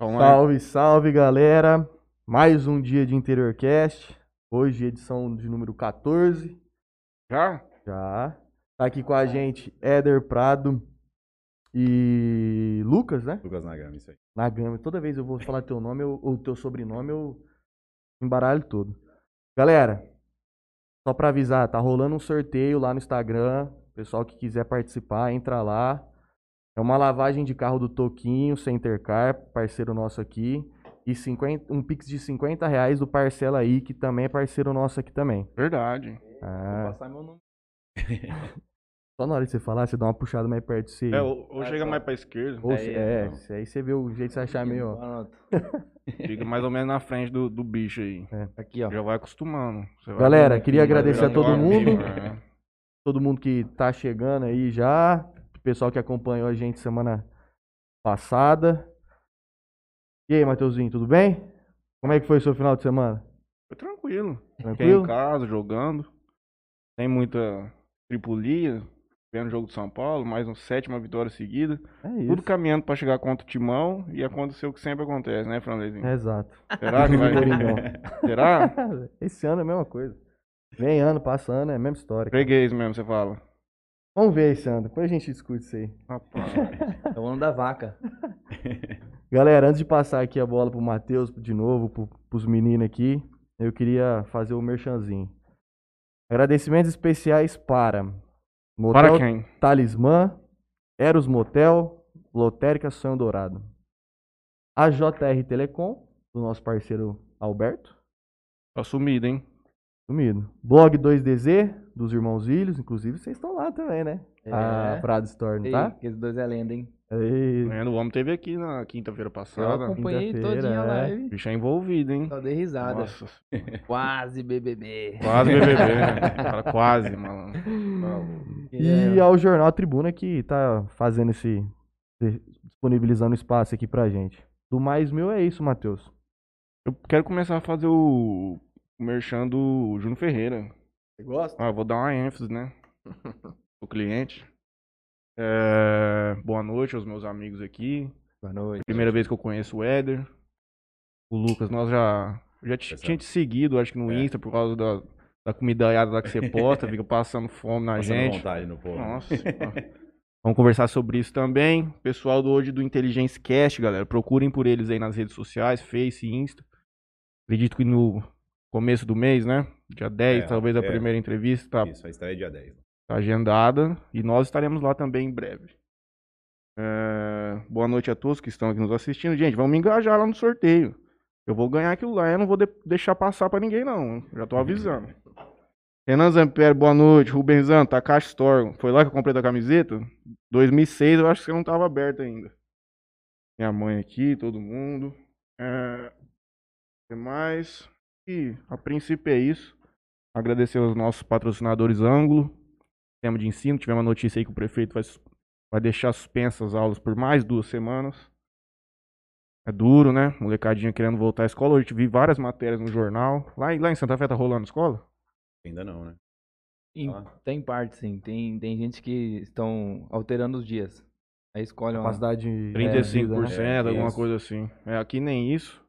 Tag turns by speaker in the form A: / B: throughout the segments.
A: Vamos lá.
B: Salve, salve, galera. Mais um dia de Interiorcast. Hoje, edição de número 14.
A: Já?
B: Já. Tá aqui com a gente Éder Prado e Lucas, né?
C: Lucas Nagami, isso aí.
B: Nagami. Toda vez eu vou falar teu nome eu- ou teu sobrenome, eu embaralho todo. Galera, só pra avisar, tá rolando um sorteio lá no Instagram. Pessoal que quiser participar, entra lá. É uma lavagem de carro do Toquinho, Centercar, parceiro nosso aqui. E 50 um pix de 50 reais do Parcela aí, que também é parceiro nosso aqui também.
A: Verdade.
B: Ah,
C: passar meu nome.
B: só na hora de você falar, você dá uma puxada mais perto de você.
A: É, ou ou
C: Ah,
A: chega
C: tá.
A: mais pra esquerda,
B: Ou
C: é,
B: se-
C: é,
B: é,
C: não.
B: se aí você vê o jeito de você achar meio. ó.
A: fica mais ou menos na frente do, do bicho aí.
C: Aqui, ó.
A: Já vai acostumando. Você vai
B: É. Tá. Galera,
A: vendo
B: queria
A: aqui, vai
B: agradecer a
A: virando
B: todo
A: o amigo,
B: mundo.
A: é.
B: todo mundo que tá chegando aí já, o pessoal que acompanhou a gente semana passada. E aí, Matheusinho, tudo bem? Como é que foi o seu final de semana?
A: Foi tranquilo. Fiquei em
B: Tranquilo?
A: casa, jogando. Tem muita tripulia. Vendo o jogo do São Paulo, mais uma sétima vitória seguida.
B: É
A: Tudo
B: isso.
A: caminhando pra chegar contra o Timão e aconteceu o que sempre acontece, né, Franlezinho?
B: É, exato.
A: Será que vai?
B: Coringão.
A: Será?
B: Esse ano é a mesma coisa. Vem ano, passa ano, é a mesma história.
A: Freguês mesmo, você fala.
B: Vamos ver esse ano, depois a gente discute isso aí.
A: Rapaz.
C: É o ano da vaca.
B: Galera, antes de passar aqui a bola pro Matheus de novo, pro, pros meninos aqui, eu queria fazer o merchanzinho. Agradecimentos especiais para
A: Para
B: Motel
A: quem?
B: Talismã, Eros Motel, Lotérica Sonho Dourado. A JR Telecom, do nosso parceiro Alberto,
A: Tá sumido, hein?
B: sumido. Blog 2DZ, dos Irmãos Ilhos, inclusive vocês estão lá também, né?
C: É.
B: A Prado Store, não
C: Ei,
B: tá?
C: Esses dois é lenda, hein?
B: Ei,
A: É, O homem teve aqui na quinta-feira
C: Eu
A: passada. O
C: acompanhei
B: quinta-feira,
C: todinha a
B: é.
C: live.
A: bicho é envolvido, hein?
C: Só dei risada.
A: Nossa,
C: Quase BBB.
A: quase BBB, né? Fala Quase, malandro.
B: E
C: é
B: ao jornal Tribuna que tá fazendo esse. disponibilizando espaço aqui pra gente. Do mais meu é isso, Matheus.
A: Eu quero começar a fazer o o merchan do Juno Ferreira.
B: Você gosta?
A: Ah, eu vou dar uma ênfase, né? O cliente. É, Boa noite aos meus amigos aqui.
C: Boa noite.
A: Primeira vez que eu conheço o Éder. O Lucas, nós já, já te,
C: Pessoal.
A: tinha te seguido, acho que no
C: É.
A: Insta, por causa da, da comidaiada lá que você posta, fica passando fome na
C: Passando
A: gente.
C: vontade no povo.
A: Nossa. Vamos conversar sobre isso também. Pessoal do hoje do Inteligência Cast, galera, procurem por eles aí nas redes sociais, Face, Insta. Acredito que no começo do mês, né? Dia 10,
C: É,
A: talvez a
C: é.
A: primeira entrevista tá
C: Isso, a estreia é dia 10.
A: tá agendada e nós estaremos lá também em breve. É, boa noite a todos que estão aqui nos assistindo. Gente, vamos me engajar lá no sorteio. Eu vou ganhar aquilo lá, eu não vou de- deixar passar pra ninguém, não. Já tô avisando. Renan Zampieri, boa noite. Rubenzão, Takashi Store. Foi lá que eu comprei da camiseta? 2006, eu acho que você não tava aberto ainda. Minha mãe aqui, todo mundo. É, o que mais? E a princípio é isso. Agradecer aos nossos patrocinadores Ângulo, sistema de ensino. Tivemos uma notícia aí que o prefeito vai, sus- vai deixar suspensas as aulas por mais duas semanas. É duro, né? Molecadinha querendo voltar à escola. Hoje eu vi várias matérias no jornal. Lá, em- lá em Santa Fé tá rolando escola?
D: Ainda não, né?
C: Em-
D: Tá.
C: tem parte, sim. Tem, tem gente que estão alterando os dias. Aí escolhe um. uma.
B: Capacidade. de- de vida, né?
A: 35%,
D: É,
A: alguma
D: isso.
A: coisa assim. É, aqui nem isso.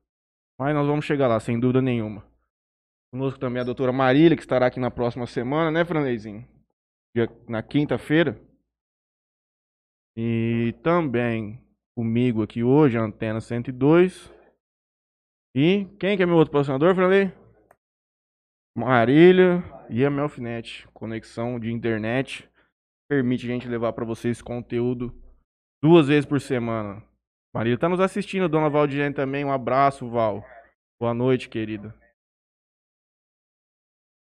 A: Mas nós vamos chegar lá, sem dúvida nenhuma. Conosco também a doutora Marília, que estará aqui na próxima semana, né, Franleizinho? Dia- Na quinta-feira. E também comigo aqui hoje, a Antena 102. E quem que é meu outro patrocinador, Franley? Marília e a Melfinet. Conexão de internet. Permite a gente levar para vocês conteúdo duas vezes por semana. Marília tá nos assistindo, dona Valdirene também. Um abraço, Val. Boa noite, querida.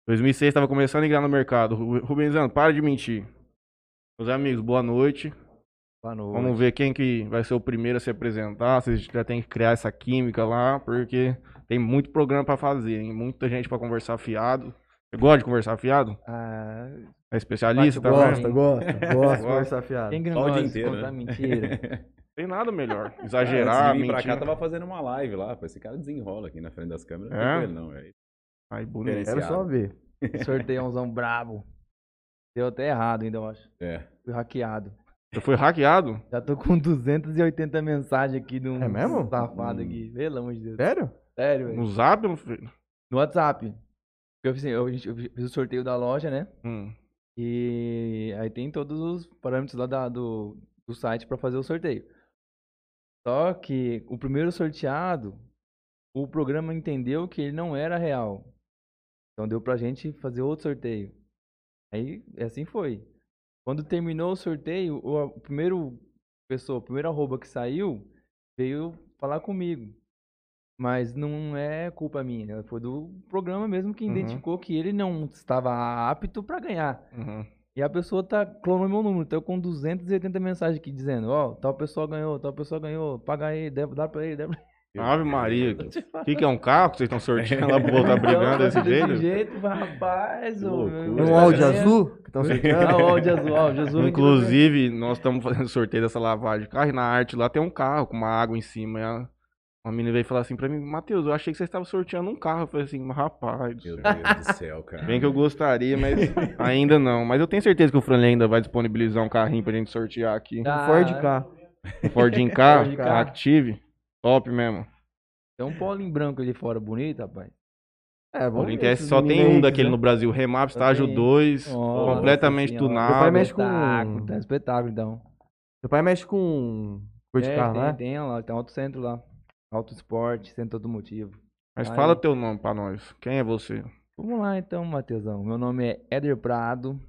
A: 2006 estava começando a entrar no mercado. Ru- Rubenzano, para de mentir. Meus amigos, boa noite.
C: Boa noite.
A: Vamos ver quem que vai ser o primeiro a se apresentar. Vocês já tem que criar essa química lá, porque tem muito programa pra fazer, hein? Muita gente pra conversar fiado. Você gosta de conversar fiado?
C: Ah,
A: É especialista, tá
C: Bate-bola,
A: vendo?
B: Gosta,
C: hein?
B: gosta, gosta,
A: Gosta.
B: conversa fiada.
C: quem que não
D: Só o dia
C: gosta de
D: inteiro,
C: contar
D: né?
C: mentira?
A: Tem nada melhor.
D: Antes
A: Exagerar,
D: de vir pra
A: mentir.
D: cá, tá tava fazendo uma live lá. pô, Esse cara desenrola aqui na frente das câmeras. Não
A: É?
D: é? com ele, não. É
A: Ai, bonito.
B: Quero só ver.
C: Sorteio é umzão brabo. Deu até errado ainda, eu acho.
D: É.
C: Fui hackeado.
A: Você foi hackeado?
C: Já tô com 280 mensagens aqui de um
B: É mesmo?
C: safado
D: Hum.
C: aqui. Pelo amor de Deus.
B: Sério?
C: Sério, velho.
A: No zap? no fe-
C: No WhatsApp. Porque eu fiz, assim, eu, a gente- eu fiz o sorteio da loja, né?
A: Hum.
C: E aí tem todos os parâmetros lá da- do, do site pra fazer o sorteio. Só que o primeiro sorteado, o programa entendeu que ele não era real. Então deu pra gente fazer outro sorteio. Aí assim foi. Quando terminou o sorteio, o, a- o primeiro pessoa, o primeiro arroba que saiu, veio falar comigo. Mas não é culpa minha, né? foi do programa mesmo que
A: Uhum.
C: identificou que ele não estava apto pra ganhar.
A: Uhum.
C: E a pessoa tá clonou meu número. Tô com 280 mensagens aqui dizendo, ó, tal pessoa ganhou, tal pessoa ganhou, paga aí, dá dá pra ele, dá pra
A: Ave Maria.
D: Meu Deus.
A: O que, que é um carro que vocês estão sorteando lá pra voltar Tá
C: É
A: brigando né, desse
C: Então,
A: jeito?
C: Desse jeito, rapaz,
D: Que
C: ô,
D: loucura.
B: É
C: meu.
B: um
D: Pois é.
B: áudio azul que estão
C: Ah,
B: sorteando?
C: o áudio azul, o áudio azul.
A: Inclusive, nós estamos fazendo sorteio dessa lavagem de carro e na arte lá tem um carro com uma água em cima. E a, uma menina veio falar assim pra mim, Matheus, eu achei que vocês estavam sorteando um carro. Eu falei assim, "Mas, rapaz. do
D: Meu
A: céu."
D: Deus do céu, cara.
A: Bem que eu gostaria, mas ainda não. Mas eu tenho certeza que o Franley ainda vai disponibilizar um carrinho pra gente sortear aqui.
C: Ah,
B: Ford né? K.
A: Um Fordinho K,
C: Ford
A: a
C: Ka.
A: Active. Top mesmo.
C: Tem um Paulinho branco ali fora, bonito, rapaz.
B: É, vamos
A: O
B: ver
A: Dreamcast
B: esses
A: só tem
B: meninos
A: um
B: aí,
A: daquele
B: né?
A: no Brasil. Remap, estágio
C: tem.
A: 2,
C: Nossa
A: completamente
C: Senhora.
B: Meu pai
A: tunado.
B: mexe com-
C: Espetáculo, tá espetáculo, então.
B: Seu pai mexe com cor de
C: É,
B: carro,
C: tem,
B: né?
C: tem lá, tem um auto centro lá. Auto esporte, centro todo motivo.
A: Mas
C: Aí.
A: fala teu nome pra nós. Quem é você?
C: Vamos lá então, Matheusão. Meu nome é Éder Prado.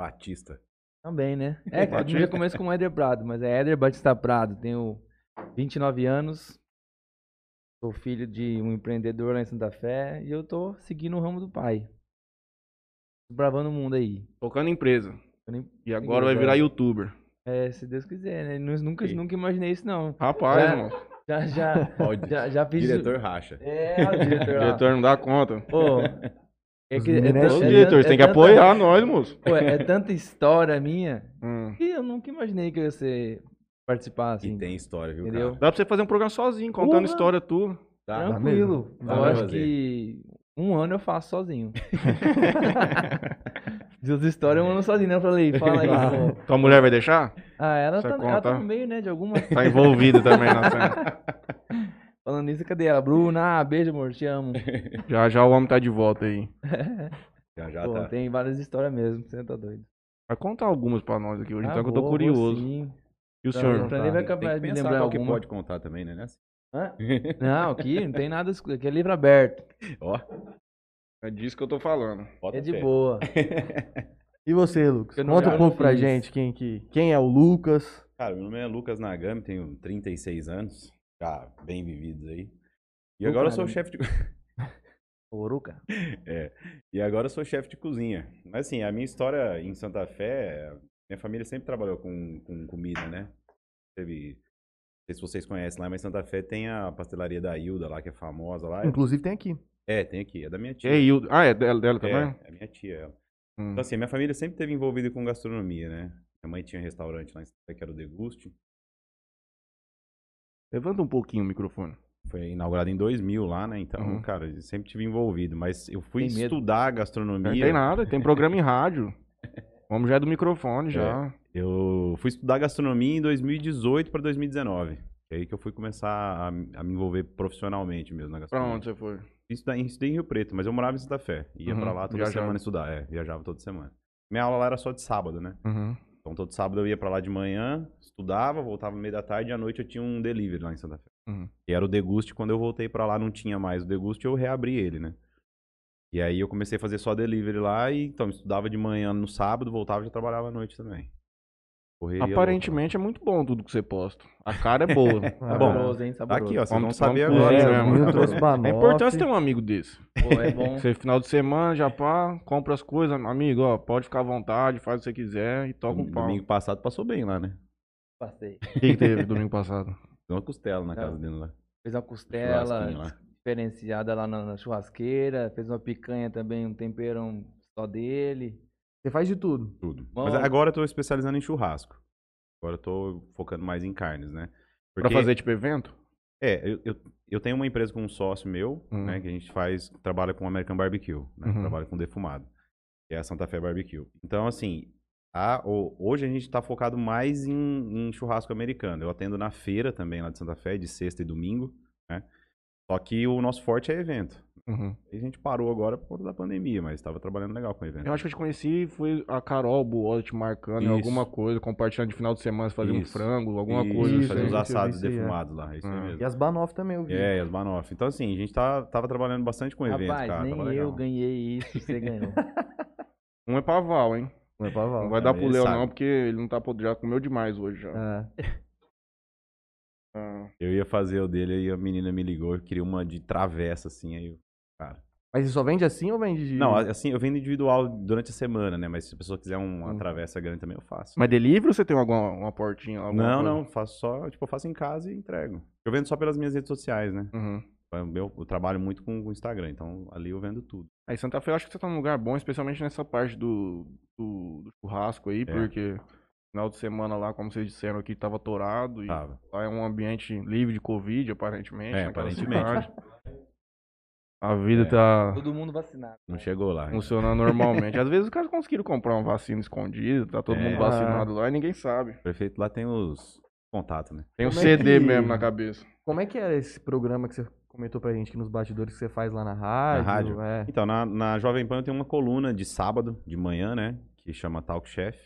D: Batista.
C: Também, né? É, que
A: Batista.
C: eu começo com Éder Prado, mas é Éder Batista Prado. Tenho 29 anos. Sou filho de um empreendedor lá em Santa Fé e eu tô seguindo o ramo do pai. Bravando o mundo aí.
A: Tocando empresa.
C: Eu nem-
A: E agora vai virar youtuber.
C: É, se Deus quiser, né? Nu- Nunca,
D: Sim.
C: nunca imaginei isso, não.
A: Rapaz,
C: É.
A: mano.
C: Já, já,
D: Pode.
C: já, já fiz...
D: Diretor racha.
C: É, o diretor
A: O
C: lá.
A: diretor não dá conta.
C: Ô, é
B: Os
C: que- é
B: meninos
C: tan-
A: Ô,
C: é
A: diretor,
C: tan-
A: você tem
C: é
A: que
C: tanta-
A: apoiar nós, moço.
C: Pô, é tanta história minha
A: Hum.
C: que eu nunca imaginei que eu ia ser, participar, assim.
D: E tem história, viu,
C: Entendeu?
D: cara?
A: Dá pra você fazer um programa sozinho, contando
C: Porra.
A: história tua.
D: Tá.
B: Não.
C: Tranquilo.
D: Dá
C: eu
D: pra
C: acho
D: fazer.
C: que um ano eu faço sozinho. Diz história um ano sozinho, né? Eu falei, fala aí. pô.
A: Ah. Tua mulher vai deixar?
C: Ah, ela
A: Você
C: tá, ela tá
A: conta?
C: no meio, né? De alguma.
A: Tá envolvida também na cena.
C: Falando nisso, cadê ela? Bruna, ah, beijo, amor, te amo.
A: Já já o homem tá de volta aí.
D: Já já
C: Pô,
D: tá.
C: tem várias histórias mesmo, você tá doido.
A: Vai contar algumas pra nós aqui hoje,
C: Ah,
A: então que eu
C: boa,
A: tô
C: boa
A: curioso.
C: sim.
A: E o
C: Tá,
A: senhor?
C: pra mim vai
D: Tem
C: acabar
D: que
C: me
D: pensar
C: lembrar
D: qual que
C: alguma.
D: pode contar também, né? Nessa?
C: Hã? Não, aqui não tem nada escuro, aqui é livro aberto.
D: Ó,
A: É disso que eu tô falando.
D: bota
C: É de
D: fé.
C: boa.
B: E você, Lucas?
C: Eu não-
B: Conta
C: eu
B: um
C: não
B: pouco pra
C: fiz.
B: gente quem, que, quem é o Lucas.
D: Cara, meu nome é Lucas Nagami, tenho 36 anos. Já bem vividos aí. E
C: Lucas
D: agora eu sou
C: Nagami.
D: chefe de
C: Oruca.
D: E agora eu sou chefe de cozinha. Mas assim, a minha história em Santa Fé, minha família sempre trabalhou com, com comida, né? Teve. Não sei se vocês conhecem lá, mas Santa Fé tem a pastelaria da Hilda lá, que é famosa lá.
B: Inclusive tem aqui.
D: É, tem aqui, é da minha
A: Uhum. E
D: tia.
A: aí, o... Ah, é dela, dela
D: é,
A: também?
D: é minha tia ela.
A: Hum.
D: Então assim, minha família sempre teve envolvida com gastronomia, né? Minha mãe tinha um restaurante lá em Santa Fé, que era o Deguste.
A: Levanta um pouquinho o microfone.
D: Foi inaugurado em 2000 lá, né? Então,
A: Uhum.
D: cara, eu sempre tive envolvido. Mas eu fui
C: Tem medo.
D: estudar
A: Não
D: gastronomia.
A: tem nada, tem programa em rádio. Vamos já é do microfone, já.
D: Eu fui estudar gastronomia em 2018 para 2019. É aí que eu fui começar a, a me envolver profissionalmente mesmo na
A: Pra
D: gastronomia.
A: onde você foi?
D: Fui estudar em, estudei em Rio Preto, mas eu morava em Santa Fé. Ia
A: Uhum,
D: pra lá toda
A: viajava.
D: semana estudar. É, viajava toda semana. Minha aula lá era só de sábado, né?
A: Uhum.
D: Então todo sábado eu ia pra lá de manhã, estudava, voltava no meio da tarde e à noite eu tinha um delivery lá em Santa Fé.
A: Uhum.
D: E era o deguste, quando eu voltei pra lá não tinha mais o deguste, eu reabri ele, né? E aí eu comecei a fazer só delivery lá e então estudava de manhã no sábado, voltava e já trabalhava à noite também. Correria louca.
A: Aparentemente é muito bom tudo que você posta. A cara é boa.
B: Tá
D: bom.
C: Saboroso, hein?
D: Tá
C: Saboroso.
D: aqui, ó, vocês
A: Vamos
D: vão
A: tomar um
D: saber
A: cu,
D: agora.
A: É,
D: né?
A: né,
B: o menino trouxe pra
A: É
B: nós.
A: importante ter um amigo desse.
C: Pô, é bom.
A: Você, final de semana, já pá, compra as coisas, amigo, ó, pode ficar à vontade, faz o que você quiser e toca um pau.
D: Domingo passado passou bem lá, né?
C: Passei.
A: O que, que teve domingo passado?
D: Deu uma costela na
C: Não.
A: É.
D: casa dele lá.
C: Fez uma
D: Churrasquinho
C: costela
D: lá.
A: tipo,
C: diferenciada lá na, na churrasqueira, fez uma picanha também, um temperão só dele.
B: Você faz de tudo.
D: Tudo.
C: Bom.
D: Mas agora eu tô especializando em churrasco. Agora eu tô focando mais em carnes, né?
A: Pra fazer tipo evento?
D: É, eu, eu, eu tenho uma empresa com um sócio meu,
A: Uhum.
D: né? Que a gente faz, trabalha com American Barbecue, né?
A: Uhum.
D: Trabalha com defumado. Que é a Santa Fé Barbecue. Então, assim, A- o- hoje a gente está focado mais em, em churrasco americano. Eu atendo na feira também lá de Santa Fé, de sexta e domingo, né? Só que o nosso forte é evento.
A: Uhum.
D: E a gente parou agora por conta da pandemia, mas estava trabalhando legal com o evento.
A: Eu acho que eu te conheci, foi a Carol Buola te marcando em
D: Isso.
A: alguma coisa, compartilhando de final de semana, fazer um
D: Isso.
A: frango, alguma
D: Isso,
A: coisa.
B: Isso,
D: fazer
A: assim.
D: uns
B: eu
D: assados
B: vi isso aí, é.
D: defumados lá, é isso aí
A: Ah.
D: mesmo.
B: E as Banoff também, eu vi.
D: É, as Banoff. Então, assim, a gente tá, tava trabalhando bastante com eventos,
C: Rapaz,
D: Um cara.
C: nem eu
D: tava legal.
C: ganhei isso, você ganhou.
A: Um é pra Val, hein?
B: Não é pra
A: Não
B: Val.
A: vai dar
D: mas
A: pro
D: ele
A: Léo,
D: sabe.
A: não, porque ele não tá podendo. Já comeu demais hoje já.
B: É.
A: Ah,
D: Eu ia fazer o dele, aí a menina me ligou, eu queria uma de travessa, assim, aí... eu-
B: Mas você só vende assim ou vende de...
D: Não, assim, eu vendo individual durante a semana, né? Mas se a pessoa quiser uma travessa grande também, eu faço.
A: Mas delivery ou você tem alguma uma portinha lá? alguma
D: Não,
A: coisa?
D: não, faço só, tipo, eu faço em casa e entrego. Eu vendo só pelas minhas redes sociais, né?
A: Uhum.
D: Eu, eu- eu trabalho muito com o Instagram, então ali eu vendo tudo.
A: Aí, Santa Fé, eu acho que você tá num lugar bom, especialmente nessa parte do, do, do churrasco
D: É.
A: aí, porque final de semana lá, como vocês disseram aqui, tava torado e
D: Tava.
A: lá é um ambiente livre de Covid, aparentemente.
D: Tá. É,
A: naquela
D: aparentemente.
A: cidade. A vida
D: É.
A: tá
C: Todo mundo vacinado.
D: Não chegou lá. ainda.
A: funcionando normalmente. Às vezes os caras conseguiram comprar uma vacina escondida, tá todo
D: É.
A: mundo vacinado lá e ninguém sabe.
D: O prefeito lá tem os contatos, né?
A: Tem um
B: Como é
A: CD
B: que-
A: mesmo na cabeça.
B: Como é que era esse programa que você comentou pra gente, que nos bastidores que você faz lá na rádio?
D: rádio?
B: É.
D: Então, na, na Jovem Pan eu tenho uma coluna de sábado, de manhã, né? Que chama Talk Chef.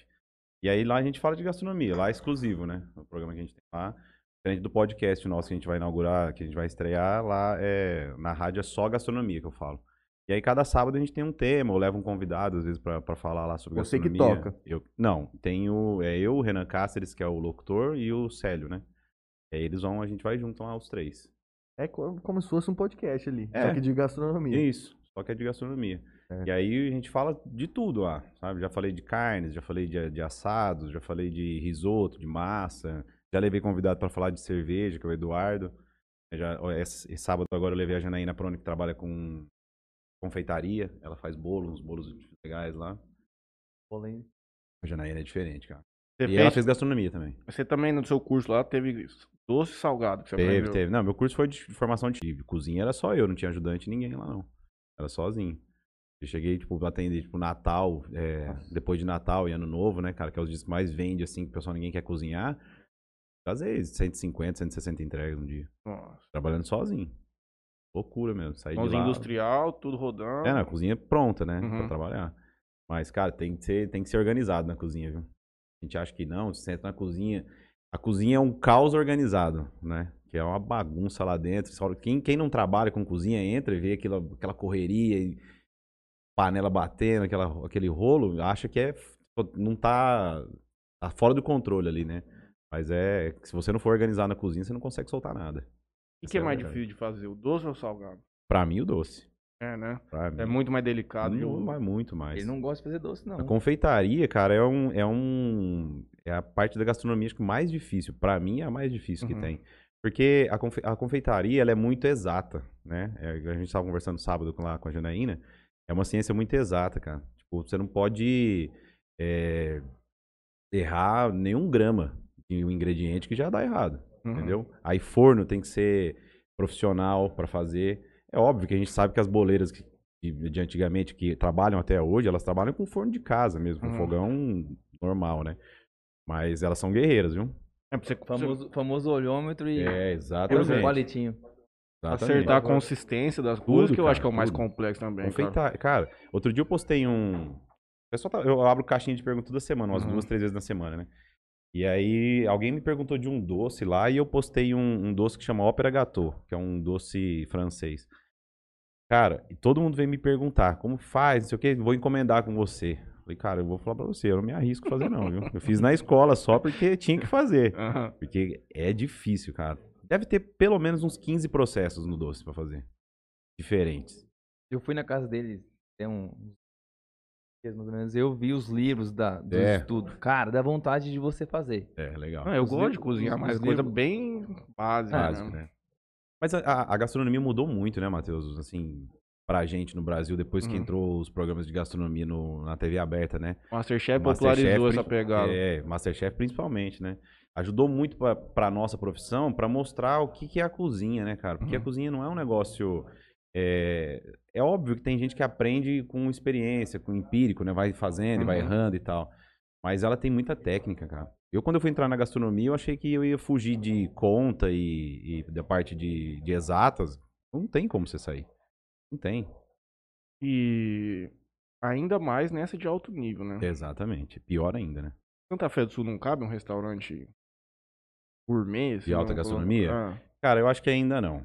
D: E aí lá a gente fala de gastronomia, lá é exclusivo, né? O programa que a gente tem lá. Diferente do podcast nosso que a gente vai inaugurar, que a gente vai estrear, lá é, na rádio é só gastronomia que eu falo. E aí cada sábado a gente tem um tema, ou leva um convidado, às vezes, pra, pra falar lá sobre
B: Você que
D: gastronomia.
B: toca.
D: Eu, não, tenho. É eu, o Renan Cáceres, que é o locutor, e o Célio, né? E aí eles vão, a gente vai junto lá os três.
B: É co- como se fosse um podcast ali,
D: É.
B: só que de gastronomia.
D: Isso, só que é de gastronomia. E aí a gente fala de tudo lá, sabe? Já falei de carnes, já falei de, de assados, já falei de risoto, de massa. Já levei convidado para falar de cerveja, que é o Eduardo. Eu já- ó, esse, esse sábado agora eu levei a Janaína Prone, que trabalha com confeitaria. Ela faz bolo, uns bolos legais lá. A Janaína é diferente, cara.
A: Você,
D: e ela
A: fez-
D: fez gastronomia também.
A: você também no seu curso lá teve doce salgado que você
D: Teve,
A: aprendeu.
D: teve. Não, meu curso foi de formação de tive. Cozinha era só eu, não tinha ajudante ninguém lá, não. Era sozinho. Eu cheguei, tipo, pra atender, tipo, Natal, é, depois de Natal e Ano Novo, né, cara? Que é os dias que mais vende, assim, que o pessoal ninguém quer cozinhar. Fazer 150, 160 entregas um dia.
A: Nossa.
D: Trabalhando sozinho. Loucura mesmo. Saí de
A: Pãozinho
D: lá.
A: industrial, tudo rodando.
D: É, na cozinha pronta, né?
A: Então Uhum.
D: Pra trabalhar. Mas, cara, tem que, ser, tem que ser organizado na cozinha, viu? A gente acha que não, você senta na cozinha. A cozinha é um caos organizado, né? Que é uma bagunça lá dentro. Só Quem, quem não trabalha com cozinha entra e vê aquela, aquela correria, e panela batendo, aquela, aquele rolo, acha que é. Não tá, tá fora do controle ali, né? Mas é. Se você não for organizado na cozinha, você não consegue soltar nada.
A: O que, que é
D: Essa é a
A: mais
D: verdade.
A: difícil de fazer, o doce ou o salgado?
D: Pra mim, o doce.
A: É, né?
D: Pra mim.
A: É muito mais delicado. que
D: Não,
A: o-
D: mas muito mais. É
C: Ele não gosta de fazer doce, não.
D: A confeitaria, cara, é um, é um. É a parte da gastronomia acho que mais difícil. Pra mim, é a mais difícil
A: Uhum.
D: que tem. Porque a, confe- a confeitaria, ela é muito exata, né? É, a gente estava conversando sábado com, lá com a Janaína. É uma ciência muito exata, cara. Tipo, você não pode é, errar nenhum grama de um ingrediente que já dá errado
A: Uhum.
D: entendeu? Aí forno tem que ser profissional para fazer. É óbvio que a gente sabe que as boleiras que- de, de antigamente que trabalham até hoje, elas trabalham com forno de casa mesmo, com
A: Uhum.
D: fogão normal, né? Mas elas são guerreiras, viu?
A: É pra você, pra você
C: Famoso, famoso olhômetro e
D: É,
C: pôr no
D: exatamente.
C: palitinho.
A: acertar a
D: exatamente.
A: consistência das coisas,
D: Tudo,
A: que eu acho que é
D: cara,
A: o mais
D: tudo.
A: complexo também. cara.
D: Confeitar. Cara, outro dia eu postei um. o pessoal tá- Eu abro caixinha de perguntas da semana, umas
A: Uhum.
D: duas, três vezes na semana, né? E aí, alguém me perguntou de um doce lá e eu postei um, um doce que chama Ópera Gâteau, que é um doce francês. Cara, e todo mundo veio me perguntar como faz, não sei o que, vou encomendar com você. Falei, cara, eu vou falar pra você, eu não me arrisco a fazer não, viu? Eu fiz na escola só porque tinha que fazer.
A: Aham.
D: Porque é difícil, cara. Deve ter pelo menos uns 15 processos no doce pra fazer. Diferentes.
C: Eu fui na casa dele, tem um. Mais ou menos, eu vi os livros da, do
D: É.
C: estudo. Cara, dá vontade de você fazer.
D: É, legal.
A: Ah, eu
C: Os
A: gosto
C: li-
A: de cozinhar,
C: os-
A: mas
C: os
A: coisa
C: livros-
A: bem básica.
D: básico,
A: né?
D: né? Mas a- a, a gastronomia mudou muito, né, Matheus? Assim, pra gente no Brasil, depois que
A: Uhum.
D: entrou os programas de gastronomia no- na TV aberta, né?
A: Masterchef É
D: Masterchef,
A: popularizou essa
D: prin-
A: pegada.
D: É, Masterchef principalmente, né? Ajudou muito pra, pra nossa profissão pra mostrar o que, que é a cozinha, né, cara? Porque a
A: Uhum.
D: cozinha não é um negócio. É, é óbvio que tem gente que aprende com experiência, com empírico, né? Vai fazendo, e vai
A: Uhum.
D: errando e tal. Mas ela tem muita técnica, cara. Eu, quando eu fui entrar na gastronomia, eu achei que eu ia fugir de conta e, e da parte de, de exatas. Não tem como você sair. Não tem.
A: Uhum. E ainda mais nessa de alto nível, né?
D: Exatamente. Pior ainda, né?
A: Santa Fé do Sul não cabe um restaurante gourmet? assim,
D: De alta
A: não,
D: gastronomia?
A: Ah.
D: Cara, eu acho que ainda não.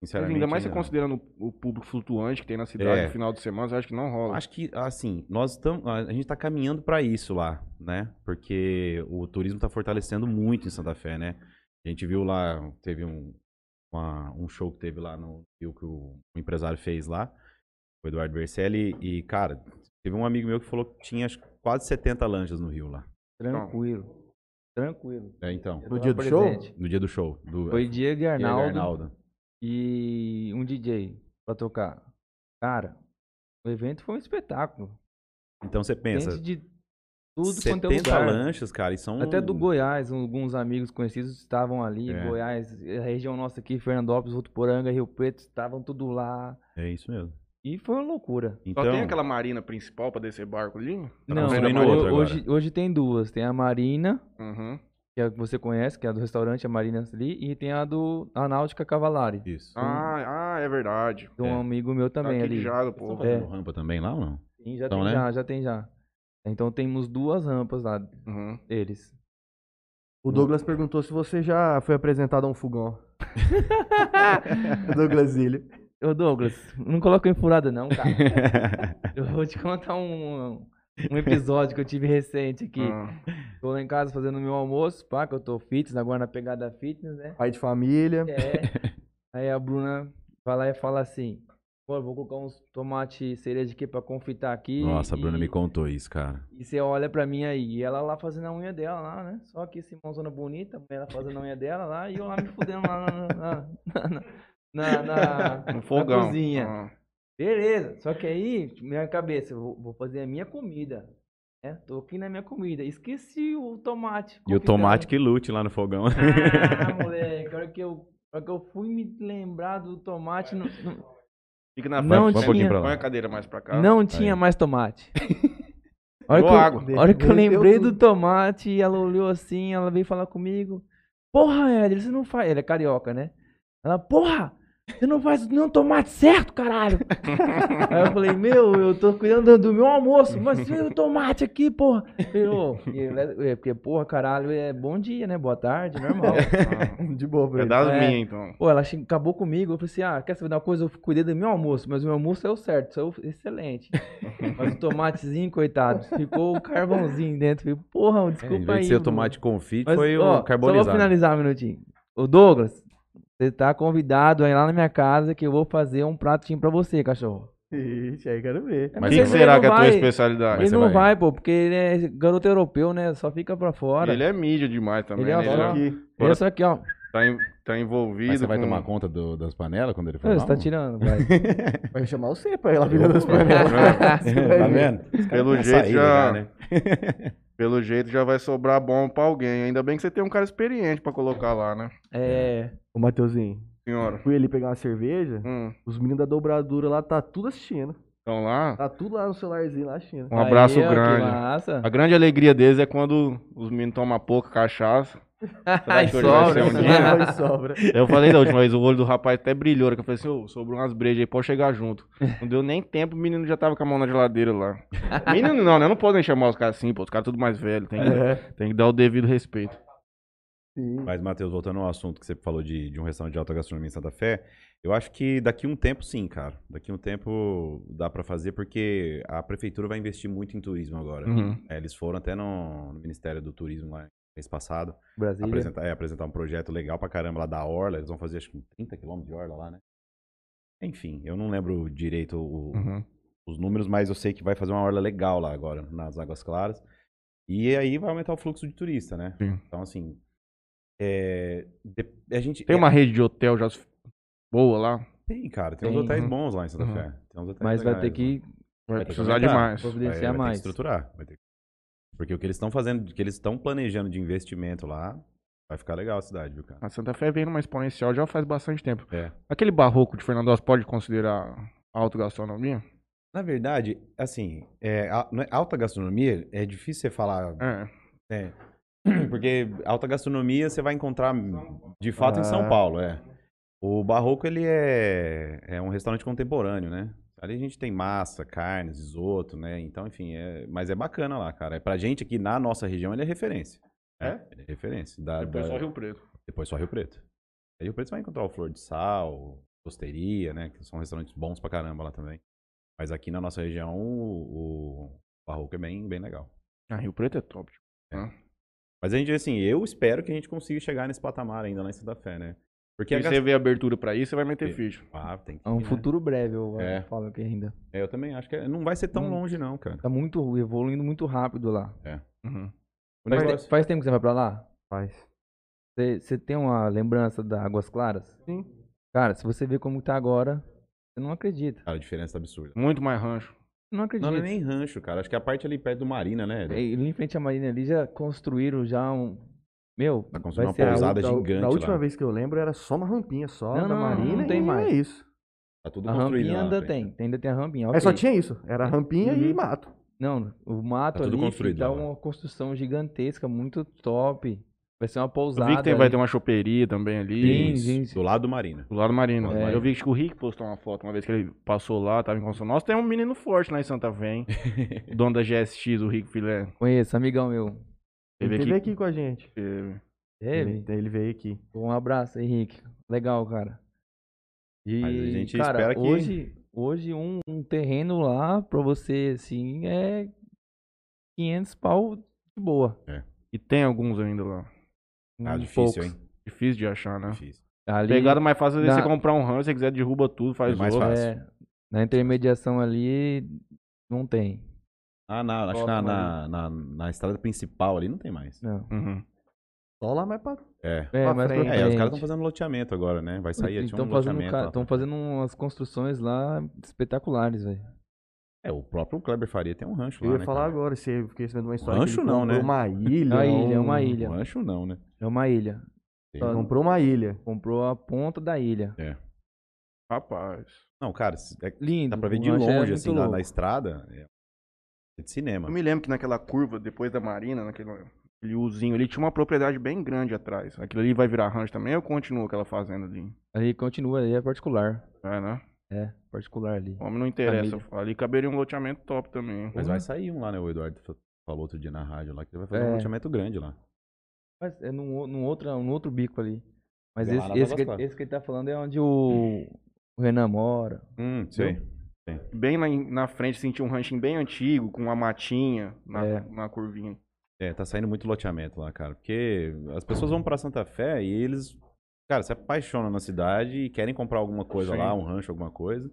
A: Mas
D: Sinceramente.
A: ainda mais você
D: não.
A: considerando o o público flutuante que tem na cidade
D: É.
A: no final de semana, você acha que não rola.
D: Acho que, assim, nós estamos. A gente tá caminhando para isso lá, né? Porque o turismo tá fortalecendo muito em Santa Fé, né? A gente viu lá, teve um, uma- um show que teve lá no Rio que o, o empresário fez lá, o Eduardo Bercelli, e, cara, teve um amigo meu que falou que tinha acho que, quase 70 lanchas no Rio lá.
C: Tranquilo. Tranquilo.
D: É, então,
C: Eu
B: No
C: tava
B: dia do show?
C: presente.
D: no dia do show. Do,
C: Foi Diego e
D: Diego
C: Arnaldo,
D: Arnaldo.
C: e um DJ pra tocar. Cara, o evento foi um espetáculo.
D: Então você pensa,
C: Gente de tudo quanto é
D: 70
C: lugar.
D: lanchas, cara, e são.
C: Até do Goiás, um, alguns amigos conhecidos estavam ali.
D: É.
C: Goiás, a região nossa aqui, Fernandópolis, Votuporanga, Rio Preto, estavam tudo lá.
D: É isso mesmo.
C: E foi uma loucura.
D: Então,
A: Só tem aquela marina principal pra descer barco ali?
D: Tá
C: Não, é
D: construindo
C: agora-
D: outra agora.
C: hoje, hoje tem duas. Tem a Marina,
A: Uhum.
C: que é a que você conhece, que é a do restaurante, a Marina ali, e tem a do a Náutica Cavalari.
D: Isso.
A: Ah, ah, é verdade.
C: De um
D: É.
C: amigo meu também
A: Aqui
C: ali.
A: de Jaro,
D: Vocês estão
A: pô.
C: É.
D: fazendo rampa também lá ou não?
C: Sim, já
D: Então,
C: tem
D: né?
C: já, já tem já. Então temos duas rampas lá
A: Uhum.
C: deles.
B: O Douglas perguntou se você já foi apresentado a um fogão. Douglas Ilha.
C: Ô Douglas, não coloca em furada não, cara. Eu vou te contar um, um episódio que eu tive recente aqui.
A: Ah,
C: Tô lá em casa fazendo meu almoço, pá, que eu tô fitness, agora na pegada fitness, né?
B: Pai de família.
C: É. Aí a Bruna vai lá e fala assim: pô, eu vou colocar uns tomate cereja aqui pra confitar aqui.
D: Nossa, a Bruna
C: e-
D: me contou isso, cara.
C: E você olha pra mim aí, e ela lá fazendo a unha dela lá, né? Só que esse mãozona bonita, ela fazendo a unha dela lá, e eu lá me fudendo lá na, na, na, na, na-
A: um
C: na
A: fogão.
C: cozinha.
A: Ah,
C: Beleza, só que aí, minha cabeça, eu vou, vou fazer a minha comida. Né? Tô aqui na minha comida, esqueci o tomate. tá
D: E o tomate que lute lá no fogão.
C: Ah, moleque, a hora que eu, a hora que eu fui me lembrar do tomate, não, não,
A: Fica na
C: Não
A: frente.
D: Vai um pouquinho
C: tinha.
D: pra
A: Põe a
D: lá.
A: cadeira mais pra cá.
C: não
D: tá
C: tinha mais tomate. A hora
A: Virou
C: que eu-
A: água.
C: a hora que eu
B: Derreteu
C: lembrei
B: tudo.
C: do tomate, ela olhou assim, ela veio falar comigo. Porra, Éder, você não faz. Ela é carioca, né? Ela, porra, você não faz nenhum tomate certo, caralho. Aí eu falei, meu, eu tô cuidando do meu almoço, mas tem o tomate aqui, porra. Eu, é, porque, porra, caralho, é bom dia, né? Boa tarde, normal.
A: Ah,
B: De boa,
A: é
B: Bruno.
A: das
C: É.
A: minhas, então.
C: Pô, ela che- acabou comigo. Eu falei assim: ah, quer saber de uma coisa? Eu cuidei do meu almoço, mas o meu almoço é o certo, saiu excelente. mas o tomatezinho, coitado, ficou o carvãozinho dentro. Eu Falei, Porra,
D: É, em
C: desculpa
D: vez
C: aí.
D: de ser o
C: Bruno."
D: tomate confite,
C: Mas,
D: foi
C: ó,
D: o carbonizado.
C: Só vou finalizar um minutinho. Ô, Douglas, você tá convidado aí lá na minha casa que eu vou fazer um pratinho pra você, cachorro.
B: Ixi, aí quero ver.
D: Mas
A: O que,
D: ele
A: que será
C: não
A: que é a tua
C: vai-
A: especialidade?
D: Mas
C: ele
D: você
C: não
D: vai-
C: vai. pô, porque ele é garoto europeu, né? Só fica pra fora.
A: Ele é mídia demais também.
C: Ele é
A: né? Ele
C: só-
A: já
B: Aqui.
A: Agora-
C: Esse aqui, ó.
A: tá, em- tá envolvido.
D: Mas você vai
A: com-
D: tomar conta do- das panelas quando ele for
C: Ô,
D: lá,
C: Hum. Você tá
D: não?
C: tirando, vai.
B: Vai chamar você pra
D: É.
B: ela virando as panelas.
A: Né?
D: tá vendo? Os
A: Pelo
D: caras têm uma
A: jeito
D: saída
A: já-
D: né?
A: Pelo jeito já vai sobrar bom pra alguém. Ainda bem que você tem um cara experiente pra colocar lá, né?
C: É.
B: Ô, Mateuzinho,
A: Senhora.
B: fui ali pegar uma cerveja.
A: Hum,
B: Os meninos da dobradura lá tá tudo assistindo.
A: então lá.
B: Tá tudo lá no celularzinho lá assistindo.
A: Um abraço
C: Aí, ó, que
A: grande.
C: massa.
A: A grande alegria deles é quando os meninos tomam pouca cachaça. Será
C: Ai,
A: que hoje vai
C: sobra.
A: ser um dia?
C: né?
B: Aí sobra.
A: Eu falei da última vez, o olho do rapaz até brilhou. Que eu falei assim, ô, sobrou umas brejas aí, pode chegar junto. Não deu nem tempo, o menino já tava com a mão na geladeira lá. Menino não, né? Não podem chamar os caras assim, pô. Os caras tudo mais velho. Tem, que-
B: É,
A: tem que dar o devido respeito.
B: sim.
D: Mas, Matheus, voltando ao assunto que você falou de, de um restaurante de alta gastronomia em Santa Fé, eu acho que daqui um tempo, sim, cara. Daqui um tempo dá pra fazer, porque a prefeitura vai investir muito em turismo agora.
A: Uhum.
D: É, eles foram até no, no Ministério do Turismo lá mês passado
B: Uhum.
C: Brasília.
D: apresentar, é, apresentar um projeto legal pra caramba lá da Orla. Eles vão fazer acho que 30 quilômetros de Orla lá, né? Enfim, eu não lembro direito o-
A: Uhum.
D: os números, mas eu sei que vai fazer uma orla legal lá agora, nas Águas Claras. E aí vai aumentar o fluxo de turista, né?
A: Sim.
D: Então, assim. é, de- a gente.
A: Tem
D: é,
A: uma rede de hotel já su- boa lá.
D: tem, cara. Tem,
C: Tem.
D: uns hotéis bons lá em Santa
A: Uhum.
D: Fé. Tem uns hotéis
C: Mas vai ter
D: legais lá.
C: que
A: Vai
D: Vai ter que
A: precisar
D: aumentar.
A: demais.
C: Vou-
D: Vai,
C: Evidenciar
D: vai Ter
C: mais.
D: que estruturar. vai ter que- Porque o que eles estão fazendo, o que eles estão planejando de investimento lá, vai ficar legal a cidade, viu, cara?
A: A Santa Fé vem numa exponencial já faz bastante tempo.
D: É.
A: Aquele barroco de Fernando Alves pode considerar autogastronomia?
D: Na verdade, assim, é, a- não é- alta gastronomia é difícil você falar.
A: É.
D: né? Porque alta gastronomia você vai encontrar de fato em São
B: Ah.
D: Paulo, é. O Barroco, ele é, é um restaurante contemporâneo, né? Ali a gente tem massa, carnes, isoto, né? Então, enfim, é, mas é bacana lá, cara. Pra gente aqui na nossa região, ele é referência. né? Ele é referência. Da,
A: Depois
D: da-
A: só Rio Preto.
D: depois só Rio Preto. Aí Rio Preto você vai encontrar o Flor de Sal, Costeria, né? Que são restaurantes bons pra caramba lá também. Mas aqui na nossa região, o, o Barroco é bem, bem legal.
A: Ah, Rio Preto é top. tipo.
D: Mas a gente, assim, eu espero que a gente consiga chegar nesse patamar ainda lá em Santa Fé, né? Porque a
A: Se você vê abertura pra isso, você vai meter
D: É.
A: ficha.
D: Ah, tem que
C: É um
D: ir, né?
C: futuro breve, eu
D: É.
C: falo aqui ainda.
D: É, eu também acho que é- não vai ser tão
C: Hum.
D: longe, não, cara.
C: Tá muito evoluindo muito rápido lá.
A: Uhum.
D: O
C: Faz,
D: negócio-
C: te- faz tempo que você vai pra lá?
B: Faz.
C: Você, você tem uma lembrança da Águas Claras?
A: Sim.
C: Cara, se você vê como tá agora, você não acredita.
D: Cara, a diferença é absurda.
A: Muito mais rancho.
C: Você não acredita.
D: Não, não é nem rancho, cara. Acho que a parte ali perto do Marina, né?
C: É, e ali em frente à Marina ali já construíram já um. Meu,
D: Tá
C: vai
D: construindo uma
C: ser a-
D: pousada
B: da,
D: gigante
B: Da última
D: lá.
B: vez que eu lembro era só uma rampinha só da
C: Não, não,
B: Marina
C: não tem
B: e
C: mais.
B: é isso.
D: Tá tudo
C: a
D: construído
C: rampinha
D: lá na
C: ainda
D: frente. né?
C: tem. Ainda tem a rampinha.
B: É, só
C: ok.
B: tinha isso. Era rampinha e
C: Uhum.
B: mato.
C: Não, o mato
D: Tá tudo
C: ali
D: construído
C: tá
D: lá.
C: uma construção gigantesca, muito top. Vai ser uma
A: Eu
C: pousada.
A: vi que tem- vai
C: ali.
A: ter uma choperia também ali.
C: Sim,
D: Isso,
C: sim, sim.
D: Do lado do Marina.
A: Do lado do Marino.
D: É.
A: Eu vi que o Rick postou uma foto uma vez que ele passou lá, tava em construção. Nossa, tem um menino forte lá em Santa Fé, hein? o dono da GSX, o Rick Filé.
D: um
C: Conheço, amigão meu.
B: Ele
A: Teve
B: teve
A: aqui.
B: aqui com a gente.
A: Teve.
C: Teve.
B: Ele, ele veio aqui.
C: Um abraço, Henrique. Legal, cara. E,
D: Mas a gente
C: cara,
D: espera que-
C: hoje, hoje um, um terreno lá pra você, assim, é 500 pau de boa.
A: E tem alguns ainda lá.
D: Ah,
C: Um
D: difícil,
C: poucos.
D: hein?
A: Difícil de achar, né?
D: Difícil.
C: Ali,
A: Pegada mais fácil é
C: Na-
A: você comprar um rancho, se você quiser derruba tudo, faz
D: É mais
A: outro.
D: fácil.
C: é, na intermediação ali, não tem.
D: Ah, não, acho que na,
C: Próximo
D: na, na, na estrada principal ali não tem mais.
C: Não.
A: Uhum.
B: Só lá mais pra.
D: É.
C: É,
B: Pra
C: mas
B: frente.
D: É, os caras estão fazendo loteamento agora, né? Vai sair, tinha um
C: Estão Então fazendo,
D: loteamento.
C: ca-
D: lá.
C: tão fazendo umas construções lá espetaculares, velho.
D: É, o próprio Kleber Faria tem um rancho
B: Eu
D: lá,
B: ia
D: né,
B: falar
D: cara?
B: agora, se eu fiquei sabendo uma história.
D: Rancho
B: que ele
D: não,
B: comprou
D: né?
B: Uma ilha.
C: Uma ilha, é uma
B: um-
C: ilha.
D: Um rancho não, né?
C: É uma ilha.
D: Tem- um
C: Só-
B: Comprou uma ilha.
C: Comprou a ponta da ilha.
A: Rapaz.
D: Não, cara, se- é-
C: Lindo.
D: dá pra ver
C: o
D: de
C: lanche é
D: longe,
C: muito
D: assim, lá
C: louco.
D: na estrada. É, é de cinema.
A: Eu me lembro que naquela curva, depois da Marina, naquele aquele uzinho ali, tinha uma propriedade bem grande atrás. Aquilo ali vai virar rancho também ou continua aquela fazenda ali?
C: Ali continua, ali é particular.
A: É, né?
C: É, particular ali.
A: O homem não interessa.
C: Família.
A: Ali caberia um loteamento top também.
D: Mas vai sair um lá, né? O Eduardo fa- falou outro dia na rádio lá que ele vai fazer
C: É.
D: um loteamento grande lá.
C: Mas é num, o- num outra, num outro bico ali. Mas
D: É lá
C: esse,
D: na
C: esse, que,
D: Águas Claras.
C: esse que ele tá falando é onde o, o Renan mora.
D: Hum, sei.
A: Bem na, na frente, senti um ranchinho bem antigo, com uma matinha na,
C: É.
A: na curvinha.
D: É, tá saindo muito loteamento lá, cara. Porque as pessoas vão pra Santa Fé e eles, cara, se apaixonam na cidade e querem comprar alguma coisa
A: Sim.
D: lá, um rancho, alguma coisa.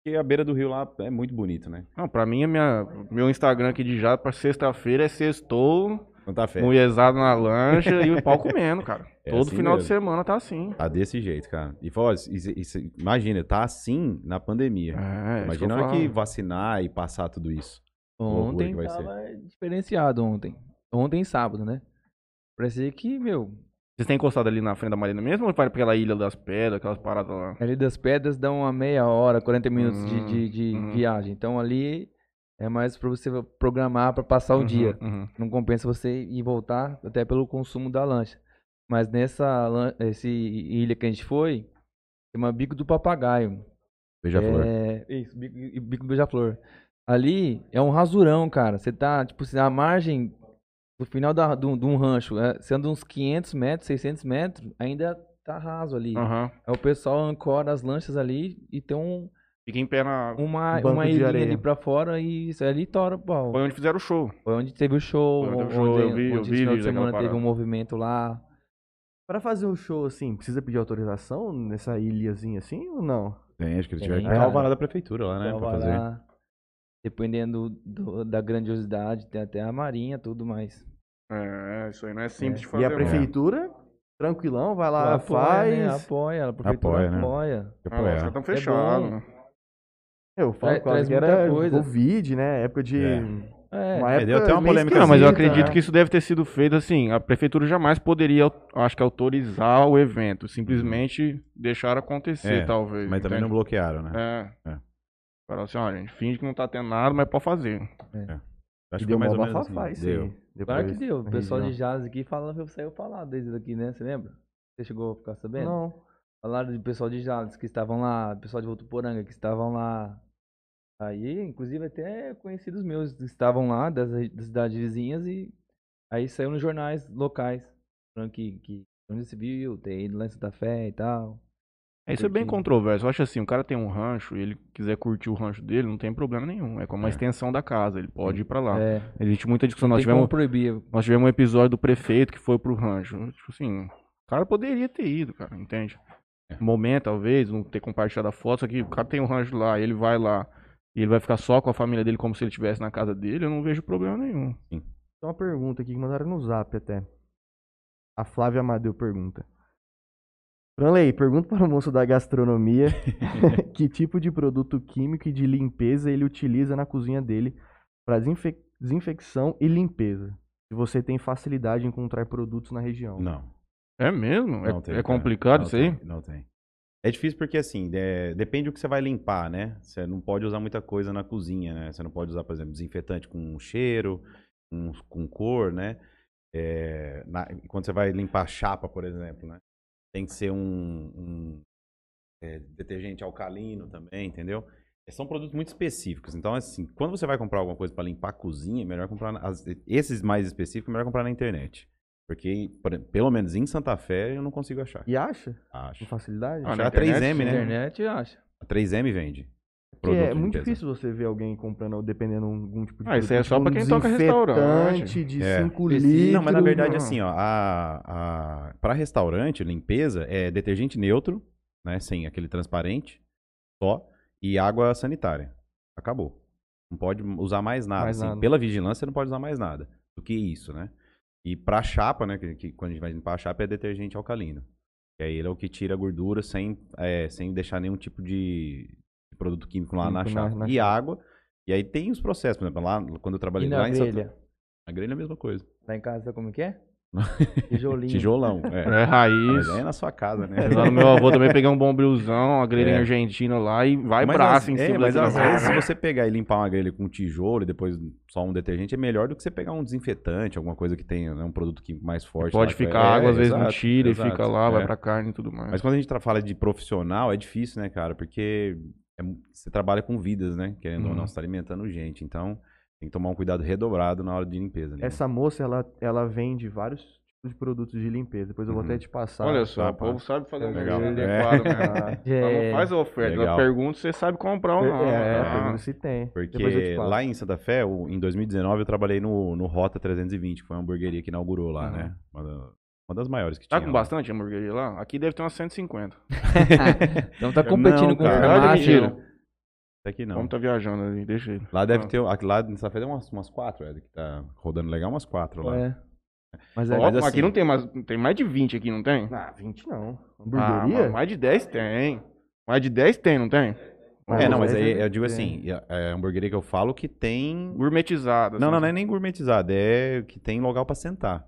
D: Porque a beira do rio lá é muito bonito, né?
A: Não, pra mim, a minha, meu Instagram aqui de já pra sexta-feira é sextou,
D: Santa Fé.
A: mulherzada na lancha e o pau comendo, cara.
D: É
A: Todo
D: assim
A: final de
D: mesmo.
A: semana tá assim.
D: Tá desse jeito, cara. E fala, ó, isso- isso- imagina, tá assim na pandemia.
A: É, isso
D: imagina
A: eu
D: a hora
A: falo.
D: que vacinar e passar tudo isso. Loucura
C: Ontem
D: que vai ser.
C: tava diferenciado ontem. Ontem sábado, né? Parecia que, meu,
A: Vocês têm encostado ali na frente da marina mesmo ou vai pra aquela ilha das pedras, aquelas paradas lá?
C: ali das pedras dá uma meia hora, 40 minutos de,
A: Hum,
C: de, de
A: uhum.
C: viagem. Então ali é mais pra você programar pra passar É o
A: Uhum,
C: dia.
A: uhum.
C: não compensa você ir e voltar até pelo consumo da lancha. Mas nessa lan- esse ilha que a gente foi, chama Bico do Papagaio.
D: Beija-flor.
C: É, isso, Bico, Bico do Beija-Flor. Ali é um rasurão, cara. Você tá, tipo, assim, na margem do final da, do, de um rancho, é, você anda uns 500 metros, 600 metros, ainda tá raso ali.
A: Aham.
C: Aí É o pessoal ancora as lanchas ali e tem um,
A: Fica em pé na.
C: uma,
B: Um Banco
C: uma
B: de
C: ilha
B: areia.
C: ali pra fora e isso é ali tora o pau.
A: Foi onde fizeram o show.
C: Foi onde teve o show,
A: Foi onde teve
C: onde,
A: o show, eu vi- eu
C: onde
A: vi vídeo
C: esse final de
A: daquela
C: semana teve
A: parada.
C: um movimento lá.
B: Pra fazer um show assim, precisa pedir autorização nessa ilhazinha assim ou não?
D: Tem, acho que eles
C: Tem,
D: tiveram que
B: É.
C: cara.
D: pegar alvará da prefeitura lá, né?
C: Então,
D: pra
C: vai
D: fazer.
C: lá, dependendo do- da grandiosidade, tem até a marinha tudo mais.
A: É, isso aí não é simples
C: É.
A: de
B: e
A: fazer.
B: a
D: um
A: não.
B: prefeitura, tranquilão, vai lá,
C: apoia, né?
B: faz.
C: Apoia, a prefeitura
D: Apoia,
C: apoia.
A: Ah,
D: né?
A: os caras
B: tá
A: estão fechados. né?
B: Eu falo
C: Tra-
B: quase
C: traz
B: que
C: muita
B: era
C: coisa.
B: Covid, né? Época de.
D: É.
C: É,
B: Uma
D: É,
B: época
D: deu até uma
B: meio
D: polêmica.
A: Não, mas eu
B: esquisita,
A: acredito
B: né?
A: que isso deve ter sido feito assim. A prefeitura jamais poderia, au- acho que, autorizar o evento. Simplesmente deixar acontecer,
D: É,
A: talvez.
D: Mas também não
A: entende?
B: É.
D: né? bloquearam, né?
A: É.
D: É.
A: Falaram assim, ó, gente, finge que não tá tendo nada, mas pode fazer.
D: Acho
B: E
D: que foi
B: deu mais
D: mais ou
B: uma
D: menos assim.
B: bafafá isso aí.
D: Deu.
B: Depois,
C: Claro que deu. O
B: na
C: pessoal de
B: região.
C: jazz aqui falando, saiu falar desde aqui, né? Você lembra? Você chegou a ficar sabendo?
B: Não.
C: Falaram do pessoal de Jales que estavam lá, do pessoal de Votuporanga que estavam lá. Aí, inclusive, até conhecidos meus que estavam lá, das, re- das cidades vizinhas, e aí saiu nos jornais locais, falando que, que onde se viu, ter ido lá em Santa Fé e tal.
A: É, Isso é bem
C: Porque-
A: controverso. Eu acho assim, o cara tem um rancho e ele quiser curtir o rancho dele, não tem problema nenhum. É como uma
D: É.
A: extensão da casa, ele pode ir pra lá.
C: É,
A: Existe muita discussão. Tá. Nós
C: tem como
A: tivemos,
C: proibir.
A: nós tivemos um episódio do prefeito que foi pro rancho. Tipo assim, o cara poderia ter ido, cara, entende?
D: É.
A: Um Momento, talvez, não ter compartilhado a foto, só que o cara tem um rancho lá, ele vai lá e ele vai ficar só com a família dele como se ele estivesse na casa dele, eu não vejo problema nenhum.
B: Tem uma pergunta aqui que mandaram no zap até. A Flávia Amadeu pergunta. Franley, pergunta para o moço da gastronomia que tipo de produto químico e de limpeza ele utiliza na cozinha dele para desinfecção e limpeza. Se você tem facilidade em encontrar produtos na região.
D: Não.
A: É mesmo? É-
D: Não tem,
A: é,
D: cara.
A: complicado
D: Não
A: isso aí?
D: tem, não tem. É difícil porque, assim, de- depende do que você vai limpar, né? Você não pode usar muita coisa na cozinha, né? Você não pode usar, por exemplo, desinfetante com um cheiro, com, com cor, né? É, na- quando você vai limpar a chapa, por exemplo, né? Tem que ser um, um, é, detergente alcalino também, entendeu? Eh, São produtos muito específicos. Então, assim, quando você vai comprar alguma coisa para limpar a cozinha, é melhor comprar. na- as- esses mais específicos, é melhor comprar na internet. Porque, por- pelo menos em Santa Fé, eu não consigo achar.
B: E acha?
D: Acho.
B: Com facilidade?
A: Ah,
D: Achar
A: na
D: a 3M,
A: internet,
D: né?
C: Internet, acha.
D: A 3M vende.
B: Porque
D: Produto
B: é
D: de
B: muito
D: limpeza.
B: difícil você ver alguém comprando, dependendo de algum tipo de
A: Ah, isso aí é
B: produto,
A: só
B: tipo
A: pra
B: um
A: quem toca restaurante.
B: desinfetante de
D: É.
B: 5
C: Esse-
B: litros.
D: Não, mas na verdade,
A: não.
D: assim, ó, a, a, para restaurante, limpeza, é detergente neutro, né? Sem aquele transparente, só, e água sanitária. Acabou. Não pode usar mais nada.
B: Mais
D: assim,
B: nada.
D: Pela vigilância, você não pode usar mais nada do que isso, né? E pra chapa, né? Que, que quando a gente vai limpar a chapa, é detergente alcalino. Que aí ele é o que tira a gordura sem, é, sem deixar nenhum tipo de produto químico lá na
B: Químico na-
D: chapa.
B: na
D: e
B: chapa.
D: água. E aí tem os processos, por exemplo, lá quando eu
C: E
D: trabalhei
C: na
D: lá em Santa-
C: grelha?
D: A grelha é a mesma coisa.
C: Lá em casa, sabe como que é?
D: Não.
C: Tijolinho.
D: Tijolão, é.
A: É raiz.
D: Mas aí é na sua casa, né?
A: Lá no meu avô também peguei um bombrilzão, a grelha
D: É.
A: argentina lá e vai
D: Mas
A: braço
D: às-
A: em
D: é,
A: cima
D: mas
A: daquilo.
D: às vezes se você pegar e limpar uma grelha com tijolo e depois só um detergente, é melhor do que você pegar um desinfetante, alguma coisa que tenha né, um produto químico mais forte.
A: Pode
D: lá, que
A: ficar
D: vai-
A: a água,
D: É,
A: às vezes não
D: exato,
A: tira e fica
D: exato,
A: lá, vai
D: é.
A: pra carne e tudo mais.
D: Mas quando a gente tra- fala de profissional, é difícil, né, cara? Porque é mu- você trabalha com vidas, né? Querendo ou
A: Uhum.
D: não, você tá alimentando gente. Então, tem que tomar um cuidado redobrado na hora de limpeza. né?
B: Essa moça, ela, ela vende vários tipos de produtos de limpeza. Depois eu vou
D: Uhum.
B: até te passar.
A: Olha só,
D: tá,
A: o povo sabe fazer um
D: Legal.
A: merchan
D: É.
A: adequado, né?
B: Ah,
A: Ela
C: É,
A: não faz a oferta, ela
D: Legal.
A: pergunta se você sabe comprar ou não.
B: é,
A: Ah,
B: pergunta se tem. Depois eu
D: Porque
B: te passo.
D: lá em Santa Fé, o- em 2019, eu trabalhei no, no Rota 320, que foi uma hamburgueria que inaugurou lá,
A: Uhum.
D: né? Uma, da- uma das maiores que
A: Tá
D: tinha.
A: com
D: lá.
A: bastante hamburgueria lá? Aqui deve ter umas 150.
C: Então tá competindo
D: Não,
A: É,
C: com
D: cara.
C: farmácia.
A: Mentira.
D: Até que
A: Como
D: não.
A: tá viajando ali, deixa ele.
D: Lá deve
A: Ah.
D: ter. aqui Lá em Santa Fé tem umas, umas quatro, é, que tá rodando legal umas quatro lá.
C: É. Mas
A: Ó,
C: é,
D: mas assim-
A: aqui não tem mais, tem mais de 20 aqui, não tem?
B: Ah, 20 não.
A: Ah,
B: Hamburgueria?
A: mas mais de 10 tem. Mais de 10 tem, não tem?
D: É, não, mas
B: Mas
D: aí
B: deve
D: eu digo
B: ter.
D: assim, é, é a hamburgueria que eu falo que tem.
A: Gourmetizada.
D: Não,
A: assim.
D: não, não é nem gourmetizada, é que tem local pra sentar.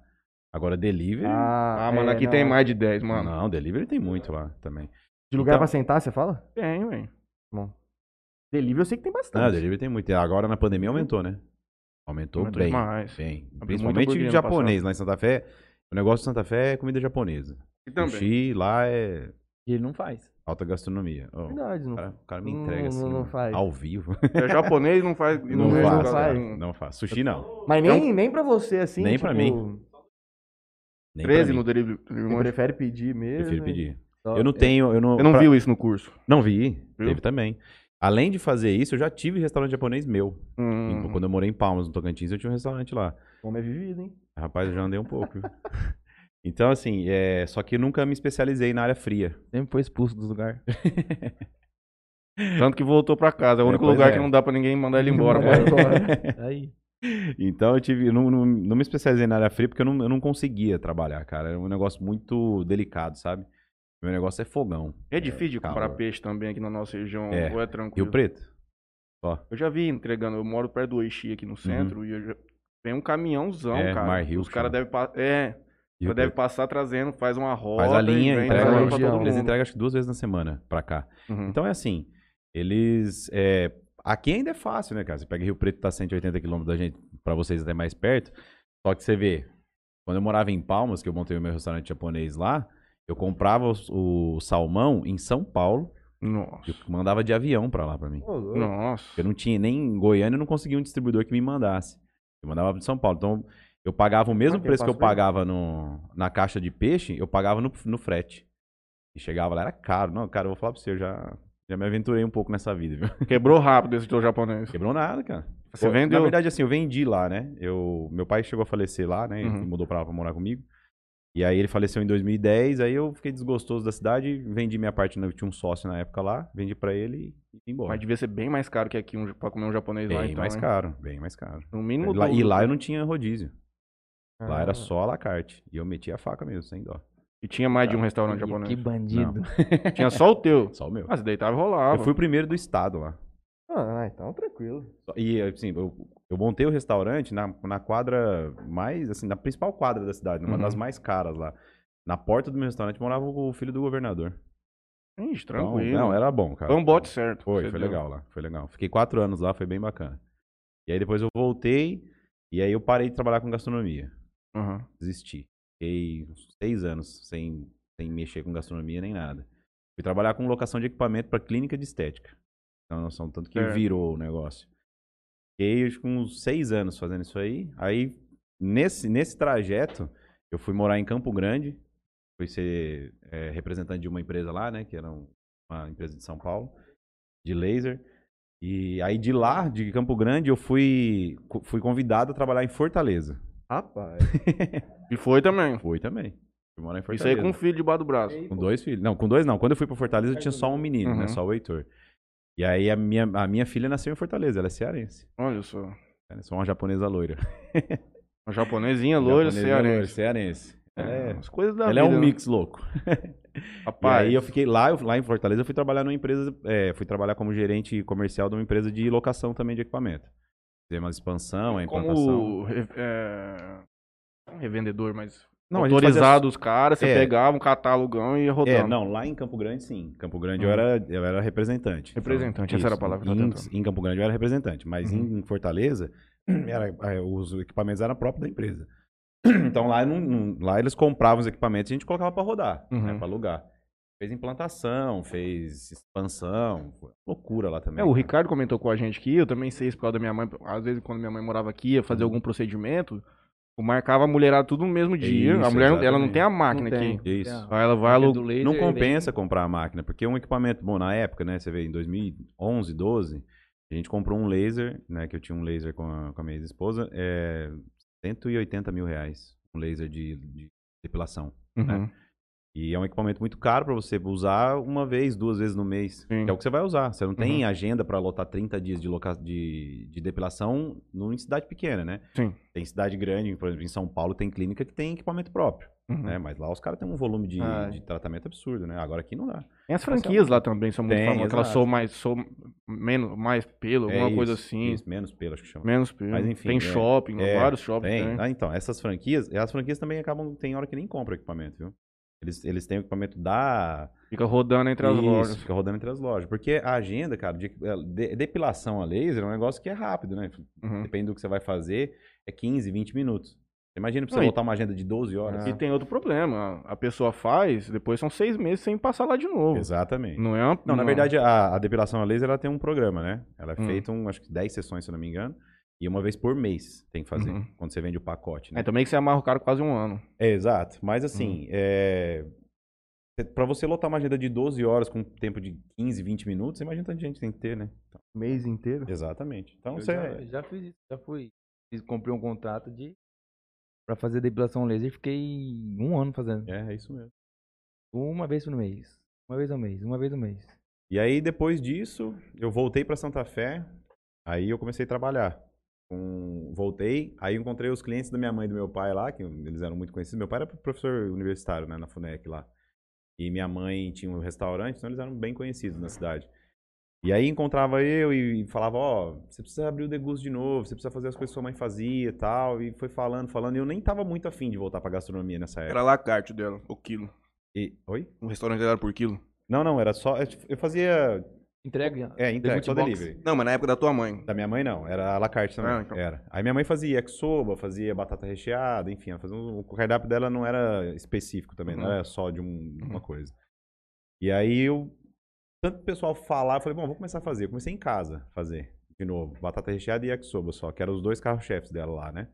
D: Agora, delivery.
B: Ah,
A: Ah, mano,
B: é,
A: aqui
B: não,
A: tem mais de 10, mano.
D: não, delivery tem muito lá também.
B: De lugar
D: Então-
B: pra sentar, você fala?
A: Tem, velho.
B: Delivery eu sei que tem bastante.
D: Não, Ah, delivery tem muito. E Agora na pandemia aumentou, né? Aumentou,
A: Aumentou
D: bem.
A: demais.
D: bem.
A: muito
D: Principalmente
A: hamburgueria
D: de
A: no
D: japonês lá em Santa Fé. O negócio de Santa Fé é comida japonesa.
A: E
D: O
A: também.
D: Sushi lá é
C: e ele não faz.
D: alta gastronomia. Ó, o,
B: Verdade, não.
D: cara, o cara me
B: Não-
D: entrega
B: não-
D: assim,
B: não
D: mano,
B: faz.
D: ao vivo.
A: É japonês não faz.
D: Não,
B: não
D: faço,
B: faz.
D: cara, não faço. Sushi não.
B: Mas nem, nem pra você, assim.
D: Nem pra
B: tipo,
D: Nem pra
A: 13
D: mim.
A: no delivery. delivery
B: Você
A: mode.
B: prefere pedir mesmo?
D: Prefiro pedir.
C: Só-
D: Eu não tenho, eu não...
A: Eu não
D: pra-
A: vi isso no curso.
D: Não vi,
A: Viu?
D: teve também. Além de fazer isso, eu já tive restaurante japonês meu.
A: Hum,
D: Quando eu morei em Palmas, no Tocantins, eu tinha um restaurante lá.
B: Como é vivido, hein?
D: Rapaz, eu já andei um pouco. viu? Então, assim, é... só que eu nunca me especializei na área fria.
C: Sempre foi expulso dos lugares.
A: Tanto que voltou pra casa. É o
D: É,
A: único
D: pois
A: lugar
D: é.
A: que não dá pra ninguém mandar ele embora.
B: Vai
A: mano.
B: embora.
C: Aí.
D: Então eu tive, eu não, não, não me especializei na área fria porque eu não, eu não conseguia trabalhar, cara. Era um negócio muito delicado, sabe? Meu negócio é fogão.
A: É difícil de comprar
D: calor.
A: peixe também aqui na nossa região.
D: É.
A: Ou é
D: Rio
A: tranquilo.
D: Preto.
A: Eu já vi entregando. Eu moro perto do Oixi aqui no centro. E eu já... tem um caminhãozão,
D: Uhum. É,
A: cara.
D: Mar Rio
A: Os caras
D: chama.
A: devem pa... é,
D: Rio
A: deve
D: Preto.
A: passar trazendo, faz uma roda.
D: Faz a
A: e
D: linha,
A: vem
D: entrega. Então,
A: trazendo
B: pra
A: pra todo Uhum.
D: Eles
A: mundo.
D: entregam acho que duas vezes na semana pra cá.
A: Uhum.
D: Então é assim, é eles é, Aqui ainda é fácil, né, cara? Você pega Rio Preto, tá 180 quilômetros da gente, pra vocês até mais perto. Só que você vê, quando eu morava em Palmas, que eu montei o meu restaurante japonês lá, eu comprava os- o, salmão em São Paulo
A: Nossa.
D: e mandava de avião pra lá pra mim.
B: Ô, louco.
A: Nossa.
D: Eu não tinha, nem em Goiânia eu não conseguia um distribuidor que me mandasse. Eu mandava de São Paulo. Então, eu pagava o mesmo
B: Ah, que
D: preço que eu
B: passo aí.
D: pagava no, na caixa de peixe, eu pagava no, no frete. E chegava lá, era caro. Não, cara, eu vou falar pra você, eu já, já me aventurei um pouco nessa vida, viu?
A: Quebrou rápido esse teu japonês.
D: Quebrou nada, cara.
A: Você
D: Eu-
A: vendeu.
D: Na verdade, assim, eu vendi lá, né? Eu, meu pai chegou a falecer lá, né? Ele
A: Uhum.
D: mudou pra lá pra morar comigo. E aí ele faleceu em 2010, aí eu fiquei desgostoso da cidade, vendi minha parte, né? eu tinha um sócio na época lá, vendi pra ele e fui embora.
A: Mas devia ser bem mais caro que aqui um, pra comer um japonês
D: bem
A: lá, então.
D: mais
A: hein?
D: caro, bem mais caro.
A: No mínimo.
D: Lá- e
A: dobro.
D: lá eu não tinha rodízio. Lá
B: Ah.
D: era só à la carte. E eu metia a faca mesmo, sem dó.
A: E tinha mais de um
C: Ih,
A: restaurante
C: Que
A: japonês.
C: bandido.
A: Tinha só o teu.
D: Só o meu.
A: Ah, você deitava e rolava.
D: eu fui o primeiro do estado lá.
B: Ah, então tranquilo.
D: E assim, eu, eu montei o restaurante na, na quadra mais, assim, na principal quadra da cidade, numa
A: Uhum.
D: das mais caras lá. Na porta do meu restaurante morava o filho do governador.
A: Ixi,
D: Então,
A: tranquilo.
D: não, era bom, cara. Então,
A: Foi um bote certo.
D: Foi,
A: Você
D: foi
A: deu.
D: legal lá. Foi legal. Fiquei quatro anos lá, foi bem bacana. E aí depois eu voltei, e aí eu parei de trabalhar com gastronomia.
A: Aham.
D: Desisti. Fiquei uns seis anos sem, sem mexer com gastronomia nem nada. Fui trabalhar com locação de equipamento para clínica de estética. Então, noção, do tanto que
A: Certo.
D: virou o negócio. Fiquei acho que uns seis anos fazendo isso aí. Aí, nesse, nesse trajeto, eu fui morar em Campo Grande. Fui ser eh, representante de uma empresa lá, né? Que era um- uma empresa de São Paulo, de laser. E aí, de lá, de Campo Grande, eu fui, co- fui convidado a trabalhar em Fortaleza.
B: Rapaz.
A: E foi também.
D: Fui também. Fui morar em
A: Isso aí
D: Fortaleza.
A: com um filho debaixo do braço.
D: Com dois filhos. Não, com dois não. Quando eu fui pra Fortaleza, eu tinha só um menino,
A: Uhum.
D: né? Só o Heitor. E aí a minha, a minha filha nasceu em Fortaleza, ela é cearense.
A: Olha só.
D: Ela é só uma japonesa loira.
A: Uma japonesinha loira,
D: Japonesa é
A: cearense.
D: cearense. Ela
A: É,
D: É,
A: as coisas da
D: ela
A: vida.
D: é um
A: né?
D: mix louco.
A: Rapaz,
D: E aí eu fiquei lá, eu- lá em Fortaleza, eu fui trabalhar numa empresa, é, fui trabalhar como gerente comercial de uma empresa de locação também de equipamento. Fizemos uma expansão, a implantação.
A: como re- é, não revendedor, mas
D: Não, a gente fazia-
A: autorizado os caras, você
D: É.
A: pegava um catalogão e ia rodando.
D: É, não, lá em Campo Grande sim. Campo Grande
A: Uhum.
D: eu, era, eu era representante.
A: Representante,
D: Então,
A: essa era a
D: isso.
A: palavra que eu tava tentando. Uhum.
D: Em, em Campo Grande eu era representante, mas em Fortaleza era, é, os equipamentos eram próprios da empresa. Então lá, não- não- lá eles compravam os equipamentos e a gente colocava para rodar,
B: É.
A: Uhum.
D: né, para alugar. Fez implantação, fez expansão, foi loucura lá também.
A: É, o
D: cara.
A: Ricardo comentou com a gente que eu também sei isso por causa da minha mãe. Às vezes, quando minha mãe morava aqui, ia fazer algum procedimento, eu marcava a mulherada tudo no mesmo dia. a
D: É isso,
A: mulher, ela não
D: exatamente.
A: tem a máquina
C: Não tem.
A: aqui.
D: Isso.
A: Aí ela vai alugar.
C: Do Então, laser,
D: Não
C: ele-
D: compensa comprar a máquina, porque um equipamento, bom, na época, né, você vê, em 2011, 12, a gente comprou um laser, né, que eu tinha um laser com a, com a minha ex-esposa, é 180 mil reais, um laser de, de depilação.
A: Uhum.
C: né?
D: E é um equipamento muito caro para você usar uma vez, duas vezes no mês,
A: Sim. Uhum.
D: que é o que você vai usar. Você não tem agenda para lotar 30 dias de, loca... de, de depilação numa cidade pequena, né?
A: Sim.
D: Tem cidade grande, por exemplo, em São Paulo tem clínica que tem equipamento próprio
A: uhum.
D: né? Mas lá os caras têm um volume de,
A: Ah, é.
D: de tratamento absurdo, né? Agora aqui não dá.
A: Tem as franquias lá também, são muito
D: Tem,
A: famosas. Aquela
D: exato.
A: sou mais, sou menos, mais pelo,
D: É
A: alguma coisa
D: isso,
A: assim.
D: isso, menos pelo, acho que chama.
A: Menos pelo.
D: Mas enfim,
A: tem
D: é.
A: shopping,
D: É,
A: vários shoppings.
D: Tem.
A: Tem.
D: Ah, então, essas franquias, e as franquias também acabam, tem hora que nem compra equipamento, viu? Eles, eles têm o equipamento da.
A: Fica rodando entre as
D: Isso, é
A: lojas.
D: Fica rodando entre as lojas. Porque a agenda, cara, de, é, de- depilação a laser é um negócio que é rápido, né?
A: Uhum.
D: Depende do que você vai fazer, é 15, 20 minutos. Imagina pra você
A: Não, e- É.
D: botar uma agenda de 12 horas.
A: E tem outro problema. A pessoa faz, depois são seis meses sem passar lá de novo.
D: Exatamente.
A: Não é uma,
D: Não, na
A: uma-
D: verdade, a, a depilação a laser ela tem um programa, né? Ela é
A: Hum.
D: feita, um, acho que 10 sessões, se eu não me engano. E uma vez por mês tem que fazer,
A: Uhum.
D: quando você vende o pacote, né?
A: É também que você amarra o cara quase um ano.
D: É, exato. Mas
C: Uhum.
D: assim, é... para você lotar uma agenda de 12 horas com um tempo de 15, 20 minutos, você imagina tanta gente que tem que ter, né?
B: O Um mês inteiro?
D: Exatamente. Então
C: Eu
D: você.
C: já, já fiz isso, já fui. Fiz- comprei um contrato de pra fazer depilação laser e fiquei um ano fazendo.
D: É, é isso mesmo.
C: Uma vez por mês. Uma vez ao mês, uma vez ao mês.
D: E aí, depois disso, eu voltei pra Santa Fé, aí eu comecei a trabalhar. Com- Voltei, aí eu encontrei os clientes da minha mãe e do meu pai lá, que eles eram muito conhecidos. Meu pai era professor universitário, né, na FUNEC lá. E minha mãe tinha um restaurante, então eles eram bem conhecidos na cidade. E aí encontrava eu e falava, ó, você precisa abrir o degusto de novo, você precisa fazer as coisas que sua mãe fazia e tal. E foi falando, falando. E eu nem tava muito afim de voltar pra gastronomia nessa época.
A: lacarte É. dela, o quilo. Um
D: E... Oi?
A: O restaurante dela era por quilo.
D: Não, não, era só. Eu fazia
C: Entrega.
D: É, entrega, só
C: box.
D: delivery.
A: tipo Não, mas na época da tua mãe.
D: Da minha mãe não, era à la carte também.
A: Ah, então.
D: Era. Aí minha mãe fazia yakisoba, fazia batata recheada, enfim, ela fazia um- o cardápio dela não era específico também, não
A: Uhum.
D: era só de um- uma coisa. E aí eu tanto o pessoal falar, eu falei, bom, vou começar a fazer. Eu comecei em casa a fazer de novo, batata recheada e yakisoba só, que eram os dois carro-chefes dela lá, né?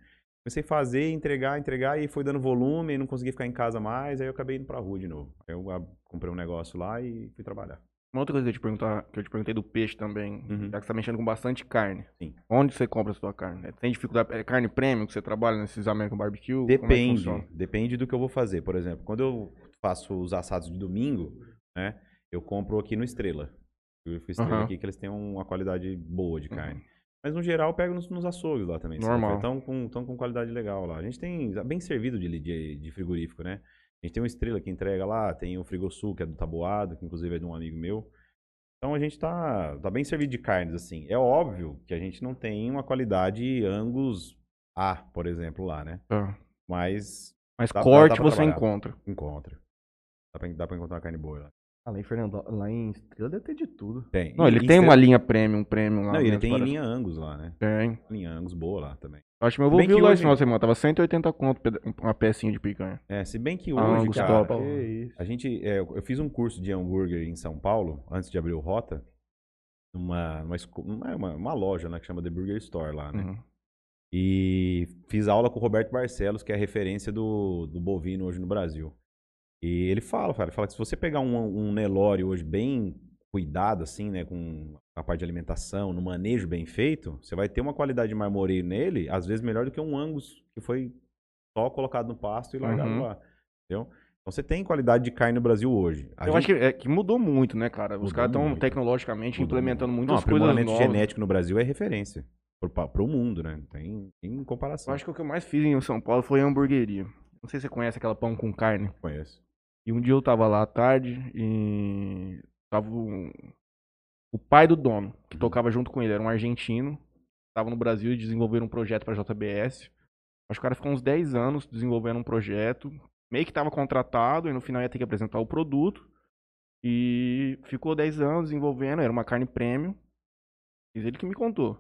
D: Comecei a fazer, entregar, entregar, e foi dando volume, e não consegui ficar em casa mais, aí eu acabei indo pra rua de novo. Aí eu ah, comprei um negócio lá e fui trabalhar.
A: Uma outra coisa que eu, te perguntar, que eu te perguntei do peixe também,
D: Uhum.
A: já que você tá mexendo com bastante carne.
D: Sim.
A: Onde você compra a sua carne? É, Tem dificuldade? É carne premium que você trabalha nesses American Barbecue? Como é que
D: Depende,
A: funciona?
D: depende do que eu vou fazer. Por exemplo, quando eu faço os assados de domingo, né, eu compro aqui no Estrela. Eu fui Estrela
A: Aham. Uhum.
D: aqui, que eles têm uma qualidade boa de carne. Mas no geral eu pego nos, nos açougues lá também.
A: Normal.
D: Estão com, tão com qualidade legal lá. A gente tem tá bem servido de, li- de, de frigorífico, né? A gente tem o Estrela que entrega lá, tem o Frigosul, que é do Taboado, que inclusive é de um amigo meu. Então a gente tá, tá bem servido de carnes, assim. É óbvio que a gente não tem uma qualidade Angus A, por exemplo, lá, né?
A: Tá.
D: Mas
A: Mas
D: Dá pra-
A: corte
D: dá pra
A: você
D: trabalhar.
A: encontra.
D: encontra. Dá pra, dá pra encontrar uma carne boa lá.
B: Ah, lá em Fernando, lá em Estrela deve ter de tudo.
D: Tem.
A: Não,
D: E-
A: ele
D: e
A: tem
D: se-
A: uma linha premium, um premium lá.
D: Não, e ele
A: dentro,
D: tem
A: parece.
D: linha Angus lá, né?
A: Tem.
D: Linha Angus boa lá também.
A: Acho que meu
D: Se
A: avô
D: bem
A: viu
D: que
A: lá
D: hoje-
A: esse final de semana. Tava 180 conto peda- uma pecinha de picanha.
D: É, se bem que
A: Ah,
D: hoje,
A: Angus
D: cara,
A: top.
B: Que isso.
D: a gente, é, eu eu fiz um curso de hambúrguer em São Paulo, antes de abrir o Rota, numa, numa, esco- não é uma, uma loja, né, que chama The Burger Store lá, né?
A: Uhum.
D: E fiz aula com o Roberto Barcelos, que é a referência do, do bovino hoje no Brasil. E ele fala, cara, ele fala que se você pegar um, um Nelore hoje bem cuidado, assim, né, com a parte de alimentação, no manejo bem feito, você vai ter uma qualidade de marmoreio nele, às vezes melhor do que um Angus, que foi só colocado no pasto e largado
A: Uhum.
D: lá. Entendeu? Então você tem qualidade de carne no Brasil hoje. A
A: Eu
D: gente-
A: acho que, é, que mudou muito, né, cara? Os
D: Mudou
A: caras estão
D: muito.
A: tecnologicamente
D: Mudou
A: implementando
D: muito.
A: muitas
D: Não,
A: coisas
D: aprimoramento
A: novas.
D: genético no Brasil é referência pro, pa- pro mundo, né? Não Tem, tem
A: Eu
D: comparação.
A: acho que o que eu mais fiz em São Paulo foi hamburgueria. Não sei se você conhece aquela pão com carne.
D: que conheço.
A: E um dia eu tava lá à tarde e tava um- o pai do dono, que tocava junto com ele, era um argentino, tava no Brasil e desenvolveram um projeto pra JBS. Acho que o cara ficou uns 10 anos desenvolvendo um projeto, meio que tava contratado e no final ia ter que apresentar o produto. E ficou 10 anos desenvolvendo, era uma carne premium. Diz ele que me contou.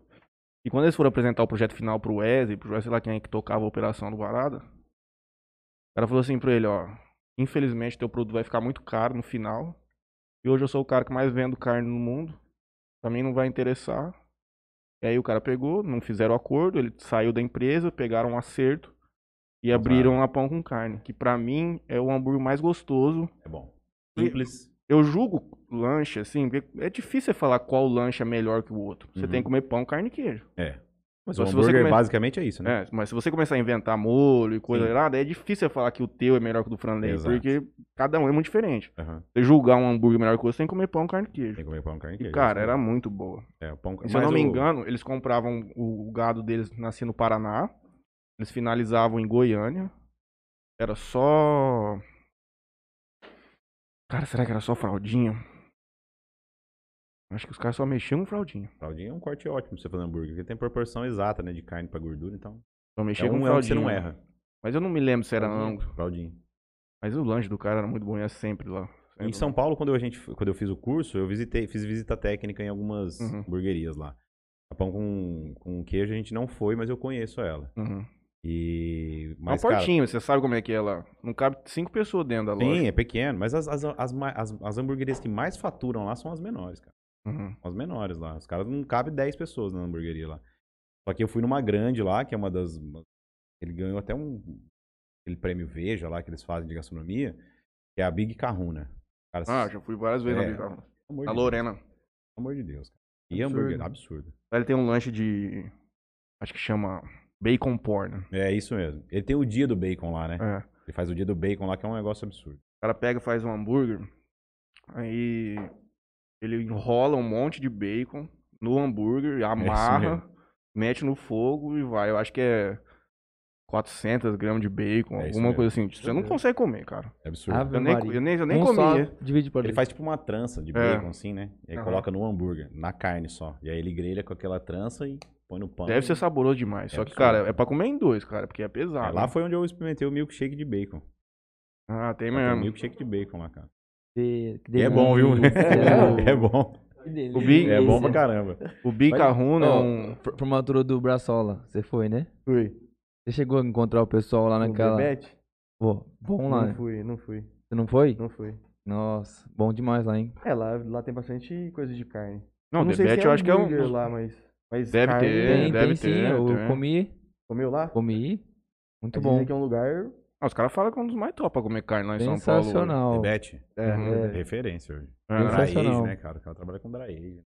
A: E quando eles foram apresentar o projeto final pro Wesley, pro Wesley, sei lá quem é que tocava a operação do Varada, o cara falou assim pra ele, ó, infelizmente teu produto vai ficar muito caro no final. E hoje eu sou o cara que mais vendo carne no mundo. Pra mim não vai interessar. E aí o cara pegou, não fizeram acordo, ele saiu da empresa, pegaram um acerto e abriram a pão com carne, que pra mim é o hambúrguer mais gostoso.
D: É bom.
A: E-
D: Simples.
A: Eu julgo lanche assim, porque é difícil você falar qual lanche é melhor que o outro. Você
D: Uhum.
A: tem que comer pão, carne e queijo.
D: Mas
A: Então,
D: o
A: se você
D: hambúrguer
A: come-
D: basicamente é isso, né?
A: É, mas se você começar a inventar molho e coisa
D: Sim.
A: errada, é difícil você falar que o teu é melhor que o do Franley,
D: Exato.
A: porque cada um é muito diferente.
D: Aham.
A: Você julgar um hambúrguer melhor que o outro, você tem que comer pão, carne e queijo.
D: Tem que comer pão, carne e
A: E,
D: queijo.
A: cara,
D: isso
A: era
D: mesmo.
A: muito boa.
D: É, o pão...
A: E, se eu
D: mas
A: não me
D: o-
A: engano, eles compravam o o gado deles nascia no Paraná, eles finalizavam em Goiânia. Era só. Cara, será que era só fraldinha? Acho que os caras só mexiam com fraldinha.
D: Fraldinha é um corte ótimo pra você fazer hambúrguer, porque tem proporção exata, né, de carne pra gordura, então...
A: Só
D: É
A: mexiam com
D: um é um que
A: fraldinha.
D: você não erra.
A: Mas eu não me lembro se né? era um ângulo.
D: Fraldinha.
A: Mas o lanche do cara era muito bom, ia sempre lá.
D: Em É um São Paulo, quando, a gente, quando eu fiz o curso, eu visitei, fiz visita técnica em algumas
A: Uhum.
D: hamburguerias lá. A pão com, com queijo a gente não foi, mas eu conheço ela.
A: Uhum.
D: E...
A: É um
D: Mas, cara,
A: portinho, você sabe como é que é lá. Não cabe cinco pessoas dentro da loja.
D: Sim, é pequeno, mas as, as, as, ma- as, as hamburguerias que mais faturam lá são as menores, cara.
A: Uhum.
D: São as menores lá. Os caras não cabem 10 pessoas na hamburgueria lá. Só que eu fui numa grande lá, que é uma das. uma- Ele ganhou até um. Aquele prêmio Veja lá que eles fazem de gastronomia, que é a Big Carruna.
A: Ah,
D: Cara,
A: tá
D: pelo
A: já fui várias vezes
D: É.
A: na Bicarro.
D: amor de
A: A
D: Deus,
A: Lorena.
D: pelo amor de Deus, cara. E
B: Absurdo.
D: hambúrguer, absurdo.
A: Lá Ele tem um lanche de. Acho que chama Bacon Porn.
D: É isso mesmo. Ele tem o dia do bacon lá, né?
A: É. O
D: Ele faz o dia do bacon lá, que é um negócio absurdo.
A: cara pega e faz um hambúrguer. Aí ele enrola um monte de bacon no
D: É
A: hambúrguer, amarra, mete no fogo e vai. Eu acho que é 400 gramas de bacon,
D: É isso
A: alguma
D: mesmo.
A: coisa assim. Você não consegue comer, cara.
D: É absurdo.
C: Ave
A: Eu nem,
C: Maria.
A: eu nem, eu nem
C: um
A: comia.
C: só divide pra
D: Ele
C: dois.
D: faz tipo uma trança de
A: É.
D: bacon, assim, né? E aí
A: Aham.
D: coloca no hambúrguer, na carne só. E aí ele grelha com aquela trança e põe no pão.
A: Deve ser
D: E-
A: saboroso demais.
D: É
A: Só que,
D: absurdo.
A: cara, é pra comer em dois, cara, porque é
D: É,
A: pesado.
D: lá foi onde eu experimentei o milkshake de bacon.
A: Ah, tem
D: Lá Tem
A: mesmo.
D: milkshake de bacon lá, cara.
C: De- de-
D: E é bom, É viu?
C: Deus.
D: É bom.
C: Que delícia.
A: O Big-
D: É bom pra caramba.
A: O Bica
D: Mas-
A: Runa é
C: Ó,
A: um.
C: pr- Formatura do Braçola, você foi, né?
B: Fui.
C: Você chegou a encontrar o pessoal lá
B: No
C: naquela.
B: Bebete?
C: Pô, bom lá,
B: Não
C: né?
B: fui, não fui,
C: Você não foi?
B: não fui.
C: Nossa, bom demais lá, hein?
B: É, lá, lá tem bastante coisa de carne.
A: Não,
B: não
A: o
B: sei
A: Debete
B: se é
A: eu acho que é um.
B: hambúrguer
A: dos-
B: lá, mas... mas
A: Deve
B: carne-
A: ter,
C: Tem,
A: deve
C: tem
A: ter,
C: sim. Eu
A: tem.
C: comi,
B: Comeu lá?
C: comi. Muito
B: Dizem
C: bom.
B: que é um lugar...
A: Ah, os caras falam que é um dos mais top pra comer carne lá em São Paulo.
C: Sensacional.
D: Debete,
B: É,
A: Uhum.
D: referência hoje.
A: É,
C: Sensacional.
D: Dry age, né, cara? Ela trabalha com dry age.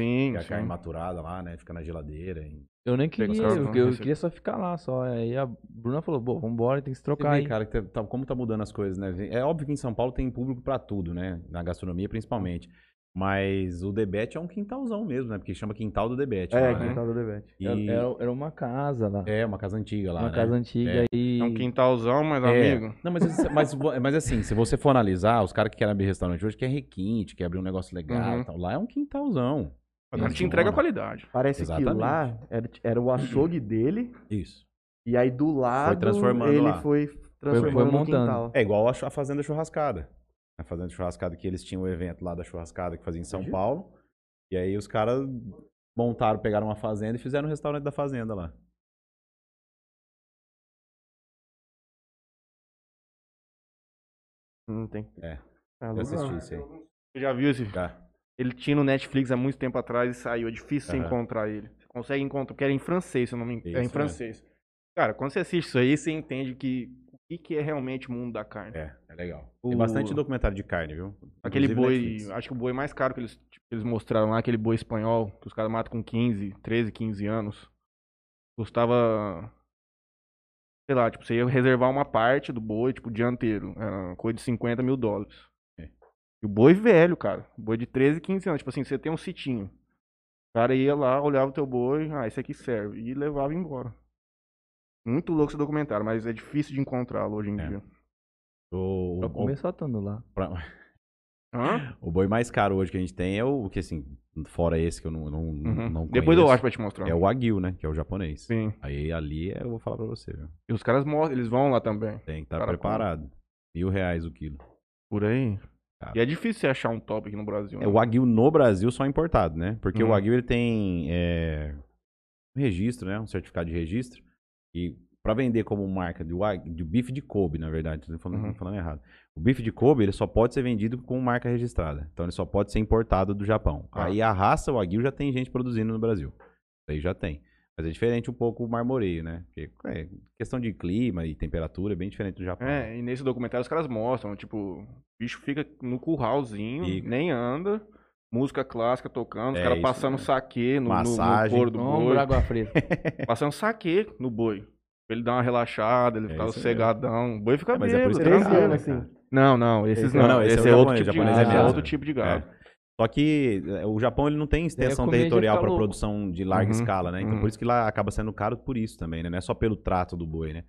A: sim,
D: Que é a carne
A: sim.
D: maturada lá, né? Fica na geladeira. e-
C: Eu nem
A: Pega
C: queria,
A: os caras
C: eu,
A: falando
C: eu
A: desse-
C: queria só ficar lá, só. Aí a Bruna falou, bom, vambora, tem que se
D: Você vê,
C: trocar aí.
D: cara, que tá- tá- como tá mudando as coisas, né? É óbvio que em São Paulo tem público pra tudo, né? Na gastronomia, principalmente. Mas o Debete é um quintalzão mesmo, né? Porque chama quintal do Debete.
B: é,
D: lá, né?
B: quintal do Debete.
D: E-
C: Era, era- era uma casa lá.
D: É, uma casa antiga lá,
C: uma
D: né?
C: casa antiga aí.
A: É um quintalzão, mas
D: É.
A: amigo.
D: Não, mas, esse- mas, vo- mas assim, se você for analisar, os caras que querem abrir restaurante hoje querem requinte, quer abrir um negócio legal
A: Uhum.
D: e tal. Lá é um quintalzão.
A: Agora
D: Isso,
A: te entrega a
D: mano.
A: qualidade.
B: Parece que
D: Exatamente.
B: lá era, era o açougue dele,
D: Isso.
B: e aí do lado
D: transformando
B: ele
D: lá.
B: foi transformando no
C: montando.
B: quintal.
D: É igual a chu- a Fazenda Churrascada. A Fazenda Churrascada que eles tinham o evento lá da churrascada que fazia em São
A: Uhum.
B: Entendi.
D: Paulo. E aí os caras montaram, pegaram uma fazenda e fizeram um restaurante da fazenda lá.
B: Não tem.
D: É.
B: Ah,
D: Eu
B: legal.
D: assisti isso aí.
A: Você já viu esse?
D: Já.
A: Ele tinha no Netflix há muito tempo atrás e saiu. É difícil você
D: Aham.
A: encontrar ele. Você consegue encontrar, porque era em francês, se eu não me engano. É em
D: Isso, é.
A: francês. Cara, quando você assiste isso aí, você entende que o que, que é realmente o mundo da carne.
D: É, é legal.
A: O-
D: Tem bastante documentário de carne, viu?
A: Aquele
D: Inclusive
A: boi,
D: Netflix.
A: acho que o boi mais caro que eles, tipo, eles mostraram lá, aquele boi espanhol, que os caras matam com 15, 13, 15 anos. Custava. Sei lá, tipo, você ia reservar uma parte do boi, tipo, dianteiro. Era uma coisa de 50 mil dólares.
D: É.
A: E o boi velho, cara. Boi de 13, 15 anos. Tipo assim, você tem um sitinho. O cara ia lá, olhava o teu boi, ah, esse aqui serve. E levava embora. Muito louco esse documentário, mas é difícil de encontrá-lo hoje em
D: É.
A: dia.
D: O, o-
C: Pra comer só estando lá.
D: pra-
A: Hã?
D: o boi mais caro hoje que a gente tem é o o que, assim, fora esse que eu não, não,
A: Uhum.
D: não
A: Depois eu
D: conheço,
A: acho pra te mostrar.
D: É o Wagyu, né? Que é o japonês.
A: Sim.
D: Aí ali é- eu vou falar pra você, viu?
A: E os caras mostram, eles vão lá também.
D: Tem que estar
A: Cara,
D: preparado. Mil reais o quilo.
A: Por aí.
D: Cara.
A: E é difícil você achar um top aqui no Brasil.
D: É, o Wagyu no Brasil só é importado, né? Porque
A: Uhum.
D: o Wagyu ele tem é, um registro, né? Um certificado de registro. E para vender como marca do, Wag- do bife de Kobe, na verdade, tô falando,
A: Uhum.
D: tô falando errado. O bife de Kobe ele só pode ser vendido com marca registrada. Então ele só pode ser importado do Japão.
A: Tá.
D: Aí a raça Wagyu já tem gente produzindo no Brasil. Isso aí já tem. Mas é diferente um pouco o marmoreio, né? Porque é, questão de clima e temperatura é bem diferente do Japão.
A: É, e nesse documentário os caras mostram, tipo, o bicho fica no curralzinho,
D: Fica.
A: nem anda, música clássica tocando, os
D: É
A: caras
D: isso
A: passando
D: mesmo.
A: saque no, no, no
D: Massagem.
A: couro do
C: Vamos
A: boi,
C: por água fresca.
A: passando saque no boi. Pra ele dar uma relaxada, ele
D: É
A: ficar
D: isso mesmo.
A: sossegadão. O boi fica
D: É, mas é por
A: bêbado,
D: isso que
B: Treze
D: é caro,
A: tranquilo.
B: anos,
D: né,
B: assim.
D: cara?
A: Não, não, esses
D: Esse
A: não.
D: não, esse
A: esse
D: é
A: é
D: o
A: outro
D: japonês,
A: tipo de
D: japonês
C: é
A: gado.
C: mesmo.
A: outro tipo de gado.
D: Só que eh, o Japão ele não
A: é
D: tem extensão
C: comer e já
D: territorial
C: fica
D: para
C: louco.
D: produção de larga
A: Uhum,
D: escala, né? Então
A: uhum.
D: por isso que lá acaba sendo caro por isso também, né? Não é só pelo trato do boi, né?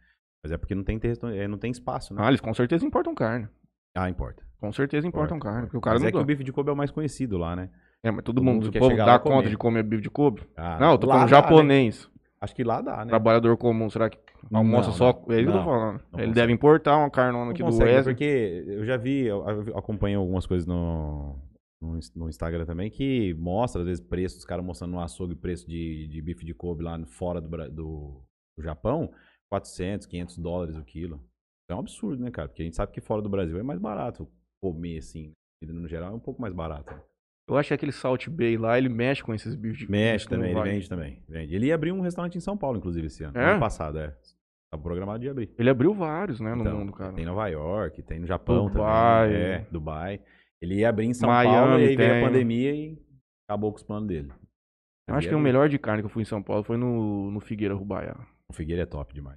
D: Mas é porque não tem, terri- eh, não tem espaço, né?
A: Ah, eles com certeza importam carne.
D: Ah, importa.
A: Com certeza importam
D: Importa,
A: carne.
D: importa.
A: Porque o cara
D: Mas
A: não
D: é que o
A: dá.
D: bife de Kobe é o mais conhecido lá, né?
A: É, mas todo
D: todo
A: mundo,
D: mundo
A: o
D: quer
A: povo
D: chegar
A: dá
D: lá
A: conta
D: comer.
A: de comer bife de couro.
D: Ah,
A: Não, eu tô
D: lá
A: falando
D: dá, né?
A: japonês.
D: Acho que lá dá, né?
A: É. Trabalhador comum, será que almoça
D: Não,
A: só?
D: não.
A: é isso que eu tô
D: Não,
A: falando. ele
D: não consegue.
A: deve importar uma carnona
D: Não
A: aqui do
D: consegue, né?
A: Oeste.
D: porque eu já vi, eu eu acompanho algumas coisas no, no, Ins- no Instagram também que mostra, às vezes, preços, os caras mostrando no açougue preço de, de bife de Kobe lá no- fora do, Bra- do, do Japão, 400, 500 dólares o quilo. É um absurdo, né, cara? Porque a gente sabe que fora do Brasil é mais barato comer, assim, comida no geral é um pouco mais barato.
A: Eu acho que aquele Salt Bay lá, ele mexe com esses bichos de
D: Mexe
A: bicho
D: também, ele
A: vai.
D: vende também. Vende. Ele ia abrir um restaurante em São Paulo, inclusive, esse ano.
A: É?
D: Ano passado, é. Tá programado de abrir.
A: Ele abriu vários, né, no
D: Então,
A: mundo, cara.
D: Tem em Nova York, tem no Japão
A: Dubai.
D: também. É, Dubai. Ele ia abrir em São
A: Miami
D: Paulo e aí veio
A: tem.
D: a pandemia e acabou com os planos dele.
A: Eu acho que o melhor de carne que eu fui em São Paulo foi no, no Figueira Rubaiá.
D: O Figueira é top demais.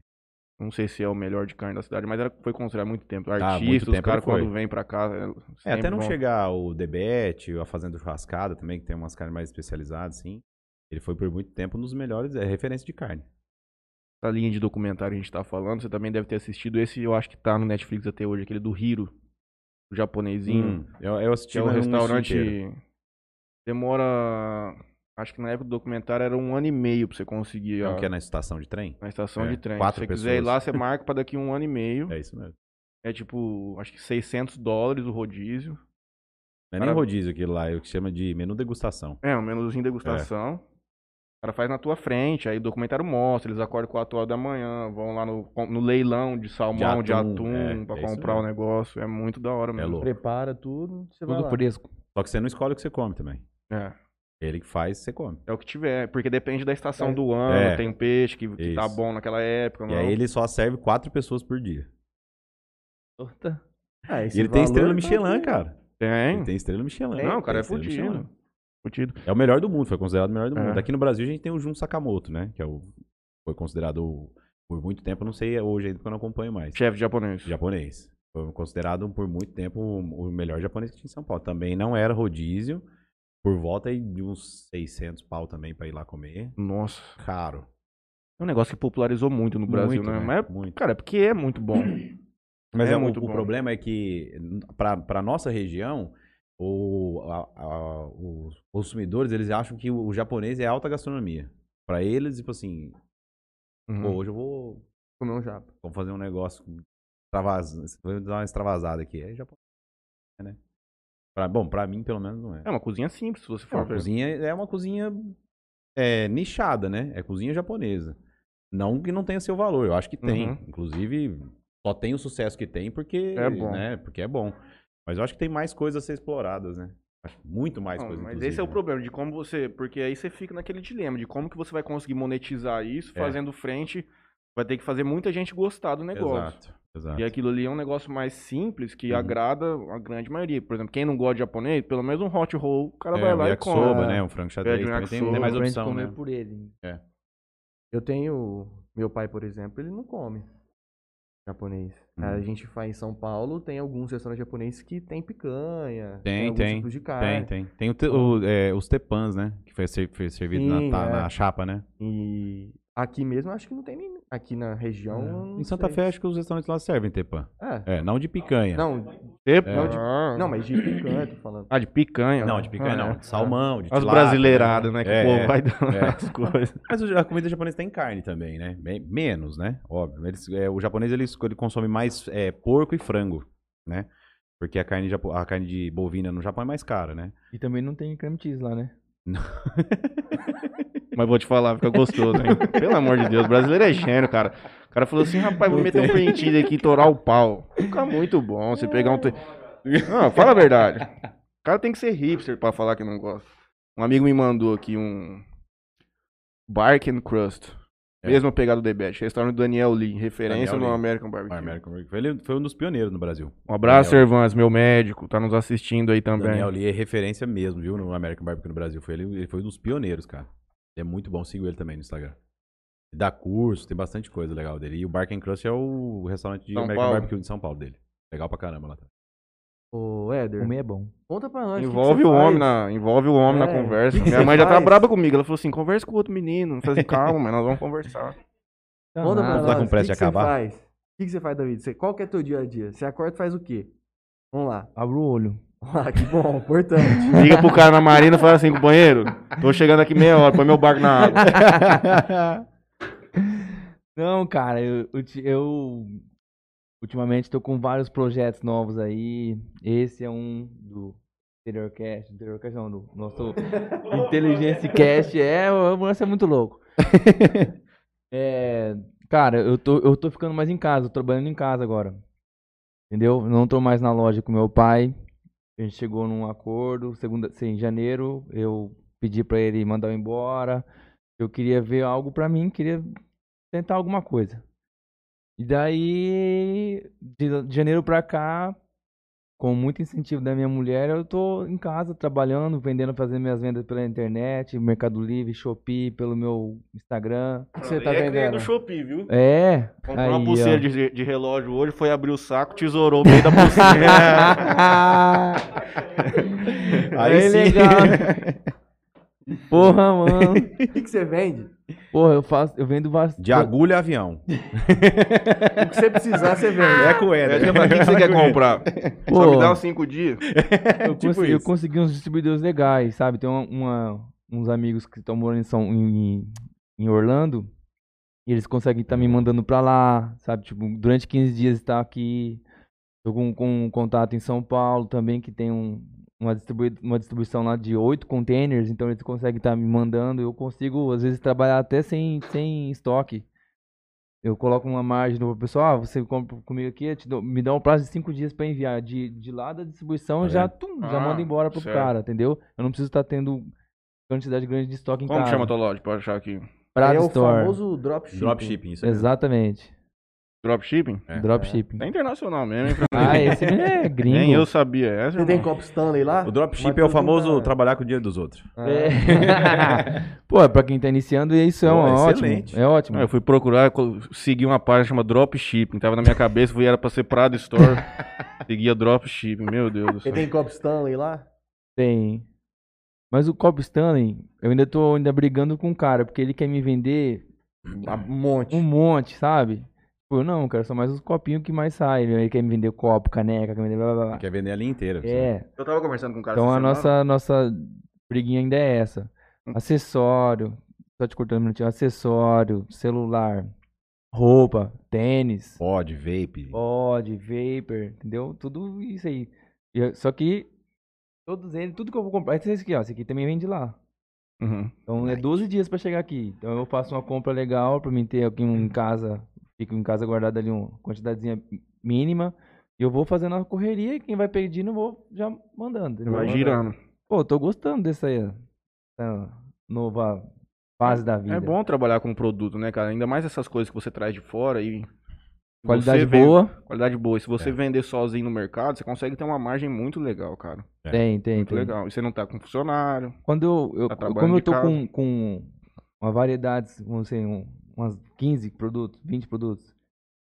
A: Não sei se é o melhor de carne da cidade, mas era, foi considerado há muito tempo.
D: Tá, muito
A: Artistas, os
D: tempo
A: caras
D: ele foi.
A: quando vêm pra cá. é,
D: É,
A: sempre
D: até não
A: vão.
D: chegar o Debete, a Fazenda Churrascada também, que tem umas carnes mais especializadas, assim. Ele foi por muito tempo um dos melhores, é referência de carne.
A: Essa linha de documentário que a gente tá falando, você também deve ter assistido. Esse eu acho que tá no Netflix até hoje, aquele do Hiro, o japonesinho.
D: Hum, eu, eu assisti
A: Que é o
D: mas não assisti inteiro.
A: restaurante. Demora. Acho que na época do documentário era um ano e meio pra você conseguir
D: É
A: a,
D: o que é na estação de trem?
A: na estação
D: é,
A: de trem. Se
D: quatro
A: você quiser ir
D: pessoas.
A: lá, você marca pra daqui um ano e meio.
D: É isso mesmo.
A: É tipo, acho que 600 dólares o rodízio.
D: Não é
A: Cara-
D: nem rodízio aquilo lá, é o que chama de menu degustação.
A: É, um menuzinho de
D: É.
A: degustação. O cara faz na tua frente, aí o documentário mostra, eles acordam 4 horas da manhã, vão lá no, no leilão de salmão, de
D: De
A: atum,
D: atum, é,
A: pra
D: é isso
A: comprar o negócio. É muito da hora mesmo.
D: louco.
B: Prepara tudo, você vai
C: Tudo
B: lá.
C: fresco.
D: Só que você não escolhe o que você come também.
A: É.
D: Ele que faz, você come.
A: É o que tiver, porque depende da estação
B: É.
A: do ano,
D: É.
A: tem peixe que, que tá
D: Isso.
A: bom naquela época. né?
D: E
A: não.
D: aí ele só serve quatro pessoas por dia.
C: Puta.
B: Ah,
D: E
B: esse
D: ele tem
B: valor
D: estrela
B: tá
D: Michelin,
B: aqui.
D: cara.
A: Tem.
D: Ele tem estrela Michelin.
A: Não, o
D: Tem
A: cara é
D: estrela
A: fudido.
D: Michelin.
A: Fudido.
D: É o melhor do mundo, foi considerado o melhor do
A: É.
D: mundo. Aqui no Brasil a gente tem o Jun Sakamoto, né? Que é o, foi considerado o- por muito tempo, eu não sei hoje ainda porque eu não acompanho mais.
A: Chefe japonês.
D: Japonês. Foi considerado por muito tempo o o melhor japonês que tinha em São Paulo. Também não era rodízio. Por volta aí de uns 600 pau também pra ir lá comer.
A: Nossa.
D: Caro.
A: É um negócio que popularizou muito no Brasil,
D: Muito,
A: né?
D: né?
A: Mas,
D: Muito.
A: cara, é porque é muito bom.
D: Mas
A: É
D: é, o-
A: muito
D: o,
A: bom.
D: problema é que, pra pra nossa região, o, a- a- os consumidores eles acham que o, japonês é alta gastronomia. Pra eles, tipo assim,
A: Uhum.
D: pô, hoje eu vou,
B: Comer um japa.
D: vou fazer um negócio, com extravas- vou dar uma extravasada aqui. É japonês, né? Pra- bom, pra mim, pelo menos, não é.
A: É uma cozinha simples, se você
D: É
A: for
D: uma
A: ver.
D: cozinha, é uma cozinha é, nichada, né? É cozinha japonesa. Não que não tenha seu valor, eu acho que tem.
A: Uhum.
D: Inclusive, só tem o sucesso que tem porque
A: É
D: é
A: bom.
D: bom. Né? Porque é bom. Mas eu acho que tem mais coisas a ser exploradas, né? Acho muito mais
A: Não,
D: coisas.
A: mas
D: inclusive,
A: esse é o
D: né?
A: problema de como você, porque aí você fica naquele dilema de como que você vai conseguir monetizar isso,
D: É.
A: fazendo frente, vai ter que fazer muita gente gostar do negócio.
D: Exato, exato.
A: E aquilo ali é um negócio mais simples que
D: Uhum.
A: agrada a grande maioria. Por exemplo, quem não gosta de japonês, pelo menos um hot roll, o cara
D: É,
A: vai
D: o
A: lá e
D: yakisoba,
A: come.
D: né? O frango xadrez.
A: Pede um
D: também tem,
A: yakisoba.
D: tem mais
C: Pra gente
D: opção,
C: comer
D: né?
C: por ele.
B: Eu tenho. Meu pai, por exemplo, ele não come japonês. A
D: Hum.
B: gente faz em São Paulo, tem alguns restaurantes japoneses que tem picanha.
D: Tem,
B: alguns
D: tem,
B: tipos de
D: Tem,
B: carne.
D: tem. Tem o te- o, é, os tepans, né? Que foi, ser- foi servido
B: Sim,
D: na, tá-
B: é.
D: na chapa, né?
B: E aqui mesmo, acho que não tem nem. Aqui na região. eu não
D: Em Santa
B: sei.
D: Fé, acho que os restaurantes lá servem tepan.
B: É.
D: É, não de picanha.
B: Não,
A: Tempo?
D: É. Não, de-
A: Ah.
B: não, mas de picanha, tô falando.
A: Ah, de picanha.
D: Não,
A: né?
D: de picanha
A: Ah,
D: não.
A: é.
D: De salmão, de
A: As
D: tilápia,
A: brasileiradas, né? Que
D: É,
A: o povo
D: é.
A: vai dando
D: É.
A: as coisas.
D: Mas o- a comida japonesa tem carne também, né? Me- Menos, né? Óbvio. Eles- é, o japonês ele, esco- ele consome mais é, porco e frango, né? Porque a carne, japo- a carne de bovina no Japão é mais cara, né?
C: E também não tem creme cheese lá, né?
A: Mas vou te falar, fica gostoso, hein? Pelo amor de Deus, o brasileiro é gênio, cara. O cara falou assim, rapaz, vou meter um pentinho aqui e torar o pau. Fica muito bom você pegar um... te- Não, fala a verdade. O cara tem que ser hipster pra falar que não gosta. Um amigo me mandou aqui um... Bark and Crust.
D: É.
A: Mesma pegada do The Best. Restaurante do Daniel Lee. Referência
D: Daniel
A: no
D: Lee.
A: American Barbecue.
D: American Burger. Ele foi um dos pioneiros no Brasil.
A: Um abraço,
D: Daniel.
A: Servans, meu médico. Tá nos assistindo aí também.
D: Daniel Lee é referência mesmo, viu? No American Barbecue no Brasil. Foi, ele, ele foi um dos pioneiros, cara. Ele é muito bom. Sigo ele também no Instagram. Ele dá curso, tem bastante coisa legal dele. E o Bark and Crust é o restaurante de
A: São
D: American
A: Paulo.
D: Barbecue de São Paulo dele. Legal pra caramba lá.
B: Ô, Éder,
C: Comer é bom.
B: conta pra nós. que que
A: Envolve
B: você
A: o homem,
B: faz?
A: na, envolve o homem na
B: É,
A: conversa.
B: que que
A: Minha
B: você
A: mãe já tá
B: faz?
A: braba comigo. Ela falou assim: conversa com o outro menino. Eu falei assim, calma, mas nós vamos conversar.
B: Conta pra
C: Tá
B: nós.
D: tá
C: nada.
D: com
B: o
D: pressa
B: que
D: de
B: que você
D: acabar?
B: faz? O que, que você faz, David? Você, qual que é teu dia a dia? Você acorda e faz o quê? Vamos lá.
C: Abre o olho.
B: Vamos lá, que bom, importante.
A: Liga pro cara na marina e fala assim: companheiro, tô chegando aqui meia hora, põe meu barco na água.
C: Não, cara, eu, eu ti- eu ultimamente tô com vários projetos novos aí. Esse é um do Interiorcast, Interiorcast não, do nosso Inteligência Cast. É, o lance é muito louco. É, cara, eu tô, eu tô ficando mais em casa, tô trabalhando em casa agora. Entendeu? Não tô mais na loja com meu pai. A gente chegou num acordo, segunda, sim, em janeiro, eu pedi pra ele mandar eu embora. Eu queria ver algo pra mim, queria tentar alguma coisa. E daí, de de janeiro pra cá, com muito incentivo da minha mulher, eu tô em casa trabalhando, vendendo, fazendo minhas vendas pela internet, Mercado Livre, Shopee, pelo meu Instagram. O que você tá vendendo?
A: é Shopee, viu?
C: É.
A: Comprou
C: aí,
A: uma
C: ó.
A: pulseira de, de relógio hoje, foi abrir o saco, tesourou o meio da pulseira.
D: Aí
C: Bem
D: sim.
C: Porra, mano.
B: O que, que você vende?
C: Porra, eu faço, eu vendo bastante.
D: De agulha a avião.
B: O que você precisar, você vende.
D: É com
A: Ah. Eu
C: né?
D: ele.
A: tinha falado, o que que você
C: É
A: quer comprar? Só
C: Pô.
A: me dá uns cinco dias.
C: eu, consegui, eu
D: tipo isso.
C: consegui uns distribuidores legais, sabe? Tem uma, uma- uns amigos que estão morando em, São, em, em Orlando e eles conseguem estar me mandando pra lá, sabe? Tipo, tá durante 15 dias está aqui. Tô com, com um contato em São Paulo também, que tem um, uma, distribui- uma distribuição lá de oito containers, então eles conseguem estar me mandando. Eu consigo, às vezes, trabalhar até sem, sem estoque. Eu coloco uma margem no pessoal, ah, você compra comigo aqui, eu te dou- me dá um prazo de cinco dias para enviar. De, de lá da distribuição,
D: Tá
C: já, tum, já
A: Ah,
C: manda embora pro
A: certo.
C: cara, entendeu? Eu não preciso estar tendo quantidade grande de estoque em
A: Como que
C: casa.
A: chama a tua loja pra eu achar aqui?
C: Prado
B: é o
C: Store.
B: famoso dropshipping.
D: Dropshipping, isso aí.
C: Exatamente.
A: Dropshipping?
D: É.
C: Dropshipping.
A: É internacional mesmo, hein? pra mim.
C: Ah, esse é gringo.
A: Nem eu sabia. Essa,
B: Você tem
A: irmão.
B: copo Stanley lá?
D: O dropship é
B: Matheus
D: o famoso
B: nunca-
D: trabalhar com o dinheiro dos outros.
B: Ah.
C: É. Pô, pra quem tá iniciando, isso é,
D: Pô,
C: um- é
D: excelente.
C: ótimo. É ótimo.
A: Ah, eu fui procurar, co- segui uma página chamada Dropshipping. Tava na minha cabeça, fui, era pra ser Prado Store. Seguia Dropshipping, meu Deus do
B: Você
A: céu.
B: tem copo Stanley lá?
C: Tem. Mas o Cobb Stanley, eu ainda tô ainda brigando com o cara, porque ele quer me vender
B: Um monte.
C: um monte, sabe? Tipo, não, cara, só mais os copinhos que mais saem. né? Ele quer me vender copo, caneca, quer me vender blá blá blá.
D: Quer é vender a linha inteira. sabe?
C: É.
A: Eu tava conversando com um cara
C: Então
A: essa
C: a
A: semana.
C: nossa, nossa briguinha ainda é essa. Acessório, só te cortando um minutinho, acessório, celular, roupa, tênis,
D: Pod, vape.
C: pod, vapor, entendeu? Tudo isso aí. E eu- Só que todos eles, tudo que eu vou comprar, esse aqui, ó, esse aqui também vende lá.
A: Uhum.
C: Então é 12 dias pra chegar aqui. Então eu faço uma compra legal pra mim ter aqui um em casa, fico em casa guardado ali uma quantidadezinha mínima. E eu vou fazendo a correria e quem vai pedindo eu vou já mandando. entendeu?
A: Vai
C: Mandando.
A: girando.
C: Pô, eu tô gostando dessa, dessa nova fase da vida.
A: É bom trabalhar com produto, né, cara? Ainda mais essas coisas que você traz de fora e.
C: Qualidade
A: você vende-
C: boa.
A: Qualidade boa. E se você
D: É.
A: vender sozinho no mercado, você consegue ter uma margem muito legal, cara.
D: É,
C: Tem, tem,
A: Muito
C: tem.
A: legal. E você não tá com funcionário.
C: Quando eu, eu-
A: Tá trabalhando
C: como eu
A: de
C: tô
A: casa.
C: com, com uma variedade, vamos dizer, um, umas 15 produtos, 20 produtos,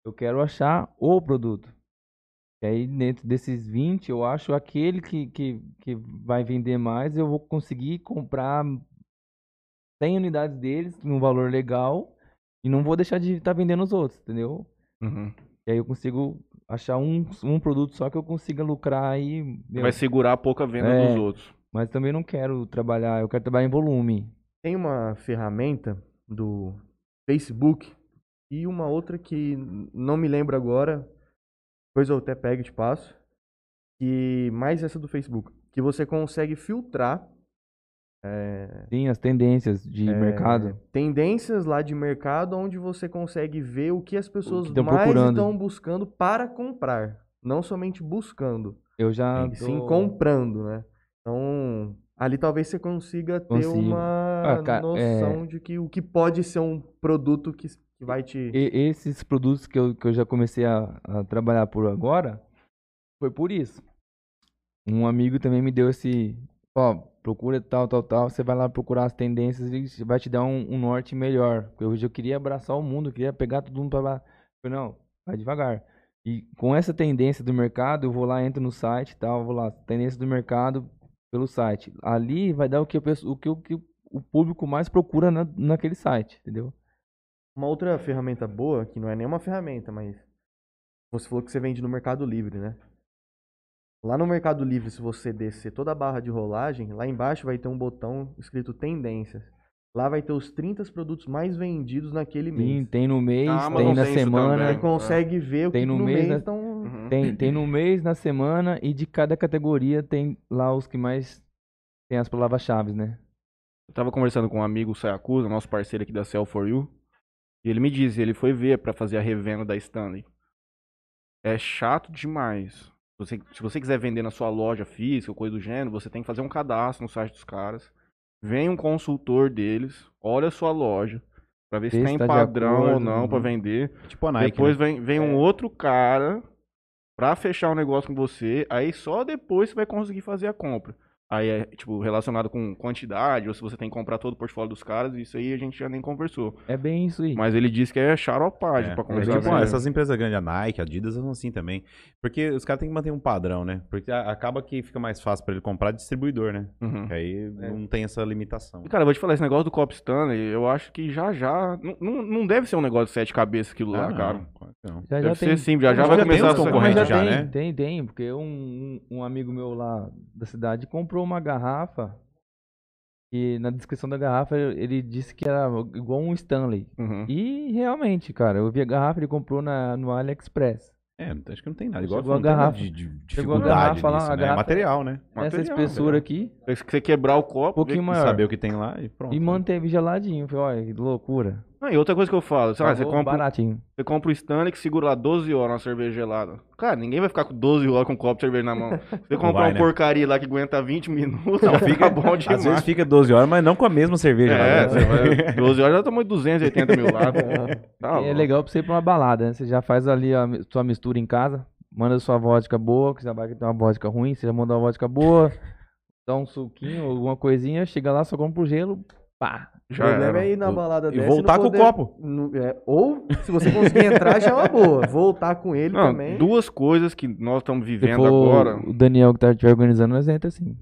C: eu quero achar o produto. E aí, dentro desses 20, eu acho aquele que, que, que vai vender mais, eu vou conseguir comprar 100 unidades deles, num valor legal, e não vou deixar de estar vendendo os outros, entendeu?
A: Uhum.
C: E aí eu consigo achar um, um produto só que eu consiga lucrar e... meu,
A: Vai segurar a pouca venda
C: É.
A: dos outros.
C: Mas também não quero trabalhar, eu quero trabalhar em volume.
B: Tem uma ferramenta do Facebook e uma outra que n- não me lembro agora. Depois eu até pego e te passo. E mais essa do Facebook. Que você consegue filtrar
C: Sim, as tendências de mercado.
B: tendências lá de mercado onde você consegue ver o que as pessoas
C: tão
B: mais
C: procurando.
B: estão buscando para comprar. Não somente buscando,
C: Eu já.
B: e sim
C: tô-
B: comprando, né? Então, ali talvez você consiga ter
C: Consigo.
B: uma
C: Ah, ca-
B: noção de que o que pode ser um produto que, que vai te.
C: E- esses produtos que eu, que eu já comecei a, a trabalhar por agora, foi por isso. Um amigo também me deu esse. Ó, procura tal, tal, tal. Você vai lá procurar as tendências e vai te dar um, um norte melhor. Porque hoje eu queria abraçar o mundo, eu queria pegar todo mundo pra lá. Eu Falei, não, vai devagar. E com essa tendência do mercado, eu vou lá, entro no site e tal, vou lá, tendência do mercado pelo site. Ali vai dar o que, a pessoa- o, que, o, que o público mais procura na, naquele site, entendeu?
B: Uma outra ferramenta boa, que não é nenhuma ferramenta, mas você falou que você vende no Mercado Livre, né? Lá no Mercado Livre, se você descer toda a barra de rolagem, lá embaixo vai ter um botão escrito tendências. Lá vai ter os 30 produtos mais vendidos naquele
C: Sim,
B: mês.
C: tem no mês,
A: Na Amazon
C: tem na
A: Ah, tem isso
B: Você
C: semana,
A: também.
B: consegue ver o
C: Ah. Tem
B: que
C: no
B: no,
C: mês,
B: mês,
C: né?
B: estão
A: Uhum.
C: tem, tem no mês, na semana e de cada categoria tem lá os que mais tem as palavras-chave, né?
A: Eu tava conversando com um amigo, o Sayakusa, nosso parceiro aqui da Sell for You. E ele me disse, ele foi ver pra fazer a revenda da Stanley. É chato demais. Você- se você quiser vender na sua loja física ou coisa do gênero, você tem que fazer um cadastro no site dos caras. Vem um consultor deles, olha a sua loja, pra ver se
C: Vê se
A: tem
C: tá de
A: padrão ou
C: acordo,
A: não pra
C: uhum.
A: vender.
D: Tipo a Nike.
A: depois
D: né?
A: vem, vem um outro cara pra fechar o negócio com você, aí só depois você vai conseguir fazer a compra. Aí é, tipo, relacionado com quantidade, ou se você tem que comprar todo o portfólio dos caras, isso aí a gente já nem conversou.
C: É bem isso aí.
A: Mas ele disse que é charopagem
D: É,
A: pra
D: mas,
A: comprar.
D: tipo, essas empresas grandes, a Nike, a Adidas, são assim também. Porque os caras têm que manter um padrão, né? Porque a- acaba que fica mais fácil pra ele comprar distribuidor, né?
A: Uhum.
D: Que
C: É.
D: aí não tem essa limitação.
A: E, Cara, eu vou te falar, esse negócio do Cop Stanley, eu acho que já já. Não, não, não deve ser um negócio de sete cabeças aquilo lá,
D: Ah, não,
A: cara.
D: claro que não.
C: já
A: Deve
C: já
A: ser
C: tem.
A: sim, já já
D: Mas
A: vai
D: já tem
A: começar
D: os
A: essa
C: Mas
D: concorrentes
A: corrente.
C: já
D: já,
C: tem,
D: né?
C: tem, tem, porque um, um um amigo meu lá da cidade comprou uma garrafa e na descrição da garrafa ele disse que era igual um Stanley.
A: Uhum.
C: E realmente, cara, eu vi a garrafa, ele comprou na, no AliExpress.
D: É, não- acho que não tem nada. Igual
C: Chegou a
D: não tem nada
C: garrafa.
D: de, de
C: Chegou a
D: dificuldade
C: garrafa lá,
D: nisso,
C: a
D: né?
C: garrafa-
D: É material, né?
C: Essa
D: Material,
C: espessura
D: né?
C: aqui,
A: Se você quebrar o copo.
C: um pouquinho
D: E
C: maior.
D: Saber o que tem lá e pronto.
C: E
A: tá.
C: manteve geladinho. Foi, olha, que loucura.
A: Ah, e outra coisa que eu falo, sei lá, você
C: Pagou
A: compra, um
C: baratinho.
A: você compra o Stanley que segura lá 12 horas uma cerveja gelada. Cara, ninguém vai ficar com 12 horas com um copo de cerveja na mão. Você comprar
D: vai,
A: uma
D: né?
A: porcaria lá que aguenta 20 minutos,
D: Não,
A: fica
D: fica-
A: bom
D: Às
A: demais.
D: vezes né? fica 12 horas, mas não com a mesma cerveja.
A: É,
D: lá dentro.
A: você vai- 12 horas já tomou 280 mil lá. Tá
C: é
A: louco.
C: legal pra você ir pra uma balada, né? Você já faz ali a mi- sua mistura em casa, manda sua vodka boa, que você vai que tem uma vodka ruim, você já manda uma vodka boa, dá um suquinho, alguma coisinha, chega lá, só compra o gelo, pá.
A: Já
B: o problema
A: era.
B: é ir na
D: Do-
B: balada
D: e
B: dessa
D: voltar
B: não
D: com o
B: poder-
D: copo.
B: não- é, ou, se você conseguir entrar, já é uma boa. Voltar com ele
A: Não,
B: também.
A: duas coisas que nós estamos
C: Se
A: vivendo
C: for
A: agora.
C: o Daniel que tá te organizando, nós entra assim.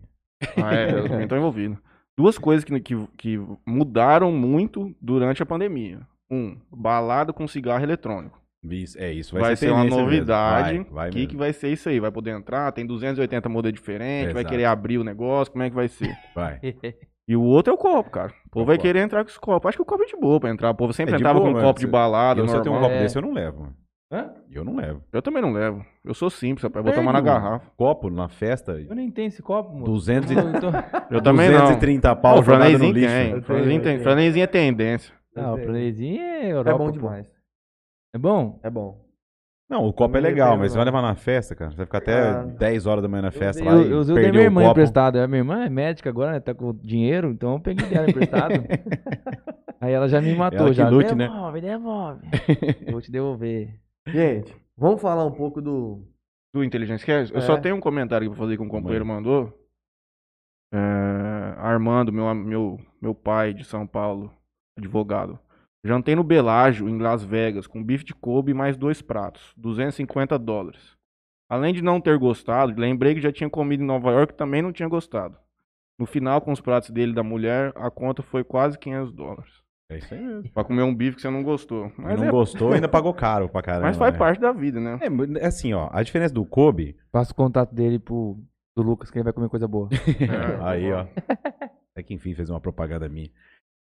A: Ah, é, eu também tô envolvido. Duas coisas que, que, que mudaram muito durante a pandemia. Um, balada com cigarro eletrônico.
D: Isso, é, isso vai,
A: Vai, ser uma
D: tendência mesmo.
A: novidade.
D: Vai, vai
A: O que,
D: mesmo.
A: que vai ser isso aí? Vai poder entrar? Tem 280 modelos diferentes, vai
D: Exato.
A: querer abrir o negócio, como é que vai ser?
D: vai.
A: E o outro é o copo, cara. O povo vai
D: copo.
A: querer entrar com os copos. Acho que o copo é de boa pra entrar. O povo sempre
D: É de
A: entrava
D: boa,
A: com um
D: mano.
A: copo de
D: Se-
A: balada,
D: Eu, se eu tenho um
A: normal. É?
D: copo
C: É.
D: desse, eu não levo. mano. Eu não levo.
A: Eu também não levo. Eu sou simples, rapaz. Vou tomar na
D: Perde um
A: garrafa.
D: Copo na festa,
C: Eu nem tenho esse copo, moço.
D: 200 e...
C: Eu tô-
A: Eu também não.
D: 230
A: Não,
D: pau
A: o
D: jogado no
A: franezinho
D: lixo. né?
A: tem.
B: Eu
A: O franezinho
B: tenho, eu
D: mano.
A: tem.
B: tenho.
A: Franezinho é tendência.
C: Ah, o Planezinho é Europa.
B: é bom
C: pô.
B: demais.
C: É bom?
B: É bom.
D: Não, o copo é
B: Não
D: legal,
B: depende,
D: mas você vai
B: não.
D: levar na festa, cara. Você vai ficar até
B: Ah.
D: 10 horas da manhã na festa lá
C: eu,
D: e
C: eu usei o da
D: perder
C: minha irmã
D: o copo.
C: emprestado. A minha irmã é médica agora, né? Tá com dinheiro, então eu peguei dela emprestado. Aí ela já me matou,
D: Ela que
C: já.
D: lute, né?
C: devolve, devolve. Vou te devolver.
B: Gente, vamos falar um pouco do.
A: Do Inteligência Cast. Eu só
B: É.
A: tenho um comentário aqui pra fazer que um companheiro mandou. É, Armando, meu, am- meu, meu pai de São Paulo, advogado. Jantei no Belágio, em Las Vegas, com bife de Kobe e mais dois pratos, 250 dólares. Além de não ter gostado, lembrei que já tinha comido em Nova York e também não tinha gostado. No final, com os pratos dele e da mulher, a conta foi quase 500 dólares.
D: É isso aí mesmo.
A: Pra comer um bife que você não gostou. Mas,
D: não
A: é-
D: gostou, ainda pagou caro pra caramba.
A: mas faz
D: né?
A: parte da vida, né?
D: É, mas É, assim, ó. A diferença do Kobe...
C: Passa o contato dele pro do Lucas, que ele vai comer coisa boa.
A: É,
D: aí, ó. Até É que enfim fez uma propaganda minha.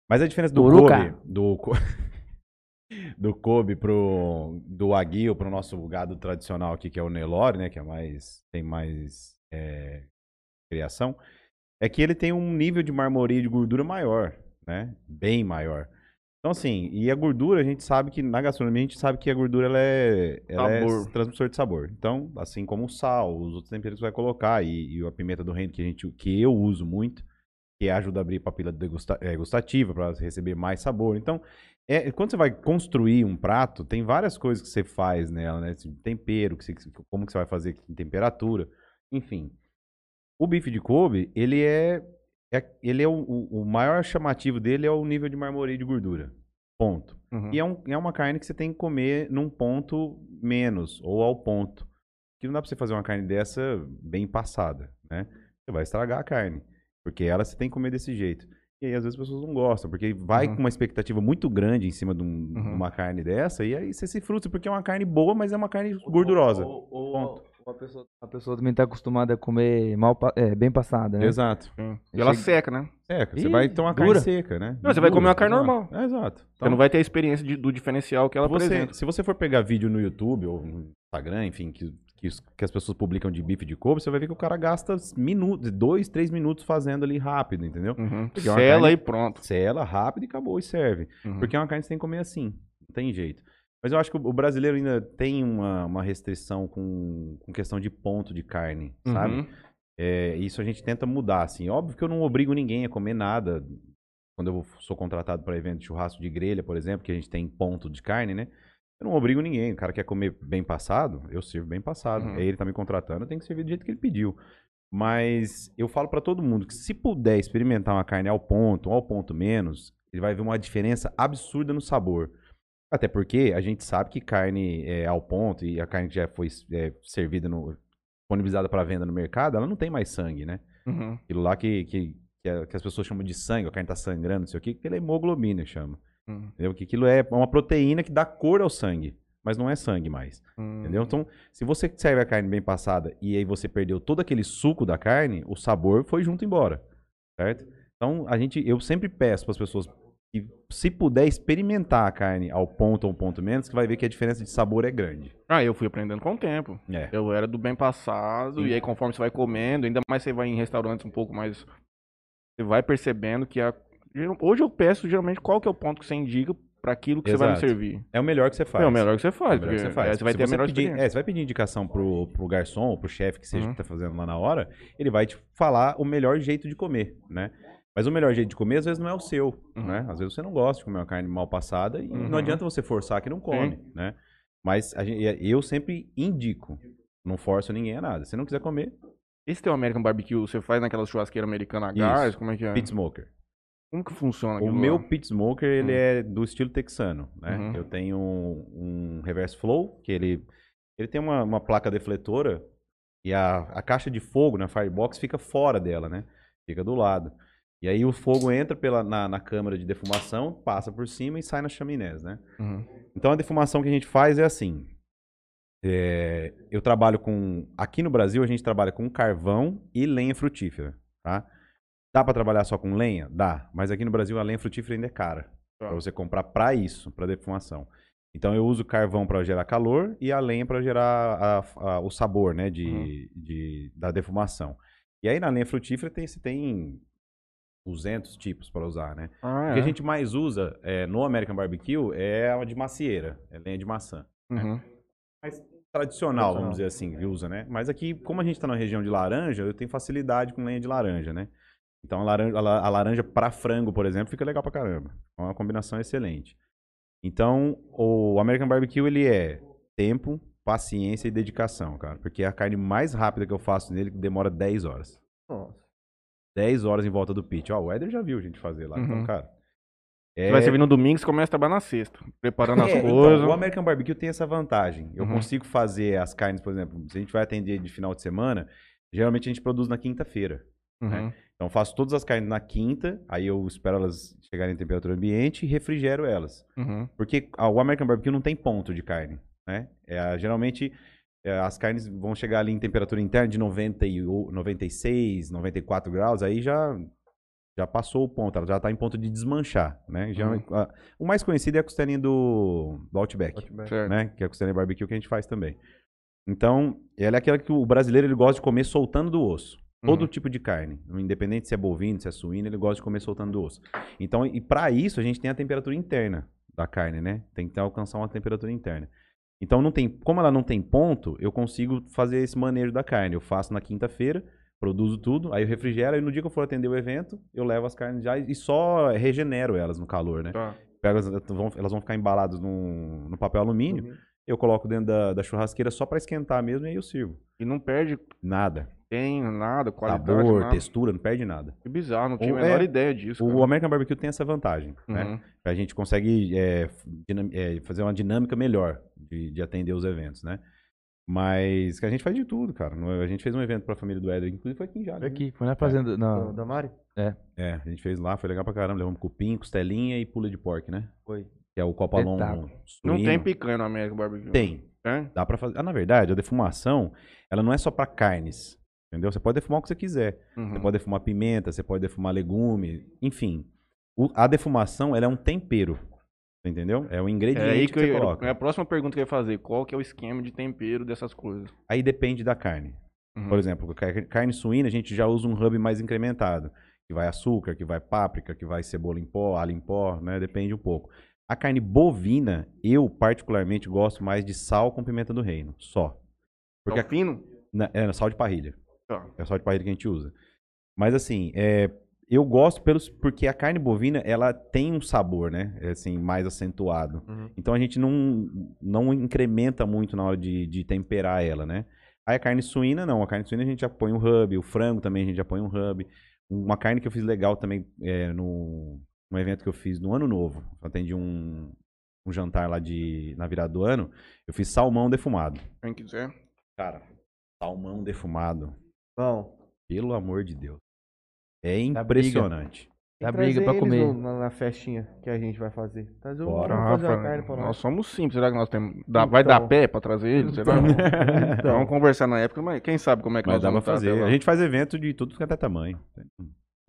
D: Mas é a diferença do
C: Uruca.
D: Kobe... Do, Co- do Kobe pro... Do Wagyu pro nosso gado tradicional aqui, que é o Nelore, né? Que é mais... Tem mais... é, criação. É que ele tem um nível de marmoreio de gordura maior, né? Bem maior. Então, assim, e a gordura, a gente sabe que na gastronomia, a gente sabe que a gordura ela é, ela é
A: Sabor.
D: transmissor de sabor. Então, assim como o sal, os outros temperos que você vai colocar, e, e a pimenta do reino que, a gente, que eu uso muito, que ajuda a abrir papila degusta- eh, gustativa para receber mais sabor. Então, é, quando você vai construir um prato, tem várias coisas que você faz nela, né? Assim, Tempero, que você- como que você vai fazer, que temperatura, enfim. O bife de Kobe, ele é. é- ele é o, o- o maior chamativo dele é o nível de marmoreio de gordura. Ponto.
A: Uhum.
D: E é, um- é uma carne que você tem que comer num ponto menos, ou ao ponto. Que não dá pra você fazer uma carne dessa bem passada, né? Você vai estragar a carne. Porque ela você tem que comer desse jeito. E aí, às vezes, as pessoas não gostam, porque vai
A: Uhum.
D: com uma expectativa muito grande em cima de, um- de
A: Uhum.
D: uma carne dessa, e aí você se frustra, porque é uma carne boa, mas é uma carne gordurosa.
C: Ou, ou- ou a, pessoa, a pessoa também tá acostumada a comer mal, pa- é, bem passada, né?
D: Exato.
A: Sim. E ela seca, né?
D: Seca. Você
C: Ih,
D: vai ter uma
C: dura.
D: carne seca, né?
A: Não, você vai comer uma carne
D: exato.
A: normal.
D: É, exato.
A: Você não vai ter a experiência de- do diferencial que ela
D: você-
A: apresenta.
D: se você for pegar vídeo no YouTube ou no Instagram, enfim, que, que, os- que as pessoas publicam de bife de couve, você vai ver que o cara gasta minutos, dois, três minutos fazendo ali rápido, entendeu?
A: Uhum.
D: Porque é uma
A: Sela
D: carne-
A: e pronto.
D: Sela rápido e acabou e serve.
C: Hum.
A: Uhum.
D: Porque é uma carne que você tem que comer assim, não tem jeito. Mas eu acho que o o brasileiro ainda tem uma, uma restrição com, com questão de ponto de carne,
A: Uhum.
D: sabe? É, isso a gente tenta mudar, assim. Óbvio que eu não obrigo ninguém a comer nada. Quando eu sou contratado para evento de churrasco de grelha, por exemplo, que a gente tem ponto de carne, né? Eu não obrigo ninguém. O cara quer comer bem passado, eu sirvo bem passado.
A: Uhum.
D: Aí ele tá me contratando, eu tenho que servir do jeito que ele pediu. Mas eu falo para todo mundo que se puder experimentar uma carne ao ponto, ou ao ponto menos, ele vai ver uma diferença absurda no sabor. Até porque a gente sabe que carne é, ao ponto e a carne que já foi é, servida, no, disponibilizada para venda no mercado, ela não tem mais sangue, né?
A: Uhum.
D: Aquilo lá que, que, que, a- que as pessoas chamam de sangue, a carne tá sangrando, não sei o quê, que aquilo é hemoglobina que chama.
A: Uhum.
D: Entendeu? Que aquilo é uma proteína que dá cor ao sangue, mas não é sangue mais.
A: Uhum.
D: Entendeu? Então, se você serve a carne bem passada e aí você perdeu todo aquele suco da carne, o sabor foi junto embora. Certo? Então, a gente, eu sempre peço para as pessoas que E se puder experimentar a carne ao ponto ou um ponto menos, que vai ver que a diferença de sabor é grande.
A: Ah, eu fui aprendendo com o tempo.
D: É.
A: Eu era do bem passado,
D: Uhum.
A: e aí conforme você vai comendo, ainda mais você vai em restaurantes um pouco mais. Você vai percebendo que a. Hoje eu peço geralmente qual que é o ponto que você indica para aquilo que você vai me
D: Exato.
A: servir.
D: É o melhor que você faz.
A: É o melhor que você
D: É
A: faz,
D: o melhor que
A: porque aí você vai
D: Se
A: ter a melhor
D: pedir,
A: experiência.
D: é, você vai pedir indicação pro, pro garçom ou pro chefe que seja
A: Uhum.
D: que tá fazendo lá na hora, ele vai te falar o melhor jeito de comer, né? Mas o melhor jeito de comer, às vezes, não é o seu,
A: Uhum.
D: né? Às vezes você não gosta de comer uma carne mal passada e
A: Uhum.
D: não adianta você forçar que não come, né? Mas a gen- é, eu sempre indico. Não forço ninguém a nada. Se não quiser comer,
A: Esse teu American Barbecue, você faz naquela churrasqueira americana a gás? Como é que é?
D: pit smoker.
A: Como que funciona
D: O
A: aquilo
D: meu
A: lá?
D: pit smoker, ele
A: Hum.
D: é do estilo texano, né?
A: Uhum.
D: Eu tenho um, um reverse flow, que ele, ele tem uma, uma placa defletora e a, a caixa de fogo na firebox fica fora dela, né? Fica do lado. E aí o fogo entra pela, na, na câmara de defumação, passa por cima e sai nas chaminés, né?
A: Uhum.
D: Então a defumação que a gente faz é assim. É, eu trabalho com. Aqui no Brasil a gente trabalha com carvão e lenha frutífera, tá? Dá pra trabalhar só com lenha? Dá. Mas aqui no Brasil a lenha frutífera ainda é cara.
A: Tá.
D: Pra você comprar pra isso, pra defumação. Então eu uso carvão pra gerar calor e a lenha pra gerar a- a- o sabor, né, de,
A: Uhum.
D: de- da defumação. E aí na lenha frutífera tem, você tem 200 tipos pra usar, né?
A: Ah,
D: O
A: é.
D: que a gente mais usa é, no American Barbecue é a de macieira, é lenha de maçã.
A: Uhum.
D: Tradicional, vamos
B: Tradicional.
D: dizer assim, que usa, né? Mas aqui, como a gente tá na região de laranja, eu tenho facilidade com lenha de laranja, né? Então a laranja, a la- a laranja para frango, por exemplo, fica legal pra caramba. É uma combinação excelente. Então, o American Barbecue, ele é tempo, paciência e dedicação, cara. Porque é a carne mais rápida que eu faço nele que demora 10 horas.
B: Nossa.
D: 10 horas em volta do pit. Ó, o Éder já viu a gente fazer lá. Então,
A: Uhum.
D: cara.
A: Você
D: É...
A: vai servir no domingo, você começa a trabalhar na sexta. Preparando as
D: É, então,
A: coisas.
D: o American Barbecue tem essa vantagem. Eu
A: Uhum.
D: consigo fazer as carnes, por exemplo, se a gente vai atender de final de semana, geralmente a gente produz na quinta-feira.
A: Uhum.
D: Então eu faço todas as carnes na quinta, aí eu espero elas chegarem em temperatura ambiente e refrigero elas.
A: Uhum.
D: Porque ah, o American Barbecue não tem ponto de carne, né? É, a- geralmente é, as carnes vão chegar ali em temperatura interna de 90 e o- 96, 94 graus, aí já já passou o ponto, ela já está em ponto de desmanchar, né? Geralmente, ah, o mais conhecido é a costelinha do, do Outback
A: Certo.
D: né? Que é a costelinha barbecue que a gente faz também. Então, ela é aquela que o brasileiro ele gosta de comer soltando do osso. Todo
A: Uhum.
D: tipo de carne, independente se é bovino, se é suíno, ele gosta de comer soltando do osso. Então, e para isso a gente tem a temperatura interna da carne, né? Tem que alcançar uma temperatura interna. Então, não tem, como ela não tem ponto, eu consigo fazer esse manejo da carne. Eu faço na quinta-feira, produzo tudo, aí eu refrigero e no dia que eu for atender o evento, eu levo as carnes já e só regenero elas no calor, né?
A: Tá.
D: Pego, as- vão- elas vão ficar embaladas num- no papel alumínio.
A: Uhum.
D: Eu coloco dentro da, da churrasqueira só pra esquentar mesmo e aí eu sirvo.
A: E não perde
D: Nada.
A: tem nada, qualidade, né?
D: Sabor,
A: nada.
D: textura, não perde nada.
A: Que bizarro, não tinha
D: Ou
A: a menor
D: é-
A: ideia disso.
D: O
A: cara.
D: American Barbecue tem essa vantagem, né?
A: Uhum.
D: A gente consegue é, f- dinam- é, fazer uma dinâmica melhor de, de atender os eventos, né? Mas que a gente faz de tudo, cara. No- A gente fez um evento pra família do Éder, inclusive foi aqui já.
C: Foi aqui, foi na fazenda. na-
B: Da, da Mari?
D: É, a gente fez lá, foi legal pra caramba. Levamos cupim, costelinha e pula de porco, né?
B: Foi.
D: Que é o copa longo.
C: Espetáculo.
A: Não tem
D: suíno.
A: picanha no American Barbecue. né?
D: Tem.
A: Tem?
D: Dá para fazer. Ah, na verdade, a defumação, ela não é só pra carnes, entendeu? Você pode defumar o que você quiser.
A: Uhum.
D: Você pode defumar pimenta, você pode defumar legume, enfim. O- a defumação, ela é um tempero, entendeu? É um ingrediente
A: É aí
D: que,
A: que,
D: você
A: eu, ia-
D: coloca.
A: é a próxima pergunta que eu ia fazer. Qual que é o esquema de tempero dessas coisas?
D: Aí depende da carne.
A: Uhum.
D: Por exemplo, car- carne suína, a gente já usa um hub mais incrementado, que vai açúcar, que vai páprica, que vai cebola em pó, alho em pó, né? Depende um pouco. A carne bovina, eu particularmente gosto mais de sal com pimenta do reino, só. Porque
A: é o fino?
D: a- na- é sal de parrilha.
A: Tá.
D: É só de parrilha que a gente usa. Mas assim, é, eu gosto pelos porque a carne bovina ela tem um sabor, né? É, Assim, mais acentuado.
B: Uhum.
D: Então a gente não, não incrementa muito na hora de, de temperar ela, né? Aí a carne suína, não. A carne suína a gente já põe um hub. O frango também a gente já põe um hub. Uma carne que eu fiz legal também é, no um evento que eu fiz no ano novo. Eu atendi um, um jantar lá de na virada do ano. Eu fiz salmão defumado.
A: Quem quiser.
D: Cara, salmão defumado.
B: Bom.
D: Pelo amor de Deus. É
C: briga.
D: impressionante.
C: Dá
B: tem que
C: briga
B: trazer
C: pra
B: eles
C: comer.
B: no- na, na festinha que a gente vai fazer. Trazer o
D: Bora.
B: vamos fazer uma
A: Rafa,
B: carne pra
A: nós
B: nós.
A: somos simples. Será que nós temos. dá-
B: Então.
A: vai dar pé pra trazer ele? Será?
B: Então.
A: Vamos conversar na época, mas quem sabe como é que
D: Mas
A: nós
D: dá pra
A: vamos estar até
D: fazer.
A: lá.
D: A gente faz evento de tudo que é tamanho.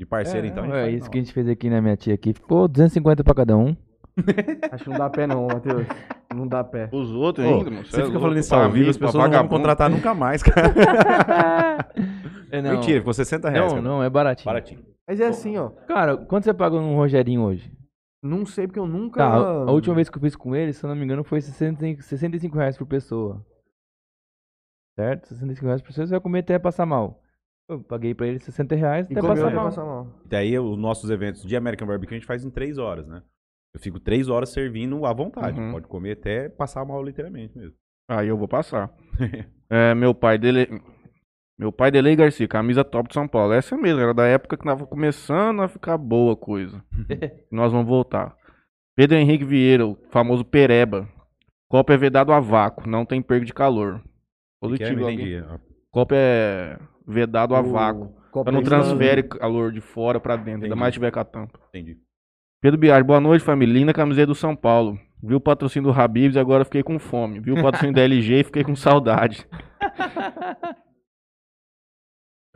D: De parceiro,
C: é,
D: então.
C: é,
D: a gente faz,
C: isso
D: não.
C: que a gente fez aqui na minha tia aqui. Ficou 250 pra cada um.
B: Acho que não dá pé não, Matheus. Não dá pé.
A: Os outros é
D: Ô,
A: ainda, mano.
D: Você fica falando isso ao vivo, as pessoas não vão contratar nunca mais, cara.
C: É, não.
D: Mentira, ficou 60 reais.
C: Não,
D: cara.
C: não, é baratinho.
D: Baratinho.
B: Mas é assim, ó.
C: Cara, quanto você paga num Rogerinho hoje?
B: Não sei porque eu nunca...
C: Tá, a última vez que eu fiz com ele, se eu não me engano, foi 65, 65 reais por pessoa. Certo? 65 reais por pessoa, você vai comer até passar mal. Eu paguei pra ele 60 reais
B: E
C: até
B: comeu,
C: passar
B: né?
C: mal.
B: Passar mal.
D: Daí os nossos eventos de American Barbecue a gente faz em três horas, né? Eu fico três horas servindo à vontade.
A: Uhum.
D: Pode comer até passar mal literalmente mesmo.
A: Aí eu vou passar. É, meu pai dele. Meu pai Delei Garcia, camisa top de São Paulo. É Essa mesmo, era da época que tava começando a ficar boa a coisa. Nós vamos voltar. Pedro Henrique Vieira, o famoso Pereba. Copo é vedado a vácuo, não tem perda de calor.
D: Quer,
A: Positivo,
D: é? não
A: alguém?
D: entendi. Ah,
A: Copo é vedado a
B: O
A: vácuo.
B: copo
A: Pra
B: é
A: não
B: aí,
A: transfere calor de fora pra dentro, ainda
D: é Entendi.
A: mais se tiver com a tampa.
D: entendi.
A: Pedro Biar, boa noite, família. Linda camiseta do São Paulo. Viu o patrocínio do Habibs e agora fiquei com fome. Viu o patrocínio da LG e fiquei com saudade.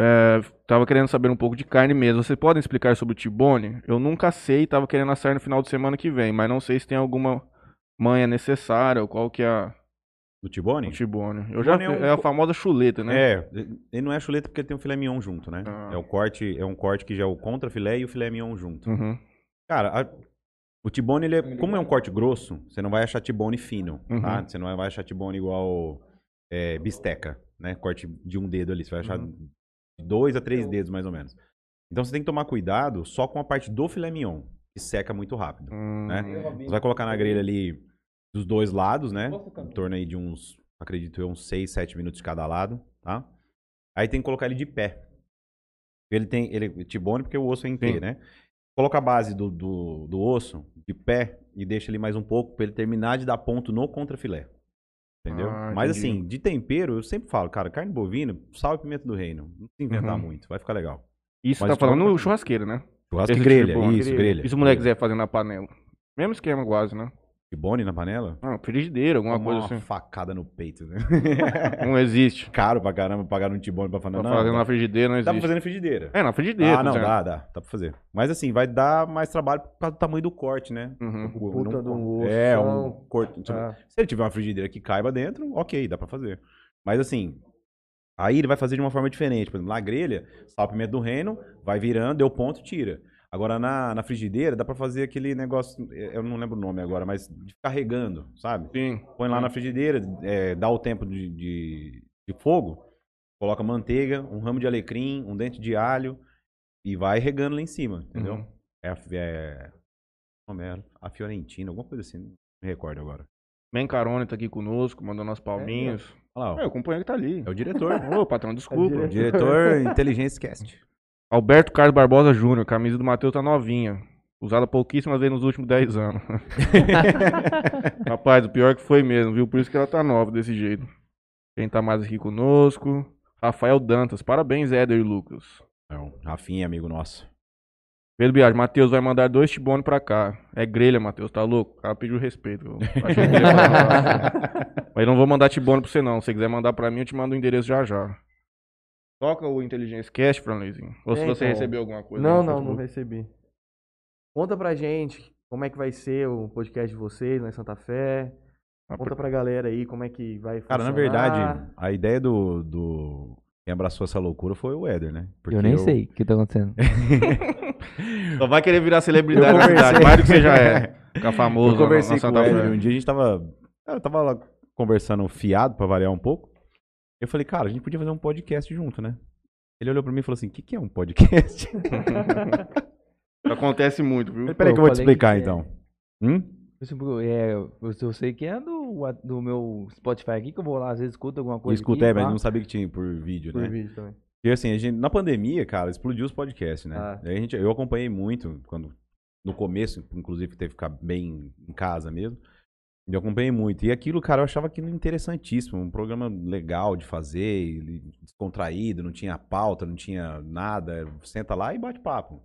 A: É, tava querendo saber um pouco de carne mesmo. Vocês podem explicar sobre o Tibone? Eu nunca sei, tava querendo assar no final de semana que vem, mas não sei se tem alguma manha necessária ou qual que é a- o
D: Do Tibone?
A: Tibone. Eu já
D: Tibone é um-
A: é a famosa chuleta, né?
D: É, ele não é chuleta porque tem o filé mignon junto, né?
A: Ah.
D: É o corte, é um corte que já é o contra filé e o filé mignon junto.
A: Uhum,
D: Cara, a- o tibone, ele é, como é um corte grosso, você não vai achar tibone fino, tá?
A: Uhum.
D: Você não vai achar tibone igual é, bisteca, né? Corte de um dedo ali, você vai achar
A: Uhum.
D: de dois a três dedos, mais ou menos. Então, você tem que tomar cuidado só com a parte do filé mignon, que seca muito rápido.
A: hum,
D: Né? Você vai colocar na grelha ali dos dois lados, né? Em torno aí de uns, acredito eu, uns 6, 7 minutos de cada lado, tá? Aí tem que colocar ele de pé. Ele tem, ele é tibone porque o osso é em T,
A: Sim.
D: né? Coloca a base do, do, do osso de pé e deixa ele mais um pouco pra ele terminar de dar ponto no contrafilé. Entendeu?
A: Ah,
D: Mas
A: entendi.
D: assim, de tempero, eu sempre falo, cara, carne bovina, sal e pimenta do reino. Não precisa inventar
A: Uhum.
D: muito, vai ficar legal.
A: Isso
D: Mas
A: tá
D: o Tibone
A: falando
D: tá-
A: churrasqueira, né?
D: Churrasco de
A: Esse
D: grelha,
A: tibone,
D: isso,
B: grelha.
D: grelha.
A: E se o moleque quiser fazer na panela? Mesmo esquema quase, né?
D: Tibone na panela?
A: Ah, frigideira, alguma
D: Tomar
A: coisa
D: uma
A: assim.
D: facada no peito, né?
A: Não existe.
D: caro pra caramba pagar um tibone pra fazer.
A: Pra
D: Não,
A: fazer
D: dá,
A: na frigideira não
D: dá pra
A: existe.
D: fazer na frigideira.
A: É, na frigideira.
D: ah,
A: tá
D: não,
A: certo.
D: dá, dá. Dá pra fazer. Mas assim, vai dar mais trabalho por causa do tamanho do corte, né?
A: Uhum.
D: O-
B: puta de um osso,
D: É,
B: só
D: um
B: um-
D: corte. tipo,
B: Ah.
D: Se ele tiver uma frigideira que caiba dentro, ok, dá pra fazer. Mas assim, aí ele vai fazer de uma forma diferente. Por exemplo, na grelha, sal, pimenta do reino, vai virando, deu ponto, tira. Agora na, na frigideira, dá pra fazer aquele negócio, eu não lembro o nome agora, mas de ficar regando, sabe?
A: Sim.
D: põe lá na
C: Uhum.
D: frigideira, é, dá o tempo de, de- de fogo, coloca manteiga, um ramo de alecrim, um dente de alho e vai regando lá em cima, entendeu?
A: Uhum.
D: É, a, é, como é? A Fiorentina, alguma coisa assim, não me recordo agora.
A: Ben Carone tá aqui conosco, mandando as palminhas.
D: Olha
A: É,
D: lá, ó,
A: o companheiro que tá ali.
D: é o diretor.
A: Ô, patrão, desculpa.
B: É direto.
D: diretor Inteligência Cast.
A: Alberto Carlos Barbosa Júnior, camisa do Matheus tá novinha. Usada pouquíssimas vezes nos últimos 10 anos. Rapaz, o pior que foi mesmo, viu? Por isso que ela tá nova desse jeito. Quem tá mais aqui conosco? Rafael Dantas, parabéns, Éder e Lucas.
D: É um Rafinha, amigo nosso.
A: Pedro Biagio, Matheus vai mandar dois tibones pra cá. É grelha, Matheus, tá louco? O cara pediu respeito. eu acho que eu queria falar. Mas não vou mandar tibone pra você, não. Se você quiser mandar pra mim, eu te mando o endereço já já. Toca o Inteligência Cast, Franlizinho. Ou se
B: É,
A: você
B: então.
A: recebeu alguma coisa. né?
B: Não,
A: no
B: não, não
A: Facebook.
B: recebi. Conta pra gente como é que vai ser o podcast de vocês lá em Santa Fé.
A: Ah,
B: Conta pra galera aí como é que vai
D: Cara, na
B: funcionar.
D: verdade, a ideia do, do- Quem abraçou essa loucura foi o Éder, né? Porque
C: eu nem sei o que tá acontecendo.
A: Só vai querer virar celebridade
D: Eu
A: na cidade,
D: conversei.
A: mais do que você já é. Ficar famoso
D: Eu conversei
A: na,
D: com
A: na
D: o
A: Santa
D: Hélio
A: Fé.
D: um dia, a gente tava. Eu tava lá conversando fiado pra variar um pouco. Eu falei, cara, a gente podia fazer um podcast junto, né? Ele olhou pra mim e falou assim: o que, que é um podcast?
A: Acontece muito, viu?
D: Mas Peraí,
C: Pô,
D: que eu vou te
C: falei que
D: explicar
C: é.
D: então. Hum?
C: Tipo, é, eu, eu sei que é do, do meu Spotify aqui, que eu vou lá, às vezes escuto alguma coisa.
D: Escuta, é,
C: aqui,
D: mas
C: pá.
D: não sabia que tinha por vídeo,
B: Por
D: né?
B: vídeo também.
D: E assim, a gente, na pandemia, cara, explodiu os podcasts, né?
B: Ah.
D: Aí a gente, eu acompanhei muito, quando, no começo, inclusive, teve que ficar bem em casa mesmo. Eu acompanhei muito. E aquilo, cara, eu achava aquilo interessantíssimo. Um programa legal de fazer, ele descontraído, não tinha pauta, não tinha nada. Senta lá e bate papo.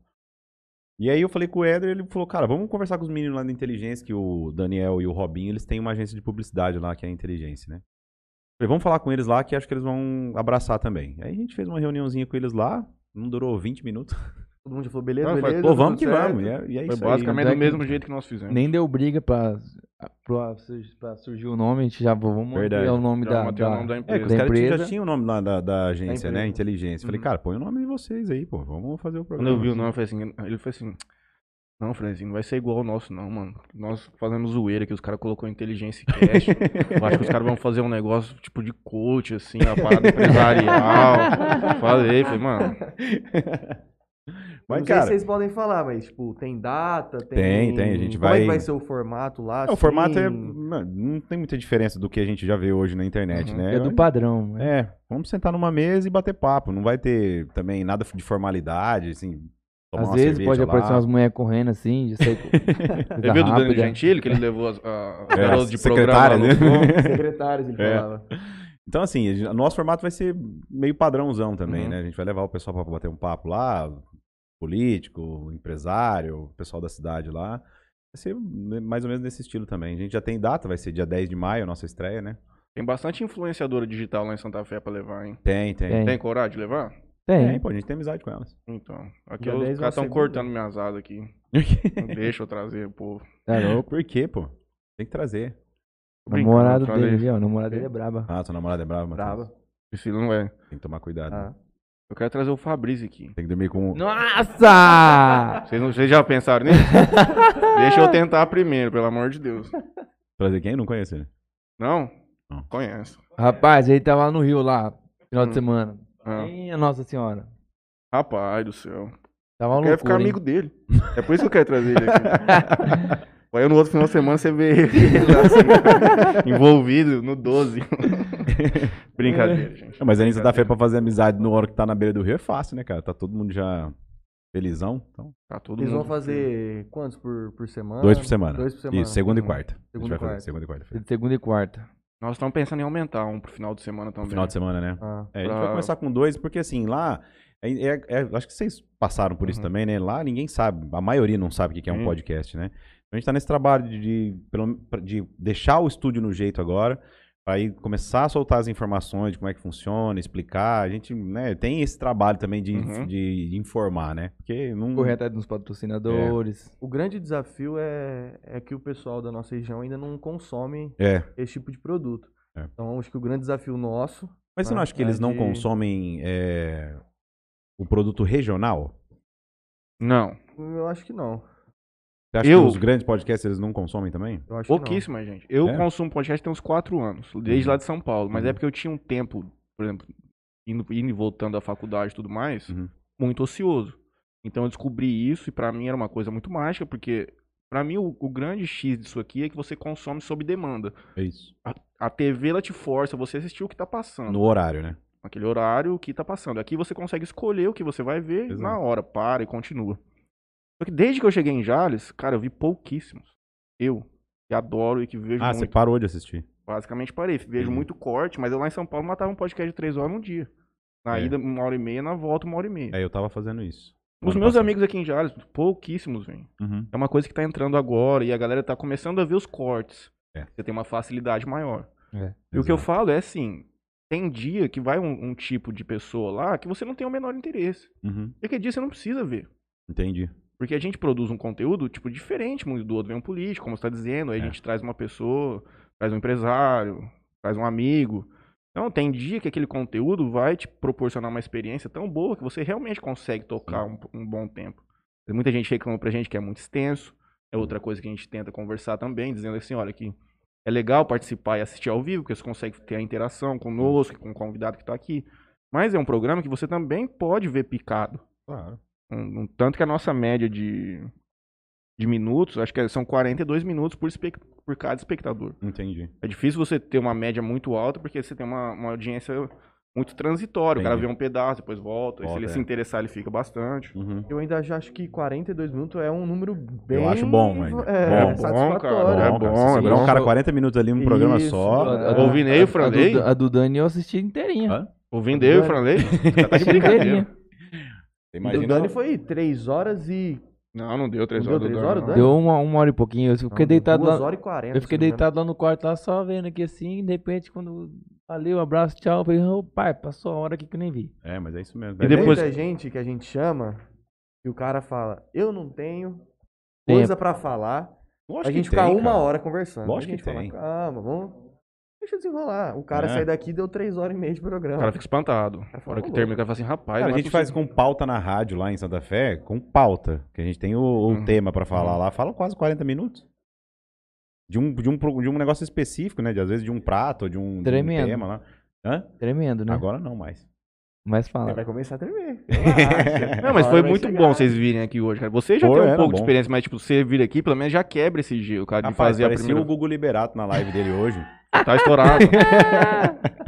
D: E aí eu falei com o Éder, ele falou, cara, vamos conversar com os meninos lá da Inteligência, que o Daniel e o Robinho, eles têm uma agência de publicidade lá, que é a Inteligência, né? Falei, vamos falar com eles lá, que acho que eles vão abraçar também. Aí a gente fez uma reuniãozinha com eles lá, não durou 20 minutos.
B: Todo mundo já falou, beleza,
D: Ela fala,
B: beleza.
D: Pô,
B: tudo
D: vamos que
B: certo.
D: vamos. E é, e é
A: Foi
D: isso aí.
A: basicamente
C: Tanto é
A: do
C: que-
A: mesmo jeito que nós fizemos.
C: Nem deu briga pra, pra, pra surgir o nome, a gente já vamos
D: Verdade.
C: manter o nome
A: Já
C: da,
A: mantém o
C: da-
A: nome da
D: É, que
A: empresa.
D: os caras tinham- já
C: empresa.
D: tinham o nome lá da, da agência, né?
B: empresa.
D: Inteligência. Falei,
A: Uhum.
D: cara, põe o nome de vocês aí, pô. Vamos fazer o
A: Quando
D: programa.
A: eu vi o
D: aqui.
A: nome, eu falei assim, ele falou assim, não, Franzinho, não vai ser igual o nosso não, mano. Nós fazemos zoeira que os caras colocou inteligência e cash. eu acho que os caras vão fazer um negócio tipo de coach, assim, uma parada empresarial. Falei, falei, mano,
B: Eu
D: Mas,
B: não
D: cara,
B: sei se vocês podem falar, mas, tipo, tem data, tem...
D: Tem, tem, a gente
B: Como é
D: vai-
B: que vai ser o formato lá?
D: é, o formato é.
B: assim?
D: mano, Não tem muita diferença do que a gente já vê hoje na internet,
A: Uhum.
D: né?
C: É do padrão. né?
D: É, vamos sentar numa mesa e bater papo. Não vai ter também nada de formalidade, assim. tomar
C: Às
D: uma
C: vezes
D: cerveja
C: pode
D: lá.
C: aparecer umas mulheres correndo assim, já sei.
A: Você viu É do Dani Gentili, que ele levou as, a, as
D: É,
A: garotas de programa
D: secretária,
A: lá no
D: né?
A: fundo?
B: Secretários, ele
D: É.
B: falava.
D: Então, assim, a gente- o nosso formato vai ser meio padrãozão também,
A: Uhum.
D: né? A gente vai levar o pessoal pra bater um papo lá, político, empresário, o pessoal da cidade lá. Vai ser né, mais ou menos nesse estilo também. A gente já tem data, vai ser dia 10 de maio a nossa estreia, né?
A: Tem bastante influenciadora digital lá em Santa Fé pra levar, hein?
D: Tem, tem.
C: Tem. É.
A: Tem coragem de levar?
D: Tem,
C: Tem.
D: pô, a gente tem amizade com elas.
A: Então, aqui
B: Dia
A: os caras
B: 10 é uma
A: estão
B: segunda.
A: cortando minhas asas aqui. Não deixa eu trazer, pô.
C: Tá louco.
D: Por quê, pô? Tem que trazer.
A: Tô brincando,
C: Namorado
A: eu falei,
C: dele ali, ó. Namorado dele é braba.
D: Ah, sua namorada é brava, Matheus.
B: Brava.
A: Priscila não é.
D: Tem que tomar cuidado. né?
B: Ah.
A: Eu quero trazer o Fabrício aqui.
D: Tem que dormir com.
C: Nossa!
A: Vocês, não- vocês já pensaram nisso? Deixa eu tentar primeiro, pelo amor de Deus.
D: Trazer quem? Não conheço ele.
A: Não?
D: Não.
A: Conhece.
C: Rapaz, ele tava lá no Rio lá, final
A: Hum.
C: de semana.
A: Ah,
C: Minha Nossa Senhora.
A: rapaz do céu.
C: Tava
A: Eu
C: louco.
A: quero ficar amigo dele. É por isso que eu quero trazer ele aqui. Aí no outro final de semana você vê ele assim, envolvido no 12. Brincadeira, gente.
D: Não, mas ainda tá
A: É. Brincadeira.
D: feio pra fazer amizade no hora que tá na beira do rio é fácil, né, cara? Tá todo mundo já felizão. Então,
A: Tá todo
B: Eles
A: mundo
B: vão fazer quantos por, por semana?
D: dois por semana.
B: Ah, Dois por semana.
D: Isso, segunda e
A: Uhum.
D: quarta. a gente
B: Segunda
D: vai
B: e
D: fazer
B: quarta. Então,
D: segunda e quarta.
C: De segunda e quarta.
A: Nós estamos pensando em aumentar um pro final de semana também.
D: Final de semana, né?
B: Ah.
D: É, a gente
A: Pra-
D: vai começar com dois, porque assim, lá. é- é- é- acho que vocês passaram por isso
A: Uhum.
D: também, né? Lá ninguém sabe, a maioria não sabe o que que é um
A: Sim.
D: podcast, né? Então a gente tá nesse trabalho de, de, pelo- pra- de deixar o estúdio no jeito agora, pra aí começar a soltar as informações de como é que funciona, explicar. A gente né, tem esse trabalho também de,
A: Uhum.
D: de informar, né? Porque não.
C: Correr atrás dos patrocinadores.
B: O grande desafio é, é que o pessoal da nossa região ainda não consome
D: É.
B: esse tipo de produto.
D: É.
B: Então, acho que o grande desafio nosso
D: Mas você não
B: Ah,
D: acha que eles
B: é
D: não
B: de-
D: consomem é, o produto regional?
A: Não,
B: Eu acho que não.
D: Você acha
A: Eu-
D: que os grandes podcasts eles não consomem também?
B: Eu acho que
A: pouquíssima, gente. Eu
D: É?
A: consumo podcast tem uns 4 anos, desde
D: Uhum.
A: lá de São Paulo. Mas é
D: Uhum.
A: porque eu tinha um tempo, por exemplo, indo, indo e voltando da faculdade e tudo mais,
D: Uhum.
A: muito ocioso. Então eu descobri isso e pra mim era uma coisa muito mágica, porque pra mim o, o grande X disso aqui é que você consome sob demanda.
D: É isso.
A: A TV ela te força você assistir o que tá passando.
D: No horário, né?
A: Aquele horário que tá passando. Aqui você consegue escolher o que você vai ver
D: Exato.
A: na hora, para e continua. Só que desde que eu cheguei em Jales, cara, eu vi pouquíssimos. Eu, que adoro e que vejo
D: Ah,
A: muito.
D: você parou de assistir.
A: Basicamente parei. Vejo
D: Entendi.
A: muito corte, mas eu lá em São Paulo matava um podcast de três horas num dia. Na
D: É.
A: ida, uma hora e meia, na volta, uma hora e meia.
D: É, eu tava fazendo isso.
A: Os
D: Ano
A: meus
D: passado.
A: amigos aqui em Jales, pouquíssimos, vêm.
D: Uhum.
A: É uma coisa que tá entrando agora e a galera tá começando a ver os cortes.
D: É.
A: Você tem uma facilidade maior.
C: É.
A: E o que eu
D: Exato.
A: falo é assim: tem dia que vai um, um tipo de pessoa lá que você não tem o menor interesse.
D: Uhum.
A: E que dia você não precisa ver.
D: Entendi.
A: Porque a gente produz um conteúdo, tipo, diferente muito do outro. Vem um político, como você tá dizendo, aí
D: É.
A: a gente traz uma pessoa, traz um empresário, traz um amigo. Então, tem dia que aquele conteúdo vai te proporcionar uma experiência tão boa que você realmente consegue tocar um, um bom tempo. Tem Muita gente reclama pra gente que é muito extenso. É outra coisa que a gente tenta conversar também, dizendo assim, olha, que é legal participar e assistir ao vivo, porque você consegue ter a interação conosco, com o convidado que tá aqui. Mas é um programa que você também pode ver picado.
D: Claro.
A: Um, um tanto que a nossa média de, de minutos, acho que é, são 42 minutos por, espec- por cada espectador.
D: Entendi.
A: É difícil você ter uma média muito alta, porque você tem uma, uma audiência muito transitória. O cara vê
D: Entendi.
A: um pedaço, depois volta. e se
D: Volta,
A: ele
D: é.
A: se interessar, ele fica bastante.
D: Uhum.
B: não. Eu ainda já acho que 42 minutos é um número bem.
D: acho bom ainda.
B: É,
D: Bom, bom,
B: satisfatório.
A: cara. É
D: Bom,
A: bom,
D: cara, você
A: é
D: segurar
A: bom.
D: um cara 40 minutos ali num programa
B: Isso,
D: só.
B: é.
A: Ouvi nem
C: a-
A: o
C: a do-
A: Franley.
C: A do Dani eu assisti inteirinha.
D: Hã?
A: Ouvindo eu e o Franley, tá de
C: Assisti
A: brincadeira.
C: inteirinha.
B: O
D: Você imagina-
B: Dani foi 3 horas e.
A: Não, não deu três
B: Não
A: horas.
B: deu
A: do
B: três
A: Dan,
B: horas,
A: não.
B: Dan?
C: Deu uma, uma hora e pouquinho. Eu fiquei deitado
B: 2
C: lá.
B: horas e 40.
C: Eu fiquei
B: se não me
C: deitado lá no quarto, lá só vendo aqui assim, de repente, quando. Valeu, abraço, tchau. Eu falei, ô pai, passou a hora aqui que eu nem vi.
D: É, mas é isso mesmo.
A: E
D: É
B: engano.
A: depois-
B: Tem muita gente que a gente chama. que E o cara fala, eu não tenho coisa pra falar. a gente fica uma hora conversando.
D: Lógico
B: a gente
D: que
B: fala,
D: tem.
B: calma, vamos... Deixa eu desenrolar. O cara
D: É.
B: sai daqui deu três horas e meia de
A: O
B: programa.
A: cara fica espantado.
B: Cara,
A: Na hora que
B: falou,
A: termina, o cara fala assim, rapaz,
D: Tá Cara,
A: não
D: a
A: é
D: gente faz
A: possível.
D: com pauta na rádio lá em Santa Fé, com pauta. Que a gente tem o, o
A: Uhum.
D: tema pra falar lá. Fala quase 40 minutos. De um, de, um, pro- de um negócio específico, né? De, às vezes de um prato, de um, de um
C: Tremendo.
D: tema lá. Hã?
C: Tremendo, né?
D: Agora é não mais.
C: Mas
B: Ele
C: fala.
B: vai começar a tremer.
A: Não, É, mas foi muito bom vocês virem aqui hoje, cara. Você já
D: né? Pô,
A: tem um
D: era
A: pouco de
D: bom.
A: experiência, mas tipo, você vir aqui, pelo menos já quebra esse gelo, cara, de
D: Rapaz,
A: fazer a
D: parecia
A: primeira...
D: o Gugu Liberato na live dele hoje.
A: Tá estourado.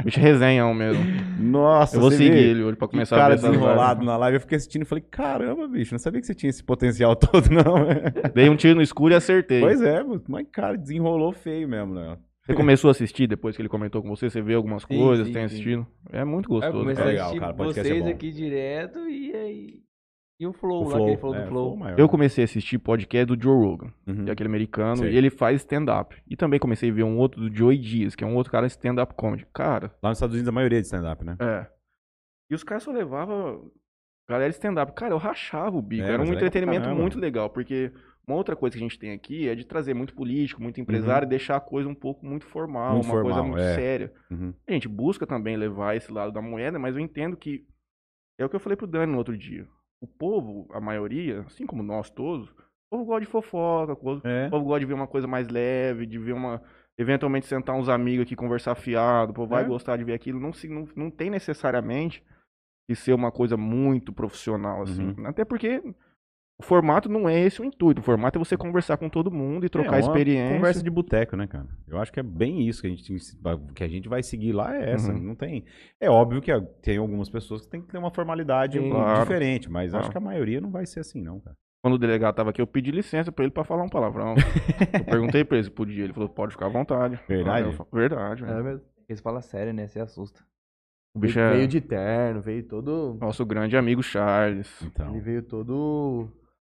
A: Bicho resenhão mesmo.
D: Nossa,
A: Eu vou
D: você
A: seguir
D: vê
A: ele hoje pra
D: que
A: começar a
D: cara
A: ver essas
D: desenrolado na live. Eu fiquei assistindo e falei, caramba, bicho, não sabia que você tinha esse potencial todo, não.
A: lives. Dei um tiro no escuro e acertei.
D: pois é, mas, cara, desenrolou feio mesmo, né?
A: Você começou a assistir depois que ele comentou com você? Você vê algumas
C: Sim,
A: coisas,
C: sim,
A: tem
C: sim.
A: assistido? É muito
C: Aí eu
A: gostoso. cara.
C: comecei
D: né? legal,
C: a assistir
D: cara, podcast é
C: vocês
D: bom.
C: aqui direto e aí. E o Flow,
D: O
C: lá que ele falou
D: é,
C: do Flow.
D: maior.
A: Eu comecei a assistir podcast do Joe Rogan,
D: Uhum.
A: que é aquele americano,
D: Sei.
A: e ele faz stand-up. E também comecei a ver um outro do Joey Dias, que é um outro cara stand-up comedy. Cara,
D: Lá nos Estados Unidos a maioria é de stand-up, né?
A: é. E os caras só levavam galera stand-up. Cara, eu rachava o bico.
D: É,
A: Era
D: mas
A: um
D: é legal pra
A: entretenimento
D: caramba.
A: muito legal, porque uma outra coisa que a gente tem aqui é de trazer muito político, muito empresário e deixar a coisa um pouco muito formal,
D: Uhum. Muito
A: uma coisa
D: formal,
A: muito
D: é.
A: séria.
D: Uhum.
A: A gente busca também levar esse lado da moeda, mas eu entendo que é o que eu falei pro Dani no outro dia. O povo, a maioria, assim como nós todos, o povo gosta de fofoca, o povo,
D: É.
A: o povo gosta de ver uma coisa mais leve, de ver uma. Eventualmente sentar uns amigos aqui conversar fiado, o povo vai
D: É.
A: gostar de ver aquilo. Não, se, não, não tem necessariamente que ser uma coisa muito profissional, assim.
D: Uhum.
A: Até porque o formato não é esse o intuito. O formato é você conversar com todo mundo e trocar
D: É uma
A: experiência.
D: Conversa de boteco, né, cara? Eu acho que é bem isso que a gente, tem que se- que a gente vai seguir lá, é essa.
A: Uhum.
D: Não tem. É óbvio que ah, tem algumas pessoas que tem que ter uma formalidade
A: Sim.
D: um-
A: Claro.
D: diferente, mas
A: Claro.
D: acho que a maioria não vai ser assim, não, cara.
A: Quando o delegado tava aqui, eu pedi licença pra ele pra falar um palavrão. eu perguntei pra ele se podia. Ele falou, pode ficar à vontade.
D: Verdade?
A: Aí eu falo, Verdade, velho.
B: É mesmo.
C: Eles falam sério, né? Você assusta.
A: O bicho
B: Ele
A: é
B: Veio de terno, veio todo...
A: nosso grande amigo Charles.
D: Então.
B: Ele veio todo...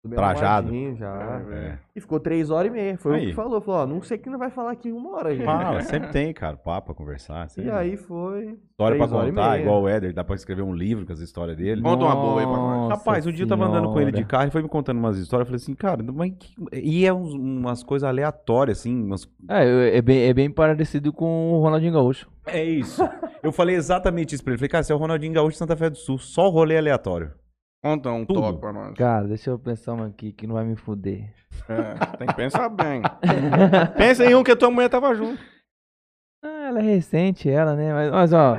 B: todo meio
D: Trajado.
B: arrumadinho Já.
D: É.
B: E ficou três horas e meia. Foi o
D: Aí.
B: que falou. Falou, ó, não sei que não vai falar aqui uma hora, gente.
D: Fala, sempre tem, cara, papo pra conversar. sei
B: E
D: lá.
B: aí foi.
D: História pra
B: três horas e
D: contar,
B: meia.
D: igual o Éder, dá pra escrever um livro com as histórias dele.
A: Conta uma boa aí pra nós.
C: Nossa
D: Rapaz, um dia eu tava andando com ele de
C: Senhora.
D: carro, ele foi me contando umas histórias, eu falei assim, cara, mas que... e é uns- umas coisas aleatórias, assim, umas...
C: É, eu- é bem, é bem parecido com o Ronaldinho Gaúcho.
D: É isso. eu falei exatamente isso pra ele, falei, cara, você é o Ronaldinho Gaúcho de Santa Fé do Sul, só rolê aleatório.
C: Então,
A: Conta um
D: Tudo.
A: top pra nós.
C: Cara, deixa eu pensar uma aqui que não vai me fuder.
A: É, tem que pensar bem. Pensa em um que a tua mulher tava junto.
C: Ah, ela é recente, ela, né? Mas, mas ó.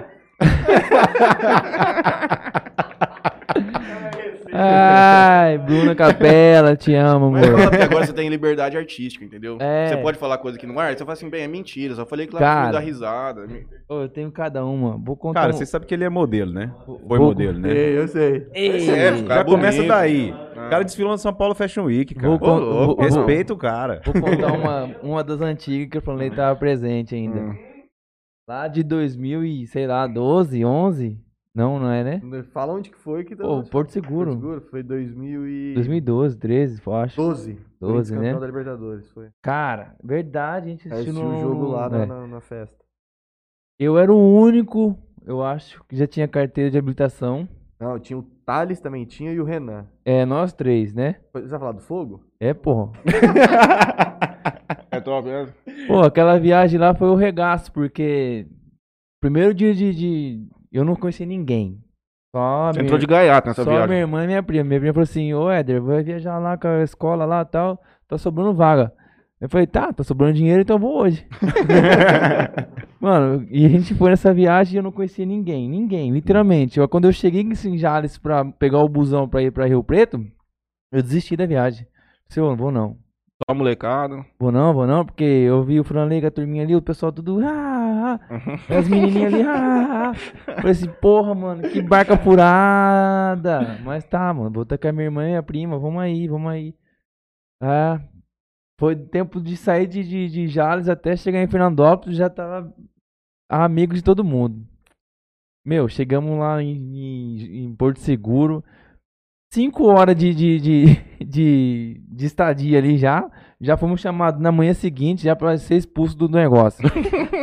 C: Ai, Bruna Capela, te amo,
A: Mas
C: amor.
A: fala, porque agora você tem liberdade artística, entendeu?
C: É.
A: Você pode falar coisa aqui no ar, você fala assim, bem, é mentira. Só falei que lá
C: Cara.
A: pra dar risada.
C: Ô, eu tenho cada uma. Vou contar.
D: Cara,
C: um-
D: você sabe que ele é modelo, né? Foi
C: Vou-
D: modelo, né?
B: Ei, eu sei.
C: Ei, É.
A: É, o cara
D: Já começa
A: bonito.
D: daí.
A: Ah.
D: O cara desfilou na São Paulo Fashion Week, cara.
C: Vou,
A: Ô,
C: con-
A: louco,
C: vou- vou-
D: Respeita o cara.
C: vou contar uma, uma das antigas que eu falei que tava presente ainda.
A: Hum.
C: Lá de 2000 e, sei lá, 12, 11? Não, não é, né?
B: Fala onde que foi que
C: Pô, Porto
B: Porto
C: Seguro.
B: Seguro foi 2012.
C: 2012, 13, eu acho. 12, né?
B: campeão da Libertadores, foi.
C: Cara, verdade, a gente assistiu
B: Assistiu
C: no...
B: o jogo lá
C: no-
B: na,
C: é.
B: na- na festa.
C: Eu era o único, eu acho, que já tinha carteira de habilitação.
B: Não, tinha o Thales também tinha e o Renan.
C: É, nós três, né?
B: Foi- Você vai falar do fogo?
C: É, porra.
A: É top, né?
C: Pô, aquela viagem lá foi o regaço, porque... Primeiro dia de... de- Eu não conheci ninguém. Só a
A: Você
C: minha-
A: entrou de gaiato nessa
C: Só minha
A: viagem.
C: irmã e minha prima. Minha prima falou assim, ô Éder, vai viajar lá com a escola lá e tal, tá sobrando vaga. Eu falei, tá, tá sobrando dinheiro, então eu vou hoje. Mano, e a gente foi nessa viagem e eu não conhecia ninguém, ninguém, literalmente. Eu, quando eu cheguei em Sinjales pra pegar o busão pra ir pra Rio Preto, eu desisti da viagem. Falei, assim, ô, não vou não.
A: Só molecada.
C: Vou não, vou não, porque eu vi o Franley com a turminha ali, o pessoal tudo. Ah, ah, ah", as menininhas ali. Ah, ah, ah. Falei assim, porra, mano, que barca furada. Mas tá, mano, vou estar com a minha irmã e a prima, vamos aí, vamos aí. Ah, foi tempo de sair de, de, de Jales até chegar em Fernandópolis, já tava amigo de todo mundo. Meu, chegamos lá em, em- em Porto Seguro, cinco horas de, de, de, de, de estadia ali já. Já fomos chamados na manhã seguinte já pra ser expulso do negócio.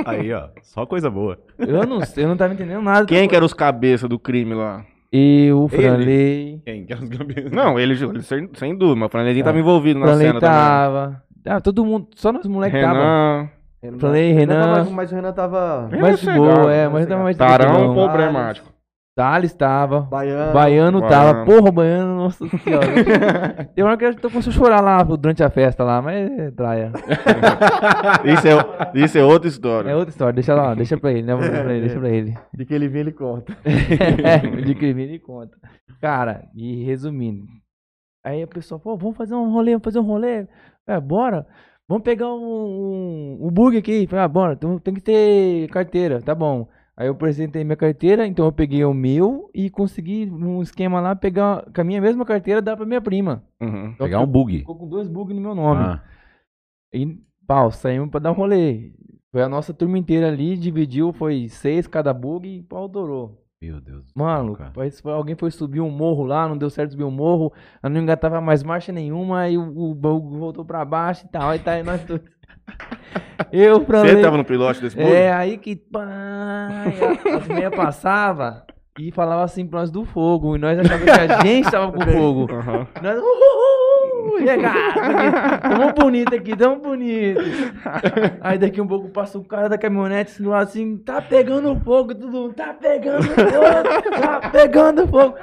D: Aí, ó. Só coisa boa.
C: Eu não sei, eu não tava entendendo nada.
A: Quem que era os cabeças do crime lá?
C: Eu,
D: Ele?
C: Franley.
D: Quem? Que é os gambeiros?
A: Não, ele, ele sem, sem dúvida, mas o Franley
C: É.
A: tava envolvido na
C: Franley
A: cena também. né?
C: tava. Ah, todo mundo, só nós moleques tava.
A: Renan,
C: Falei, Renan.
B: tava- Mas o Renan tava.
A: Renan
C: Mas de
A: é
C: boa,
A: cegado,
C: é,
B: Renan é
C: mas
B: cegado.
C: tava mais de
A: Tarão,
C: boa.
B: pô.
A: problemático.
C: Thales tava.
B: Baiano.
C: Baiano
A: Baiano.
C: tava. Porra, Baiano, nossa senhora. Tem hora que eu tô começando a chorar lá durante a festa lá, mas é traia.
A: Isso é, isso é outra história.
C: É outra história, deixa lá, deixa pra ele, né?
A: É,
C: Vamos pra ele, deixa pra ele.
B: De que ele vem, ele corta.
C: É, de criminoso e conta. Cara, e resumindo. Aí a pessoa, pô, vamos fazer um rolê, vamos fazer um rolê. É, bora. Vamos pegar um, um, um bug aqui. Falei, ah, bora, então tem que ter carteira, tá bom. Aí eu apresentei minha carteira, então eu peguei o meu e consegui, num esquema lá, pegar com a minha mesma carteira, dar pra minha prima.
A: Uhum.
C: Então,
D: Pegar um bug.
C: Ficou com dois bugs no meu nome.
D: Ah,
C: E, pau, saímos pra dar um rolê. Foi a nossa turma inteira ali, dividiu, foi seis cada bug e pau dourou.
D: meu Deus. do céu,
C: Mano,
D: cara.
C: parece que alguém foi subir um morro lá, não deu certo subir um morro, aí não engatava mais marcha nenhuma, aí o, o bagulho voltou pra baixo e tal, aí tá aí nós dois. Eu pra
A: Você tava no pilote desse bolo?
C: É, aí que pá, aí as meias passava e falava assim pra nós do fogo, e nós achávamos que a gente tava com fogo.
A: Aham.
C: Nós, uhul, chegado, tamo bonito aqui, tamo bonito. Aí daqui um pouco passa o cara da caminhonete do lado assim, tá pegando fogo, tudo, tá pegando fogo, tá pegando fogo.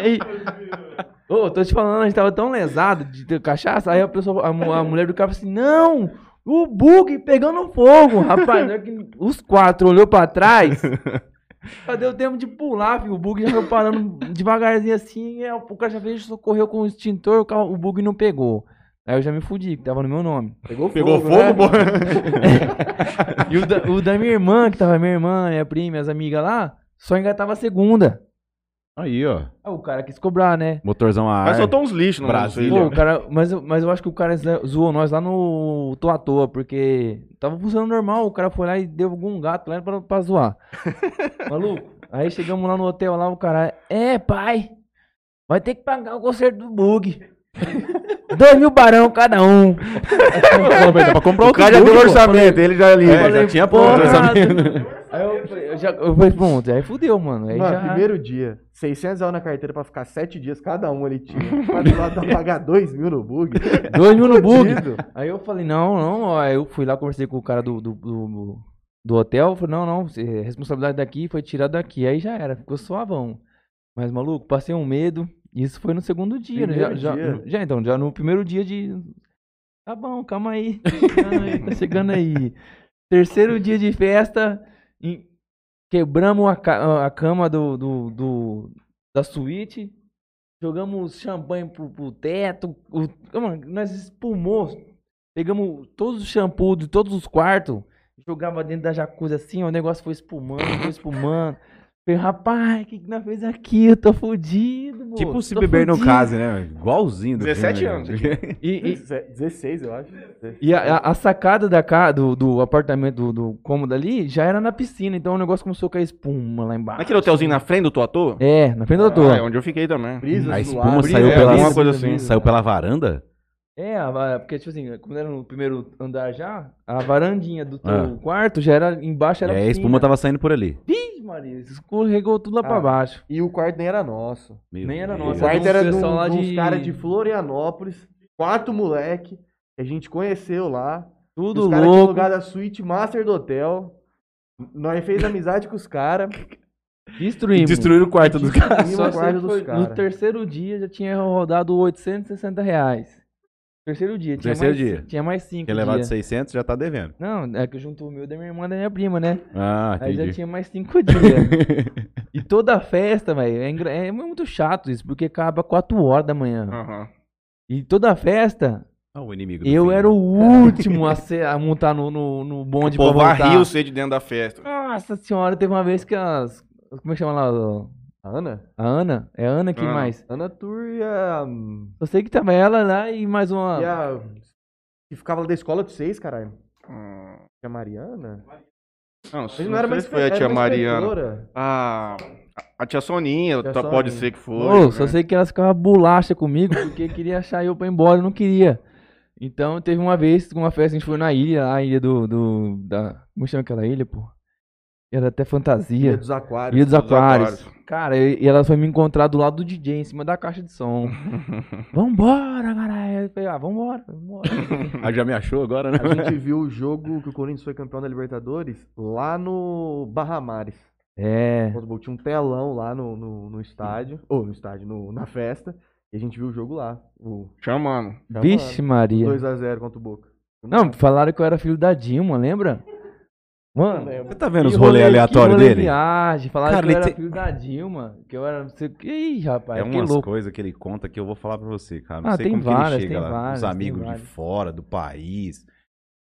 C: Aí, ô, tô te falando, a gente tava tão lesado de ter cachaça, aí a pessoa, a, mu- a mulher do cara falou assim, não, o bug pegando fogo, rapaz. Na hora que Os quatro olhou pra trás, já deu tempo de pular, filho. O bug já foi parando devagarzinho assim. é, o cara já fez, socorreu com o extintor, o, carro- o bug não pegou. Aí eu já me fudi, que tava no meu nome.
B: Pegou fogo.
A: Pegou
B: né?
A: fogo, pô?
C: E o da, o da minha irmã, que tava minha irmã, minha prima, minhas amigas lá, só engatava a segunda.
D: Aí, ó.
C: Aí o cara quis cobrar, né?
D: Motorzão a
A: Mas
D: ar.
A: soltou uns lixos no
D: Brasília.
A: Brasil.
C: Pô, o cara, mas, eu- mas eu acho que o cara zo- zoou nós lá no Tô à Toa, porque tava funcionando normal, o cara foi lá e deu algum gato lá pra, pra zoar. Maluco, aí chegamos lá no hotel lá, o cara, é pai, vai ter que pagar o conserto do bug. Dois mil barão cada um.
D: Então, pra comprar
A: O
D: outro
A: cara já
D: bug,
A: deu
D: pô.
A: orçamento, ele já ali.
D: É, já tinha né? pronto
C: porra.
D: orçamento.
C: Aí eu, falei- eu já, eu falei, pronto, aí fudeu, mano. Aí
B: Mano,
C: já...
B: primeiro dia, 600 reais na carteira pra ficar 7 dias, cada um ele tinha. Quatro lado pra pagar 2 mil no bug.
C: Dois mil no bug.
B: Fudido.
C: Aí eu falei, não, não, ó, aí eu fui lá, conversei com o cara do, do, do, do hotel, eu falei, não, não, cê- responsabilidade daqui foi tirada daqui, aí já era, ficou suavão. Mas, maluco, passei um medo, isso foi no segundo dia, né? já,
B: Primeiro
C: já-
B: dia.
C: já, então, já no primeiro dia de, tá bom, calma aí, tá chegando aí, tá chegando aí. Terceiro dia de festa, em- quebramos a, ca- a cama do, do, do- da suíte, jogamos champanhe pro, pro teto, o- mano, nós espumou, pegamos todos os shampoos de todos os quartos, jogava dentro da jacuzzi assim, ó, o negócio foi espumando, foi espumando. Falei, rapaz, o que, que nós fez aqui? Eu tô fudido, moço,
D: Tipo se
C: tô
D: beber no
C: fudido."
D: case, né? velho? Igualzinho. Do
A: 17
D: filme, né?
A: anos.
D: velho.
C: E- e-
B: 16, eu acho.
C: E a, a- a sacada da ca- do, do apartamento, do, do cômodo ali, já era na piscina, então o negócio começou a cair espuma lá embaixo.
A: Naquele hotelzinho na frente do Tuatô?
C: É, na frente do
A: Ah, é
C: doutor.
A: onde eu fiquei também.
B: Brisas
D: A
B: no
D: espuma
B: ar, é
D: saiu
B: brisas,
A: pela-
B: brisas,
A: alguma coisa
B: brisas,
A: assim.
B: brisas.
D: Saiu pela varanda?
C: É, a- a- porque, tipo assim, quando era no primeiro andar já, a varandinha do teu quarto já era embaixo,
D: E
C: era
D: aí a Ah. É, espuma tá- tava saindo por ali.
C: Ih, Maria, escorregou tudo lá pra
B: Ah.
C: baixo.
B: E o quarto nem era nosso.
D: Meu
C: Nem era
D: Deus.
C: nossa.
B: O
C: Era
B: quarto
C: de um
B: era de um,
C: pessoal lá
B: de uns
C: de-
B: caras de Florianópolis, quatro moleque, que a gente conheceu lá.
C: Tudo
B: os caras tinham
C: louco.
B: lugar da suíte master do hotel. Nós fez amizade com os caras.
C: Destruímos.
D: Destruíram o quarto dos caras.
C: Só
B: Só
C: sei
B: guarda
C: que
B: um dos
C: foi-
B: caras.
C: No terceiro dia já tinha rodado 860 reais. Terceiro dia. Tinha
D: Terceiro
C: mais,
D: dia.
C: Tinha mais cinco
D: Tinha levado
C: dias.
D: 600, já tá devendo.
C: Não, é que juntou o meu da minha irmã e da minha prima, né?
D: Ah,
C: Aí já
D: entendi.
C: tinha mais cinco dias. e toda a festa, velho, é, engra- é muito chato isso, porque acaba 4 horas da
B: Ah.
C: manhã.
A: Aham.
C: E toda a festa,
D: Ah, o inimigo do
C: eu
D: fim.
C: era o último a, ser- a montar no, no, no
A: O
C: bonde pra
A: povo
C: voltar.
A: varria o C de dentro da festa.
C: Nossa senhora, teve uma vez que as... Como é que chama lá? ó,
B: A Ana?
C: A Ana? É a Ana que
A: Ana.
C: mais?
B: Ana Tur e a. hum,
C: Eu sei que tava ela lá e mais uma...
B: E a. Que ficava lá da escola de vocês, caralho.
A: Hum.
B: Que a Mariana?
A: Não,
B: Mas
A: se-
B: não
A: não
B: era
A: sei
B: mais é
A: se foi a
B: era
A: tia
B: mais
A: Mariana.
B: inspetora.
A: Ah, a tia Soninha,
B: Tia
A: tá- pode
B: Soninha.
A: ser que foi.
C: Ô, só
A: né?
C: sei que elas ficavam bolacha comigo porque queria achar eu pra ir embora, eu não queria. Então teve uma vez, uma festa, a gente foi na ilha, lá, a ilha do. do da, como chama aquela ilha, pô? Que Era até fantasia.
B: Ilha dos Aquários.
C: Ilha dos Aquários.
A: Aquários.
C: Cara, e e ela foi me encontrar do lado do DJ, em cima da caixa de som. vambora, caralho. Eu falei, ah, vambora, vambora.
D: Ah, já me achou agora, né?
B: A gente viu o jogo que o Corinthians foi campeão da Libertadores lá no Barramares.
C: É.
B: Contra o Boca. Tinha um telão lá no, no, no estádio, ou no estádio, no- na festa, e a gente viu o jogo lá. O
A: Chamando.
C: Vixe, Maria.
B: 2x0 contra o Boca.
C: Não, falaram que eu era filho da Dilma, lembra? Mano,
D: Você tá vendo os
C: que rolê-
D: rolês aleatórios
C: que rolê
D: dele?
C: Viagem, falaram que
D: Cara,
C: eu
D: ele
C: era
D: tem-
C: filho da Dilma. Que eu era não sei o que. Ih, rapaz,
D: É
C: que
D: umas
C: louco.
D: coisas que ele conta que eu vou falar pra você, cara. Não
C: Ah,
D: sei
C: tem
D: como que
C: várias,
D: ele chega
C: tem
D: lá.
C: várias,
D: Os
C: tem
D: amigos de
C: várias.
D: fora, do país,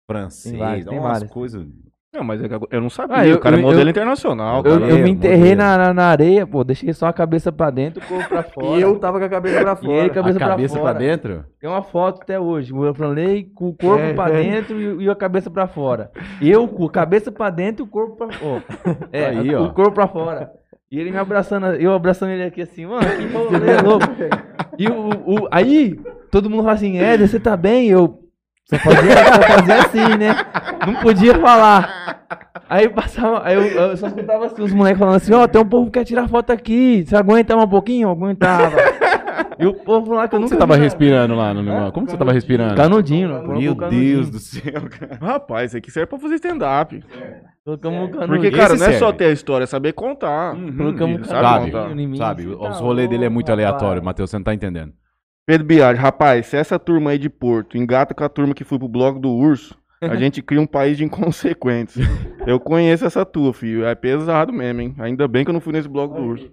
D: francês,
C: Tem várias, tem
D: umas
C: várias.
D: coisas.
A: Não, mas é que eu não sabia.
C: Ah, eu-
A: o cara
C: eu-
A: é modelo
C: eu-
A: internacional.
C: Eu,
A: cara.
C: eu
D: Modelo,
C: me enterrei
D: modelo.
C: na, na, na areia, pô. Deixei só a cabeça pra dentro, o corpo pra fora.
B: E eu tava com a cabeça pra fora.
C: ele, cabeça
D: a
C: pra
D: cabeça pra,
C: fora.
D: dentro?
C: Tem uma foto até hoje. Eu falei com o corpo
B: É,
C: pra
B: é.
C: dentro e, e a cabeça pra fora. Eu com a cabeça pra dentro e o corpo pra fora. É,
D: Aí,
C: o
D: ó.
C: corpo pra fora. E ele me abraçando, eu abraçando ele aqui assim, mano, que rolê louco. E o, o- aí, todo mundo fala assim, Éder, você tá bem? Eu só fazia, só fazia assim, né? Não podia falar. Aí passava, aí eu, eu só escutava assim, os moleques falando assim, ó, tem um povo que quer tirar foto aqui, você aguenta um pouquinho? Eu aguentava. E o povo lá que eu
D: Como
C: nunca
D: você tava
C: vi na-
D: respirando lá no negócio? Como você tava respirando?
C: Canudinho, né?
D: Meu
C: Colocou o
D: Deus
C: canudinho.
D: do céu, cara.
A: Rapaz, isso aqui serve pra fazer stand-up.
C: Colocamos o canudinho.
A: Porque, cara,
D: esse
A: não é só
D: serve.
A: ter a história, é saber
C: Tá
A: contar.
C: Colocamos
A: ele
C: o
A: sabe
C: canudinho
A: montar.
C: em mim,
D: Uhum. Sabe,
C: isso
D: os
C: tá
D: rolês dele é
C: louco,
D: muito
C: rapaz.
D: aleatório, Matheus, você não tá entendendo.
A: Pedro Biagi, rapaz, se essa turma aí de Porto engata com a turma que foi pro blog do Urso, a gente cria um país de inconsequentes. Eu conheço essa tua, filho. É pesado mesmo, hein? Ainda bem que eu não fui nesse blog do Urso.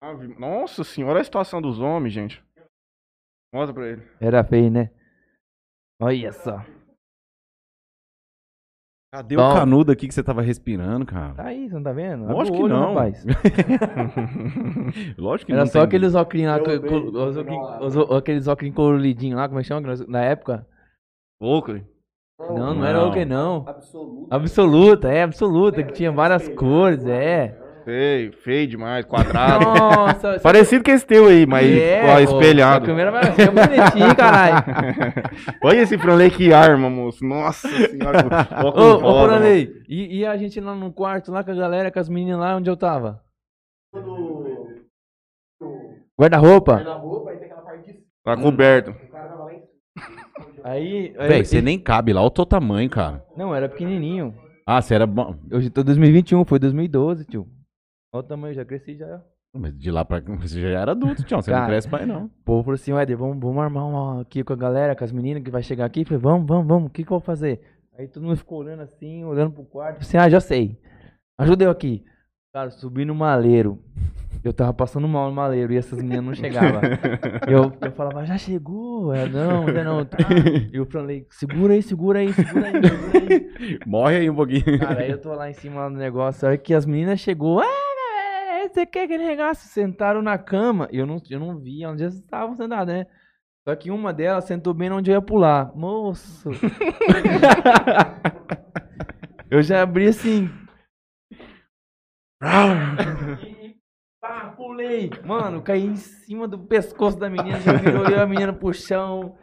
A: Ave- Nossa senhora, olha a situação dos homens, gente. Mostra pra ele.
C: Era feio, né? Olha só.
D: Cadê
C: Não.
D: o canudo aqui que você tava respirando, cara?
C: Tá aí, você não tá vendo? Abre
D: Lógico
C: o
D: que
C: olho,
D: não.
C: Rapaz.
D: Lógico que
C: Era
D: não
C: só
D: tem-
C: aqueles óculos lá,
B: Eu
C: co-
B: odeio
C: co- os
B: jogar
C: óculos-
B: lá.
C: os ó- aqueles óculos coloridinhos lá, como é que chama? que nós- Na época?
A: Louco, hein?
C: Não, não era
D: Não.
C: ok, não.
B: Absoluto.
C: Absoluta, é, absoluta, que tinha várias cores, é.
A: feio, feio demais,
D: Ah.
A: quadrado.
C: Nossa,
A: Parecido com esse teu aí, mas ó,
C: É, pô,
A: espelhado.
C: A câmera vai ser bonitinho, caralho.
A: Olha esse Franley que arma, moço. Nossa senhora.
C: Ô,
A: óculos
C: ô,
A: rosa, mano.
C: Franley, e, e a gente lá no quarto, lá com a galera, com as meninas lá onde eu tava? Guarda-roupa?
A: Tá coberto.
C: Aí. aí-
D: Véi, você nem cabe lá, olha o teu tamanho, cara.
C: Não, era pequenininho.
D: Ah, você era bom.
C: Hoje tô 2021, foi 2012, tio. Olha o tamanho, já cresci já.
D: Mas de lá pra cá, você já era adulto, tchau. Você não
C: Cara.
D: cresce mais, não.
C: O povo falou assim, Éder, vamos, vamos armar uma aqui com a galera, com as meninas que vai chegar aqui. Eu Falei, vamos, vamos, vamos, o que, que eu vou fazer? Aí todo mundo ficou olhando assim, olhando pro quarto. Falei assim, ah, já sei. Ajuda eu aqui. Cara, subi no maleiro. Eu tava passando mal no maleiro e essas meninas não chegavam. eu, eu falava, já chegou? É, não, ainda não. Tá. E eu falei, segura aí, segura aí, segura aí, segura aí.
D: Morre aí um pouquinho.
C: Cara, aí eu tô lá em cima lá no negócio, a hora que as meninas chegou, ah, galera, você quer aquele negócio? Sentaram na cama, e eu não, eu não vi onde elas estavam sentadas, né? Só que uma delas sentou bem onde eu ia pular. Moço! eu já abri assim. E Pá, pulei! Mano, caí em cima do pescoço da menina, já virou eu e a menina pro chão.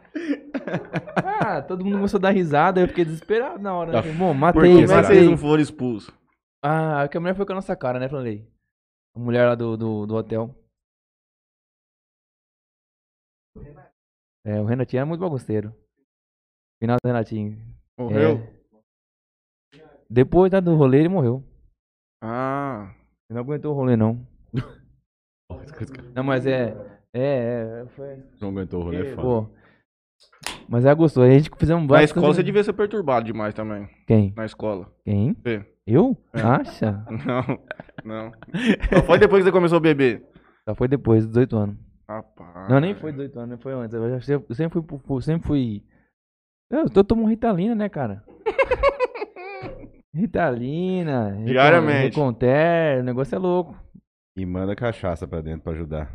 C: Ah, todo mundo começou a dar risada, eu fiquei desesperado na hora. né?
D: Tá.
C: Falei, Bom,
A: Por
C: matei,
A: que
D: será?
A: vocês
C: matei.
A: não foram expulsos?
C: Ah, que a mulher foi com a nossa cara, né, Franley? A mulher lá do, do, do hotel. É, o Renatinho era muito bagunceiro. Final do Renatinho.
A: Morreu?
C: É. Depois da do rolê, ele morreu.
A: Ah.
C: Ele não aguentou o rolê, não. Não, mas é. É, é. Foi.
D: Não aguentou o rolê, é foda.
C: Pô. Mas é gostoso. A gente fizemos
A: Na
C: várias
A: escola você
C: coisas-
A: devia ser perturbado demais também.
C: Quem?
A: Na escola.
C: Quem?
A: Você.
C: Eu?
A: É.
C: Acha?
A: Não, não. Só foi depois que você começou a beber.
C: Só foi depois, dos 18 anos.
A: Rapaz.
C: Ah, Não, nem foi 18 anos, foi antes. Eu, já se- eu sempre fui. pro- pro- Sempre fui... Eu, tô tomo Ritalina, né, cara? Ritalina. Recon-
A: Diariamente.
C: Reconter, o negócio é louco.
D: E manda cachaça pra dentro pra ajudar.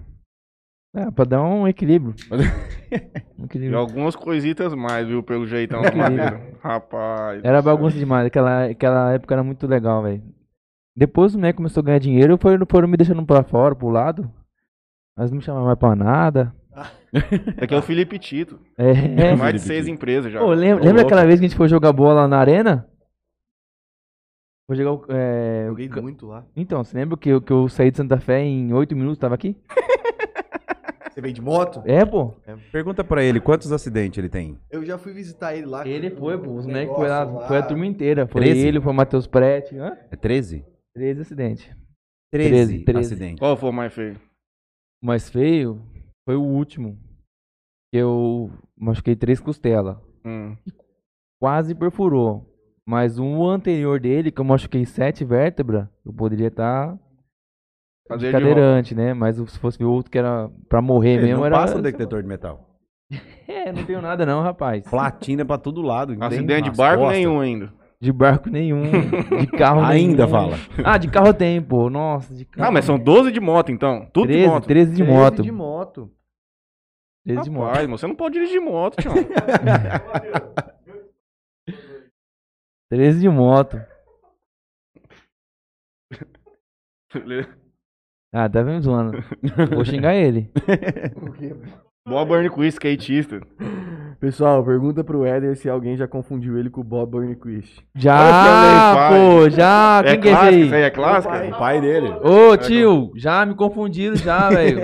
C: É, pra dar um equilíbrio. Um
A: E
C: equilíbrio.
A: algumas coisitas mais, viu? Pelo jeitão do
C: Querido.
A: madeira. Rapaz.
C: Era bagunça demais, aquela, aquela época era muito legal, velho. Depois o moleque começou a ganhar dinheiro, foram, foram me deixando pra fora, pro lado. Mas não me chamavam mais pra nada.
A: Aqui é o Felipe Tito.
C: É.
A: Tem mais de
D: Felipe
A: seis
D: Tito.
A: empresas já.
C: Pô, lembra,
D: Ô,
C: lembra
D: louco.
C: aquela vez que a gente foi jogar bola na arena? Vou chegar o. é,
B: Joguei
C: ca-
B: muito lá.
C: Então, você lembra que eu, que eu saí de Santa Fé em 8 minutos, tava aqui?
B: Você veio de moto?
C: É, pô.
D: Pergunta pra ele quantos acidentes ele tem.
B: Eu já fui visitar ele lá.
C: Ele
B: com
C: foi, pô.
B: um
C: Os moleques foi lá,
B: negócio
C: foi a turma inteira. Foi
D: 13?
C: ele, foi o Matheus Prete. Hã?
D: É 13?
C: 13 acidentes.
D: 13,
C: 13.
D: acidentes.
A: Qual foi o mais feio?
C: O mais feio foi o último. que Eu machuquei três costelas.
A: Hum.
C: Quase perfurou. Mas um anterior dele, que eu machuquei sete vértebras, eu poderia estar
A: Cadeira de
C: cadeirante, né? Mas se fosse ver outro que era pra morrer
D: Ele
C: mesmo,
D: não
C: era.
D: passa um detector de metal.
C: É, não tenho nada não, rapaz.
D: Platina pra todo lado. não tem
A: Acidente de
D: nas
A: barco
D: costas.
A: nenhum ainda.
C: De barco nenhum, de carro
D: Ainda
C: nenhum.
D: fala.
C: Ah, de carro tem, pô. Nossa, de carro.
A: Ah, mas são 12 de moto então. Tudo de
C: 13,
A: moto. Tá
C: 13 de
B: 13
C: moto.
B: De moto.
C: 13 de moto.
A: Rapaz, mano, você não pode dirigir de moto, tio.
C: 13 de moto. Ah, tá me zoando. Vou xingar ele.
A: Boa Burn Quiz, skatista.
B: Pessoal, pergunta pro Éder se alguém já confundiu ele com o Bob Burnquist.
C: Já,
A: Olha o
C: pô, já. Quem
A: é
C: que é
A: clássico,
C: esse
A: isso
C: aí?
A: aí é clássico?
D: O pai dele.
C: Ô, tio, já me confundiram já, velho.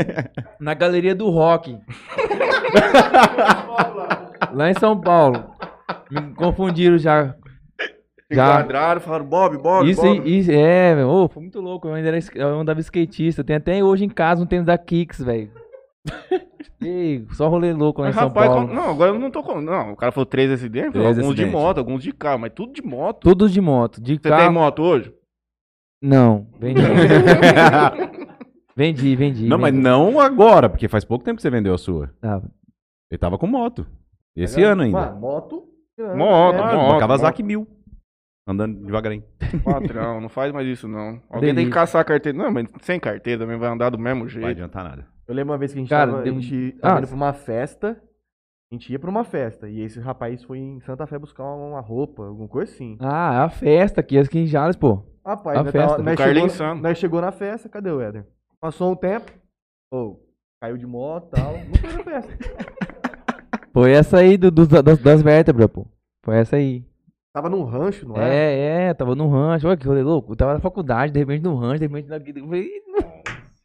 C: Na galeria do rock. Lá em São Paulo. Me confundiram já. Já.
A: Enquadraram, falaram Bob, Bob,
C: Isso,
A: Bob.
C: isso é, velho. Ô, foi muito louco. Eu ainda era, es- eu andava skatista. Eu tenho até hoje em casa um tênis da Kicks, velho. Ei, só rolê louco lá em
A: Mas,
C: São
A: rapaz,
C: Paulo.
A: quando- não, agora eu não tô com. Não, o cara falou três acidentes,
D: Três
A: alguns de
D: acidentes.
A: moto, alguns de carro, mas tudo de moto.
C: Todos de moto. De
A: Você
C: carro.
A: tem moto hoje?
C: Não, vendi. vendi, vendi.
D: Não, mas
C: vendi.
D: não agora, porque faz pouco tempo que você vendeu a sua.
C: Ah,
D: Ele tava com moto. Esse ano ainda.
B: Mano, moto. grande,
A: Moto,
B: né?
A: moto.
D: Ah, uma Kawasaki 1000. Andando devagarinho.
A: Patrão, não faz mais isso não. Alguém tem que
C: Delícia.
A: caçar a carteira. Não, mas sem carteira também vai andar do mesmo
D: Não vai
A: jeito.
D: adiantar nada.
B: Eu lembro uma vez que a gente
C: Cara,
B: tava, a
C: tem-
B: gente tava
C: Ah,
B: indo pra uma festa. A gente ia pra uma festa. E esse rapaz foi em Santa Fé buscar uma, uma roupa, alguma coisa assim.
C: ah, a festa aqui, as quinjalas, pô.
B: Rapaz,
C: a
B: nós,
C: festa.
B: tava- nós
A: Do Carlinhos
B: chegou,
A: Santos.
B: nós chegou na festa, cadê o Éder? Passou um tempo. Ou caiu de moto e tal. Não foi na festa.
C: Foi essa aí do, dos- das, das vértebras, pô. Foi essa aí.
B: Tava num rancho, não é?
C: É, é, tava no rancho. Olha que rolê louco. Eu tava na faculdade, de repente no rancho, de repente na. eu falei, "Ih, não."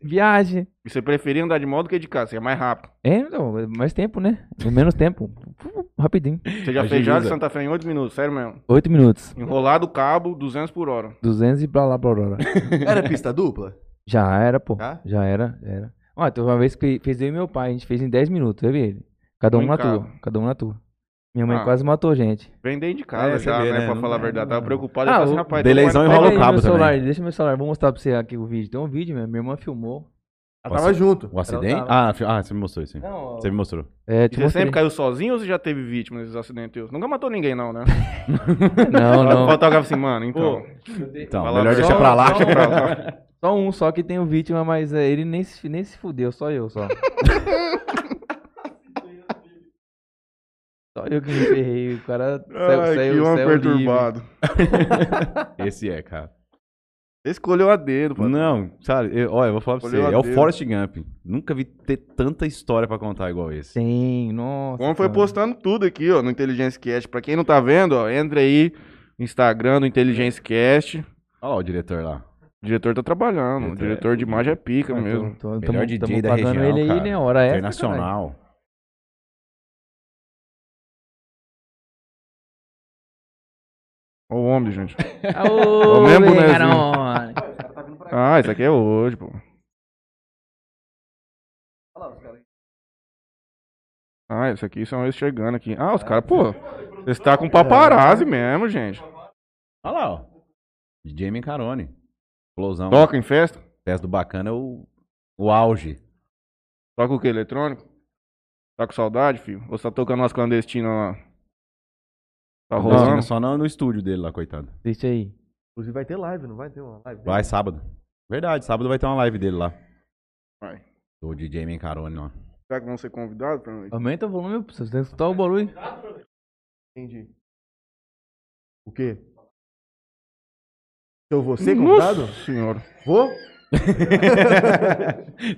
C: Viagem.
A: E você preferia andar de moto do que de carro, você é mais rápido.
C: É, não, é mais tempo, né? É Menos tempo. Rapidinho.
A: Você já
D: Agiliza.
A: fez Jales Santa Fé em 8 minutos, sério mesmo.
C: Oito minutos.
A: Enrolado o cabo, 200 por hora.
C: 200 e blá lá, blá blá. blá.
B: Era pista dupla?
C: Já era, pô.
B: Tá?
C: Já era, já era. Ó, teve uma vez que fez eu e meu pai, a gente fez em 10 minutos, eu vi ele. Cada
A: Um
C: um
A: em
C: na
A: cada.
C: tua, cada um na tua. Minha mãe
A: Ah.
C: quase matou a gente.
A: Vem dentro de casa
D: É, você
A: já,
D: vê,
A: né,
D: né,
A: Pra
D: não
A: falar a
D: dá,
A: verdade.
D: não
A: Tava
D: dá.
A: preocupado.
C: Ah,
A: eu falei
C: o
A: assim, rapaz,
D: deleizão
A: teu pai
D: enrola
A: não
D: o
A: pega aí.
C: Pega aí
D: cabo
C: meu
D: também.
C: celular, deixa meu celular, vou mostrar pra você aqui o vídeo. Tem um vídeo, minha, minha irmã filmou.
B: Ela tava junto.
D: O acidente?
C: tava.
D: Ah, ah, você me mostrou isso. aí.
C: Não,
D: Você me mostrou.
C: é,
A: E
C: te
A: Você
C: mostrei.
A: sempre caiu sozinho ou você já teve vítima nesses acidentes teus? Nunca matou ninguém, não, né?
C: Não,
A: O
C: não.
A: fotógrafo assim, mano, então.
D: Então,
A: Fala
D: melhor
A: pra-
D: deixar pra lá.
C: Só-
A: Deixa pra lá.
C: Só um só que tem o vítima, mas é, ele nem se, nem se fudeu, só eu só. só eu que me ferrei, o cara saiu,
A: Ai,
C: saiu,
A: que homem
C: saiu livre.
A: perturbado.
D: Esse é, cara.
A: Você escolheu a dedo, mano.
D: Não, sabe, eu, olha, eu vou falar pra você.
A: Olhou a
D: É o
A: dedo.
D: Forrest Gump. Nunca vi ter tanta história pra contar igual esse.
C: Sim, nossa.
A: O homem foi
C: cara.
A: postando tudo aqui, ó, no Inteligência Cast. Pra quem não tá vendo, ó, entra aí no Instagram do Inteligência Cast.
D: Olha lá o diretor lá.
A: O diretor tá trabalhando. O
D: Diretor é
A: diretor de
D: fudido.
A: imagem é pica
C: Ah, tô-
A: mesmo.
C: tô-
D: Melhor
C: tamo-
D: DJ
C: tamo
D: da
C: pagando
D: região,
C: ele aí,
D: cara.
C: né? Hora extra, caralho.
D: Internacional.
A: Ó o homem, gente.
C: Aô,
A: É O mesmo bonezinho.
C: Bengarone.
A: Ah, isso aqui é hoje, pô. Ah, isso aqui são eles chegando aqui. Ah, os caras, pô. Vocês tá com paparazzi mesmo, gente.
D: Olha lá, ó. DJ Carone. Explosão.
A: Toca em festa?
D: Festa do Bacana é o, o auge.
A: Toca o que? Eletrônico? Tá com saudade, filho? Ou você tá tocando umas clandestinas lá? Tá
D: Não,
A: rolando?
D: só no, no estúdio dele lá, coitado.
C: Deixa aí.
B: Inclusive vai ter live, não vai ter uma live?
D: Vai sábado. Verdade, sábado vai ter uma live dele lá.
A: Vai.
D: Do DJ Carone lá.
A: Será que vão ser convidados pra noite?
C: Aumenta o volume, pô, você tem que escutar o barulho.
B: Entendi. O quê? Eu vou ser é convidado?
A: Nossa senhora.
B: Vou?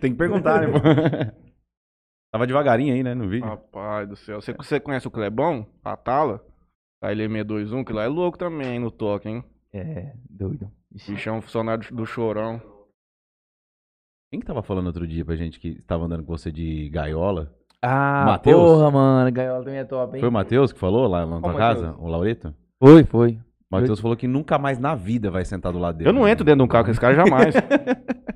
D: Tem que perguntar, né? pô? Tava devagarinho aí, né? No vídeo.
A: Ah. Rapaz do céu. Você, Tá, um, você conhece o Clebão? Atala? Ele é 621, que lá é louco também no toque, hein?
C: É, doido. Ixi.
A: Bichão funcionário do chorão.
D: Quem que tava falando outro dia pra gente que estava andando com você de gaiola?
C: Ah,
D: Mateus?
C: porra, mano. Gaiola também é top, hein?
D: Foi o Matheus que falou lá na
C: Qual
D: tua
C: Matheus?
D: casa? O Laureto?
C: Foi, foi.
D: O Matheus falou que nunca mais na vida vai sentar do lado dele.
A: Eu não entro dentro de um carro com esse cara jamais.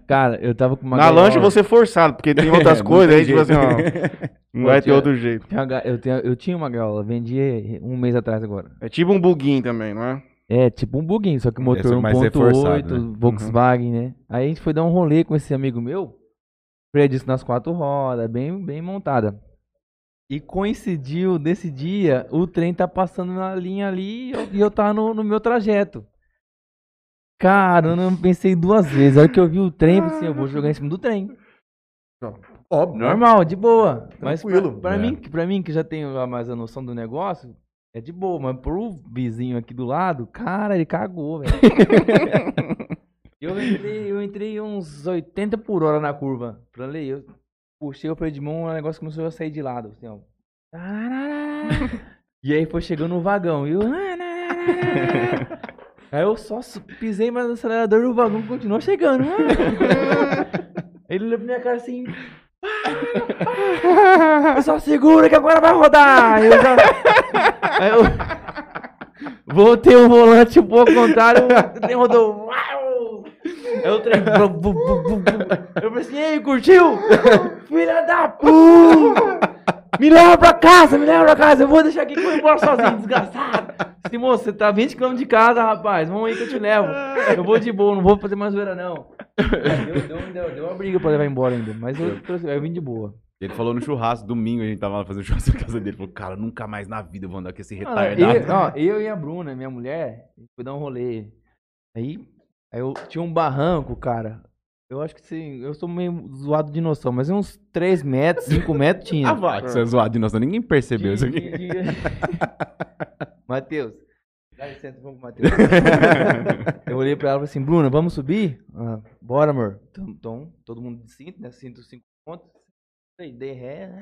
C: Cara, eu tava com é uma
A: Na
C: gaiola.
A: lancha eu vou ser forçado, porque tem outras
D: É, não
A: coisas
D: tem
A: aí, tipo assim,
D: jeito.
A: ó. Não vai ter
C: Pô,
A: outro jeito.
C: Tinha uma ga- Eu, tenho- eu tinha uma gaiola, vendi um mês atrás agora.
A: É tipo um buguinho também, não é?
C: É, tipo um buguinho, só que motor
D: Esse é mais
C: 1.8,
D: reforçado, né?
C: Volkswagen, né? Aí a gente foi dar um rolê com esse amigo meu, freio disco nas quatro rodas, bem, bem montada. E coincidiu desse dia, o trem tá passando na linha ali e eu, e eu tava no, no meu trajeto. Cara, eu não pensei duas vezes. A hora que eu vi o trem, eu pensei, eu vou jogar em cima do trem.
B: Óbvio.
C: Normal, de boa. Mas pra,
B: né? Tranquilo.
C: pra
D: É.
C: mim, pra mim, que já tenho lá mais a noção do negócio, é de boa. Mas pro vizinho aqui do lado, cara, ele cagou, velho. eu, entrei, eu entrei uns 80 por hora na curva. Falei, eu puxei o freio de mão, o negócio começou a sair de lado. Assim, ó. E aí foi chegando o vagão. E eu... "Ah, Aí eu só su- pisei mais no acelerador e o vagão continuou chegando. Ele olhou pra minha cara assim. Eu só segura que agora vai rodar! Eu já... Aí eu. Voltei o volante um pouco ao contrário, o trem rodou. Uau! Aí o trem. bu- bu- bu- bu- bu. Eu falei assim, ei, curtiu? Filha da puta! Me leva pra casa, me leva pra casa, eu vou deixar aqui que eu vou embora sozinho, desgraçado. Assim, moço, você tá 20 km de casa, rapaz, vamos aí que eu te levo. Eu vou de boa, não vou fazer mais zoeira, não. Deu, deu, deu, deu uma briga pra levar embora ainda, mas eu, trouxe- eu vim de boa.
D: Ele falou no churrasco, domingo a gente tava lá fazendo churrasco na casa dele. Falou, cara, nunca mais na vida eu vou andar com esse
C: Ah,
D: retardado.
C: eu, ó, eu e a Bruna, minha mulher, a gente foi dar um rolê. Aí, aí eu tinha um barranco, cara. Eu acho que sim, eu sou meio zoado de noção, mas uns 3 metros, 5 metros tinha.
D: Ah, vai, que você é zoado de nossa, ninguém percebeu isso aqui.
C: De- de- Matheus. Dá licença, vamos com o Matheus. Eu olhei pra ela e falei assim, Bruna, vamos subir? Ah, bora, amor. Então, então, todo mundo de cinto, né? Cinto cinco pontos. Aí, dei ré.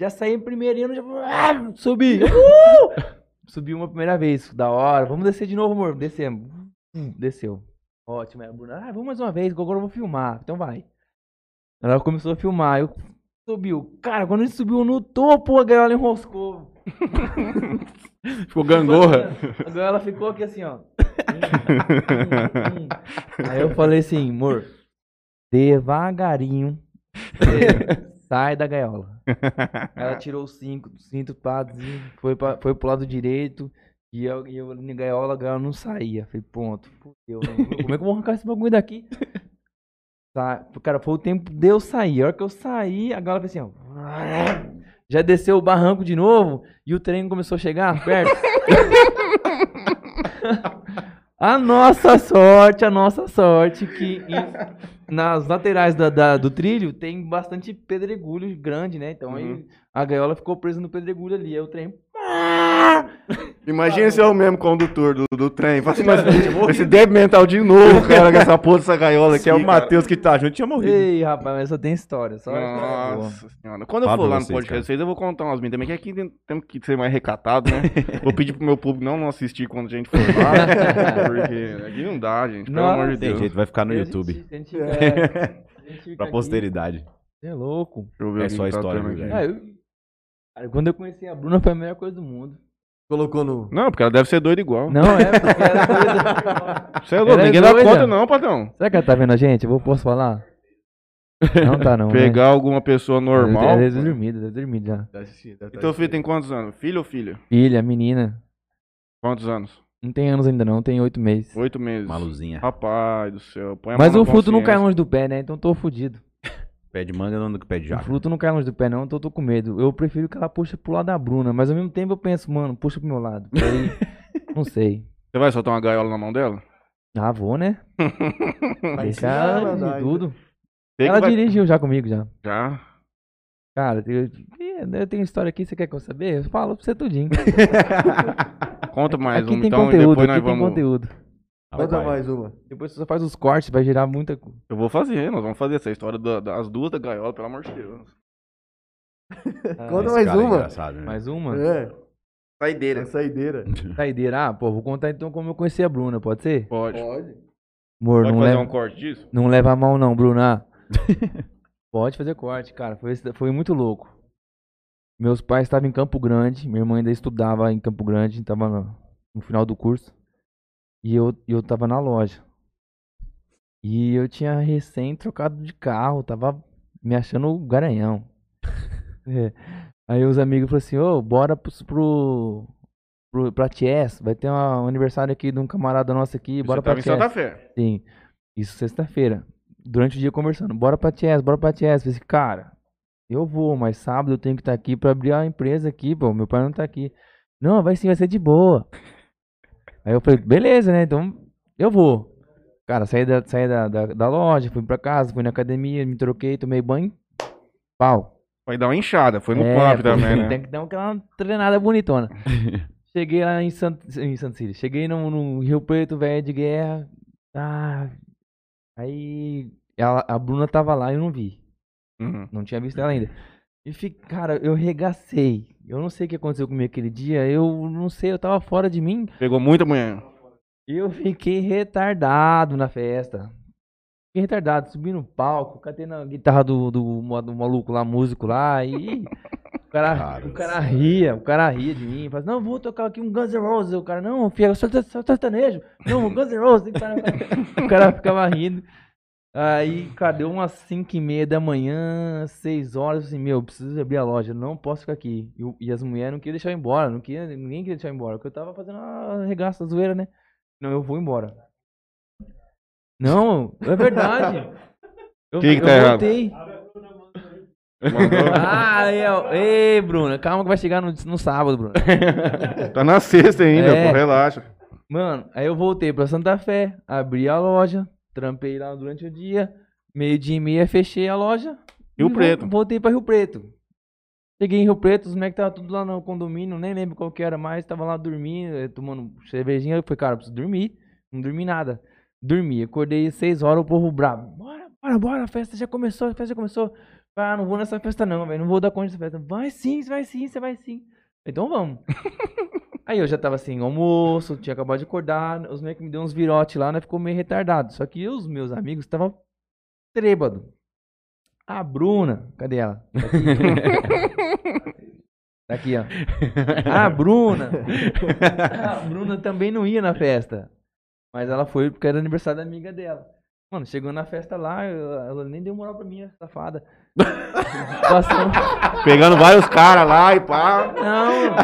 C: Já saí em primeirinho, já ah, subi. Uh! Subi uma primeira vez, da hora. Vamos descer de novo, amor. Descemos. Hum, Desceu. Ótimo. Aí a Bruna, ah, vamos mais uma vez, agora eu vou filmar. Então vai. Ela começou a filmar. Eu subiu. Cara, quando ele subiu no topo, a gaiola enroscou.
D: Ficou gangorra.
C: A gaiola ficou aqui assim, ó. Hum, hum, hum. Aí eu falei assim, amor, devagarinho, você sai da gaiola. Ela tirou os cinco do cinto, pá, zi, foi, pra, foi pro lado direito. E eu, e eu na gaiola, a gaiola não saía. Falei, ponto. Fudeu, né? Como é que eu vou arrancar esse bagulho daqui? Tá, cara, foi o tempo de eu sair. A hora que eu saí, a gaiola fez assim, ó. Já desceu o barranco de novo e o trem começou a chegar perto. A nossa sorte, a nossa sorte, que em- nas laterais da- da- do trilho tem bastante pedregulho grande, né? Então aí
A: Uhum.
C: a gaiola ficou presa no pedregulho ali, aí o trem.
A: Imagina se é o mesmo condutor do, do trem. Fala assim, mas esse deve mental de novo, cara, com essa porra dessa gaiola aqui.
D: Se é o
A: cara.
D: Matheus que tá junto, tinha morrido.
C: Ei, rapaz, mas só tem história, só
A: Ah,
C: história boa.
A: Nossa senhora. Quando eu
D: Fala
A: for
D: pra
A: lá no
D: vocês,
A: podcast
D: cara.
A: de vocês, eu vou contar umas minhas também, que aqui tem- temos que ser mais recatado, né? vou pedir pro meu público não não assistir quando a gente for lá. porque aqui não dá, gente. Pelo
C: Nossa.
A: amor de
D: Tem
A: Deus.
D: jeito, vai ficar no
C: A gente-
D: YouTube.
C: a gente- é, a gente fica
D: Pra
C: aqui.
D: posteridade.
C: Você é louco.
A: Deixa eu ver
D: É
A: o que
D: só
A: que tá
D: a história,
A: tendo aqui.
D: viu,
C: Ah, eu- Cara, quando eu conheci a Bruna foi a melhor coisa do mundo.
B: Colocou no.
A: Não, porque ela deve ser doida igual.
C: Não, é, porque era coisa.
A: Você é louco,
C: Ela é
A: ninguém dá
C: doida.
A: conta não, patrão.
C: Será que ela tá vendo a gente? Eu vou- posso falar? Não tá, não. né? é
A: Pegar alguma pessoa normal.
C: Deve ter dormido, deve ter dormido já.
A: E
B: Então,
A: teu filho tem quantos anos? Filho ou filha?
C: Filha, menina.
A: Quantos anos?
C: Não tem anos ainda não, tem oito meses.
A: Oito meses.
D: Maluzinha.
A: Rapaz do céu. Põe a
C: Mas
A: mão
C: o
A: na
C: fruto não cai
A: é consciência.
C: longe do pé, né? Então tô fudido.
D: Pé de manga não anda com pé de
C: O
D: jaca.
C: fruto não cai longe do pé, não, então tô com medo. Eu prefiro que ela puxe pro lado da Bruna, mas ao mesmo tempo eu penso, mano, puxa pro meu lado. Aí, não sei.
A: Você vai soltar uma gaiola na mão dela?
C: Ah, vou, né?
B: Vai
C: Deixa
B: ensinar ela a
C: ela
B: andar
C: de
B: ainda.
C: tudo.
A: Sei né? que
C: Ela
A: vai-
C: dirigiu já comigo já.
A: Já.
C: Cara, eu, eu tenho história aqui, você quer que eu saber? Eu falo pra você tudinho.
A: Conta mais
C: aqui
A: um,
C: tem
A: então, e
C: conteúdo,
A: depois
C: aqui
A: nós
C: tem
A: vamos...
C: conteúdo.
B: Manda
D: Rapaz,
B: mais uma.
C: Depois você só faz os cortes, vai gerar muita coisa.
A: Eu vou fazer, nós vamos fazer essa história da- das duas da gaiola, pelo amor de Deus.
B: Conta
D: esse
B: mais
D: cara é
B: uma.
D: engraçado, né?
C: Mais uma?
B: É. É
E: Saideira.
B: saideira.
C: Saideira, ah, pô, vou contar então como eu conheci a Bruna, pode ser?
A: Pode.
E: Pode.
C: Amor,
A: Pode
C: não
A: fazer
C: leva,
A: um corte disso?
C: não leva a mão não, ah. Bruna. pode fazer corte, cara, foi, foi muito louco. Meus pais estavam em Campo Grande, minha irmã ainda estudava em Campo Grande, tava no, no final do curso. E eu, e eu tava na loja. E eu tinha recém trocado de carro, tava me achando o garanhão. É. Aí os amigos falaram assim, ô, bora pro, pro, pro, pra Ties, vai ter uma- um aniversário aqui de um camarada nosso aqui, bora
A: Você
C: pra
A: tava em
C: Ties.
A: Santa Fé.
C: Sim. Isso sexta-feira. Durante o dia conversando. Bora pra Chess, bora pra Chess. Falei assim, cara, eu vou, mas sábado eu tenho que estar aqui pra abrir a empresa aqui, pô. Meu pai não tá aqui. Não, vai sim, vai ser de boa. Aí eu falei, beleza, né? Então eu vou. Cara, saí da, saí da, da, da loja, fui pra casa, fui na academia, me troquei, tomei banho. Pau.
A: Vai dar uma inchada, foi no
C: É,
A: pump
C: pô,
A: também, né?
C: Tem que dar aquela treinada bonitona. Cheguei lá em Santo, em Santo Círio. Cheguei no, no Rio Preto, velho de guerra. Ah, aí ela- a Bruna tava lá e eu não vi.
A: Uhum.
C: Não tinha visto ela ainda. E, fi- cara, eu regacei. Eu não sei o que aconteceu comigo aquele dia. Eu não sei, eu tava fora de mim.
A: Pegou muita mulher.
C: Eu fiquei retardado na festa. Fiquei retardado, subi no palco, catei na guitarra do, do, ma- do maluco lá, músico lá, e o cara,
D: Cara,
C: o cara
D: sério.
C: ria, o cara ria de mim, fala, não, vou tocar aqui um Guns N' Roses, o cara, não, filho, só só- só sertanejo, não, Guns N' Roses, o cara, o cara- o cara ficava rindo. Aí, cadê umas 5 e meia da manhã, 6 horas, assim, meu, preciso abrir a loja, não posso ficar aqui. E, o- e as mulheres não queriam deixar eu ir embora, não queria, ninguém queria deixar eu ir embora, porque eu tava fazendo a regaça, a zoeira, né? Não, eu vou embora. Não, é verdade. Eu,
A: Que tá que
C: eu
A: tá errado?
C: voltei. Ah, eu, ei, Bruna, calma que vai chegar no, no sábado, Bruna.
A: Tá na sexta ainda,
C: É.
A: pô, relaxa.
C: Mano, aí eu voltei pra Santa Fé, abri a loja, trampei lá durante o dia, meio-dia e meia fechei a loja. e
A: Rio
C: vo-
A: Preto.
C: Voltei pra Rio Preto. Cheguei em Rio Preto, os moleques estavam tudo lá no condomínio, nem lembro qual que era mais, tava lá dormindo, eh, tomando cervejinha. Eu falei, cara, eu preciso dormir. Não dormi nada. Dormi, acordei às seis horas, o povo brabo. Bora, bora, bora, a festa já começou, a festa já começou. Ah, não vou nessa festa não, velho, não vou dar conta dessa festa. Vai sim, vai sim, você vai sim. Então vamos. Aí eu já tava sem almoço, tinha acabado de acordar, os moleques me deu uns virote lá, né? Ficou meio retardado. Só que os meus amigos estavam trêbado. A Bruna, cadê ela? Tá aqui. Tá aqui, ó. A Bruna. A Bruna também não ia na festa. Mas ela foi porque era aniversário da amiga dela. Mano, chegou na festa lá, ela ela nem deu moral pra mim, a safada. Passou.
A: Pegando vários caras lá e pá.
C: Não,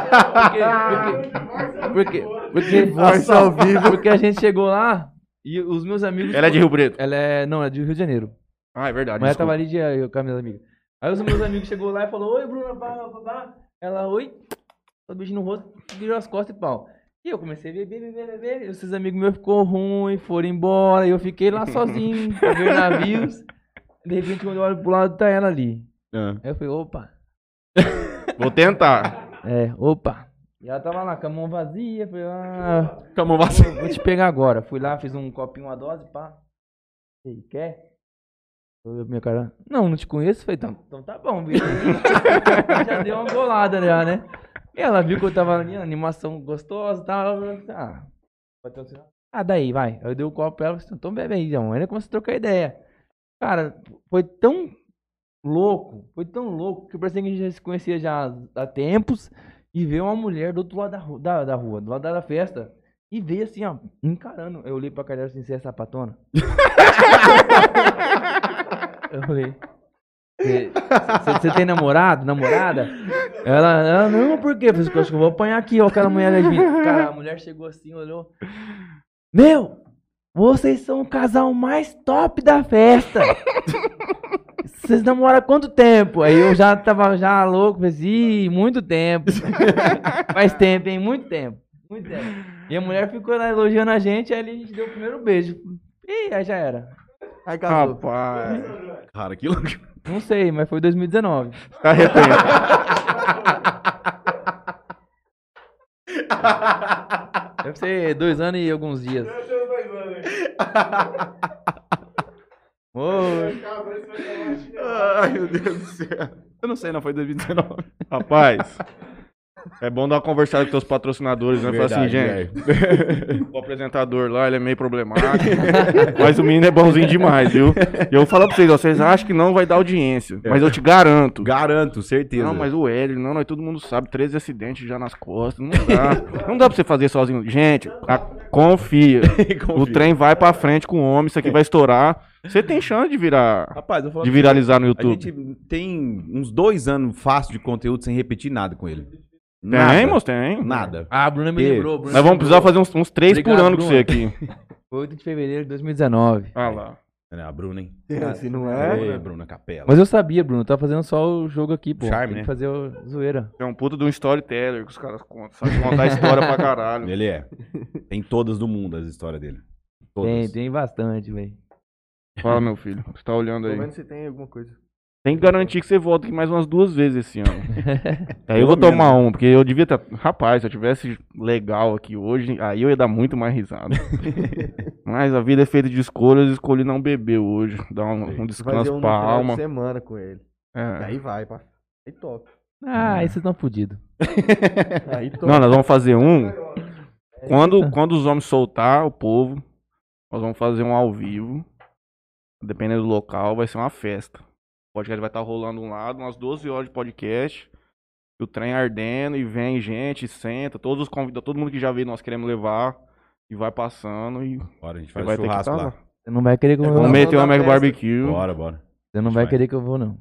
C: porque, porque, porque,
B: Divórcio ao vivo.
C: porque a gente chegou lá e os meus amigos.
A: Ela é de Rio Preto.
C: Ela é, não, é de Rio de Janeiro.
A: Ah, é verdade.
C: Mas ela tava
A: desculpa.
C: ali de eu, com as minhas amigas. Aí os meus amigos chegou lá e falou: Oi, Bruna, blá, blá, blá, blá. Ela, oi. Todo bicho no rosto, virou as costas e pau. E eu comecei a beber, beber, beber. E esses amigos meus ficou ruim, foram embora. E eu fiquei lá sozinho, pra ver navios. De repente, quando eu olho pro lado, tá ela ali.
D: Ah.
C: Aí eu falei: opa.
A: Vou tentar.
C: É, opa. E ela tava lá com a mão vazia, falei, ah, vou, vou te pegar agora. Fui lá, fiz um copinho, uma dose, pá. Falei, quer? Olhou pra minha cara, não, não te conheço. Falei, então, então tá bom, bicho. já deu uma golada já, né? E ela viu que eu tava ali, animação gostosa e tal. ela falou, Ah, pode ter um sinal. Ah, daí, vai. Aí eu dei o copo pra ela, falei, assim, então bebe aí, João. Ainda começou a trocar ideia. Cara, foi tão louco, foi tão louco que parecia que a gente já se conhecia já há- há tempos e veio uma mulher do outro lado da rua, da, da rua, do lado da festa, e veio assim, ó, encarando. Eu olhei pra cara dela assim, você é sapatona? eu falei, você tem namorado, namorada? Ela, ela, não, por quê? Eu falei, acho que eu vou apanhar aqui, ó, aquela mulher ali. Cara, a mulher chegou assim, olhou, meu, vocês são o casal mais top da festa. Vocês namoram há quanto tempo? Aí eu já tava já louco, falei assim, "Ih, muito tempo. Faz tempo, hein? Muito tempo. Muito tempo. E a mulher ficou lá elogiando a gente, aí a gente deu o primeiro beijo. E aí já era.
B: Aí casou.
A: Rapaz.
D: Cara, que louco.
C: Não sei, mas foi 2019.
A: Tá arrependido.
C: Deve ser dois anos e alguns dias. Oi.
D: Ai, meu Deus do céu. Eu não sei, não, foi 2019.
A: Rapaz. É bom dar uma conversada com teus patrocinadores, né? Falar assim, gente,
D: Verdade,
A: o apresentador lá, ele é meio problemático, mas o menino é bonzinho demais, viu? E eu vou falar pra vocês, ó, vocês acham que não vai dar audiência, mas eu te garanto.
D: Garanto, certeza.
A: Não, mas o Hélio, não, nós todo mundo sabe, 13 acidentes já nas costas, não dá. não dá pra você fazer sozinho. Gente, a- confia. O
D: Confia.
A: trem vai pra frente com o homem, isso aqui vai estourar. Você tem chance de virar,
D: Rapaz, eu vou falar
A: de
D: pra você,
A: viralizar no
D: A
A: YouTube.
D: gente tem uns dois anos fácil de conteúdo sem repetir nada com ele.
A: Tem, né, moço, tem.
D: Nada.
C: Ah, a Bruna me
D: Que?
C: lembrou. Bruna
A: Nós vamos precisar fazer uns, uns três por
C: Obrigado,
A: ano com
C: Bruno.
A: você aqui.
C: Foi 8 de fevereiro de 2019.
A: Ah lá.
D: É, A Bruna, hein?
B: Se não
D: Ei,
B: é.
D: Bruna Capela.
C: Mas eu sabia, Bruno. Tá fazendo só o jogo aqui, pô.
D: Charme,
C: Tem
D: né?
C: que fazer o... zoeira.
A: É um puto de um storyteller que os caras contam. Sabe contar história pra caralho.
D: Ele é. Tem todas do mundo as histórias dele. Todas.
C: Tem, tem bastante, velho.
A: Fala, meu filho. Você tá olhando
B: Pelo
A: aí.
B: menos você tem alguma coisa.
A: Tem que garantir que você volta aqui mais umas duas vezes esse ano. aí eu
D: Pelo
A: vou tomar um, porque eu devia estar. Rapaz, se eu tivesse legal aqui hoje, aí eu ia dar muito mais risada. Mas a vida é feita de escolhas, escolhi não beber hoje. Dar um, um
B: Fazer
A: descanso
B: um no
A: pra
B: final de
A: alma.
B: semana com ele.
A: É.
B: Aí vai, pá. Aí toca.
C: Ah, aí vocês estão fodidos.
B: Aí toca.
A: Não, nós vamos fazer um.
B: É.
A: Quando, quando os homens soltar o povo, nós vamos fazer um ao vivo. Dependendo do local, vai ser uma festa. O podcast vai estar rolando um lado, umas 12 horas de podcast. E o trem ardendo e vem gente, senta, todos os convidados, todo mundo que já veio, nós queremos levar. E vai passando e
D: Bora, a gente
A: você
D: faz
A: vai ter que
D: churrasco
A: estar
D: lá.
A: lá.
C: Você não vai querer que eu
B: Vamos
C: vou,
A: Vamos
B: lá,
C: não.
A: meter uma
B: vamos dar
A: Mac
B: festa.
A: Barbecue.
D: Bora, bora.
C: Você não vai
D: Vai.
C: querer que eu vou, não.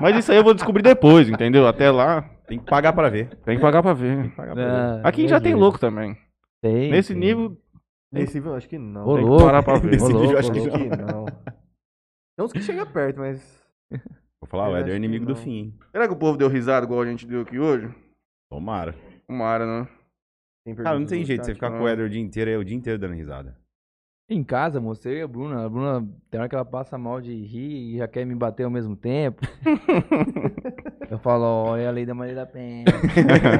A: Mas isso aí eu vou descobrir depois, entendeu? Até lá,
D: Tem que pagar pra ver.
A: tem que pagar pra ver.
D: Tem que pagar pra ver.
C: Ah,
A: Aqui já tem
C: imagina.
A: louco também.
C: Tem,
A: Nesse
C: tem.
A: nível,
B: Nesse nível, acho que não. né?
C: Ô,
A: tem que
C: louco.
A: parar pra ver.
C: Ô,
D: Nesse nível,
C: louco,
D: acho
C: ô,
D: que
C: louco.
B: Acho que não. Não os que chegam perto, mas.
D: Vou falar,
B: Eu
D: o
B: acho
D: Éder é
B: que
D: inimigo do
B: não.
D: fim, hein?
A: Será que o povo deu risada igual a gente deu aqui hoje?
D: Tomara.
A: Tomara, né?
B: Tem
D: Cara, não
B: perguntas
D: tem
B: no
D: jeito. Você
B: chat,
D: ficar
A: não.
D: com o Éder o dia inteiro, é o dia inteiro dando risada.
C: Em casa, moço, eu e a Bruna. A Bruna, tem hora que ela passa mal de rir e já quer me bater ao mesmo tempo. eu falo, ó, é a lei da Maria da Penha.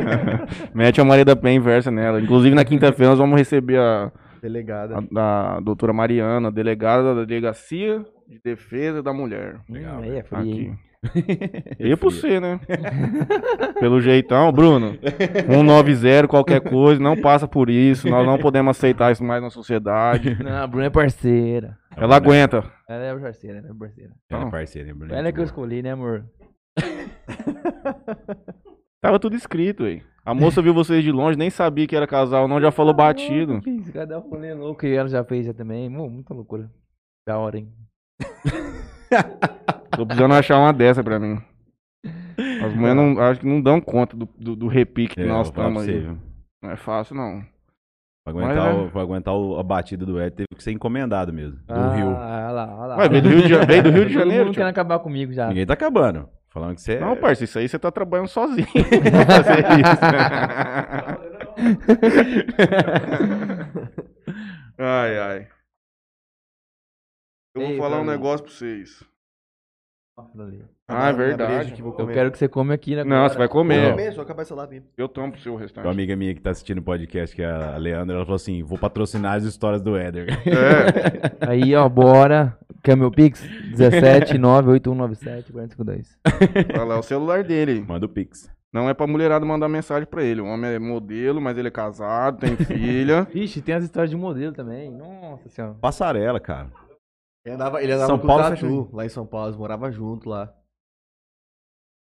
A: Mete a Maria da Penha inversa nela. Inclusive, na quinta-feira, nós vamos receber a,
B: Delegada.
A: a, a doutora Mariana, delegada da Delegacia de Defesa da Mulher.
D: Legal,
C: Hum, aí é
D: velho.
C: frio,
A: né? Aqui.
C: hein?
A: E por ser, né? Pelo jeitão, Bruno. 190, qualquer coisa, não passa por isso. Nós não podemos aceitar isso mais na sociedade.
C: Não, a Bruna é parceira.
A: Ela É aguenta.
C: Ela é parceira, ela é parceira.
D: Ela
A: Não.
D: é parceira, hein, Bruno?
C: Ela é que eu
D: Boa.
C: escolhi, né, amor?
A: Tava tudo escrito aí. A moça viu vocês de longe, nem sabia que era casal, não, já falou batido.
C: Isso, Cada um rolê louco que ela já fez já também. Mu- Muita loucura. Da hora, hein?
A: Tô precisando achar uma dessa pra mim. As mulheres não, acho que não dão conta do, do, do repique que
D: É,
A: nós
D: eu vou falar pra
A: estamos aí.
D: você, viu?
A: Não é fácil, não.
D: Pra
A: Mas é.
D: aguentar, o- pra aguentar o- a batida do Éder, teve que ser encomendado mesmo. Do
C: ah,
D: Rio.
C: Ah, lá, ah, lá.
A: Ué, veio do Rio de, Ja- veio do Rio de
C: Todo
A: Janeiro,
C: mundo
A: tio.
C: querendo acabar comigo já.
D: Ninguém tá acabando. Falando que você é.
A: Não, parceiro, isso aí você tá trabalhando sozinho. pra fazer isso. né? ai, ai. Eu vou
C: Ei,
A: falar um
C: Paulinho.
A: negócio pra vocês.
C: Nossa, ali.
A: Ah, é
B: Minha
A: verdade.
B: breja que vou
C: Eu
B: comer.
C: quero que você come aqui, né?
A: Não, você vai
B: Vou
A: comer.
B: comer, só acabar esse lápis.
A: Eu tomo pro seu
D: Tem Uma
A: restaurante.
D: amiga minha que tá assistindo o podcast, que é a Leandra, ela falou assim: vou patrocinar as histórias do Éder.
A: É,
C: Aí, ó, bora. Quer meu Pix? 17 98197 452.
A: olha É, lá, o celular dele.
D: Manda o Pix.
A: Não é pra mulherada mandar mensagem pra ele. O homem é modelo, mas ele é casado, tem filha.
C: Ixi, tem as histórias de modelo também. Nossa senhora.
D: Passarela, cara.
B: Ele andava, ele andava
D: São
B: com o
D: Paulo,
B: Tatu,
D: fecha
B: lá em São Paulo, eles moravam junto lá.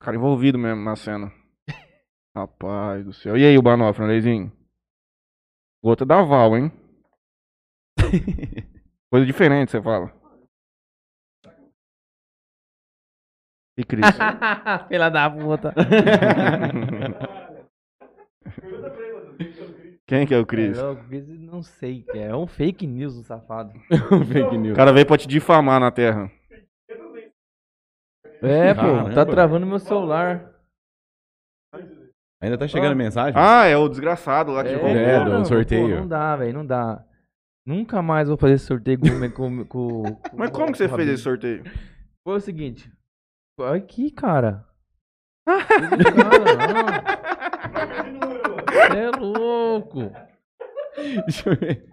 A: Cara envolvido mesmo na cena. Rapaz do céu. E aí, o Banofra, Leizinho? Gota da Val, hein? Coisa diferente, você fala. E Cris?
C: Filha da puta.
A: Quem que é o
C: É
A: Cris?
C: louco, Cris, não sei, que é um fake news do safado.
D: Fake
A: O
D: news.
A: cara veio pra te difamar na terra.
C: É, pô, tá
D: Caramba.
C: travando meu celular.
D: Ainda tá chegando
C: Ah.
D: mensagem?
A: Ah, é o desgraçado lá que
C: É,
A: jogou.
D: é,
A: o
D: do
A: gol.
C: não,
D: sorteio.
C: Pô, não dá, velho, não dá. Nunca mais vou fazer sorteio com. com, com
A: Mas como que você fez esse sorteio?
C: Foi o seguinte. Foi Aqui, cara. Não, não. Cê é louco.
D: Deixa eu ver.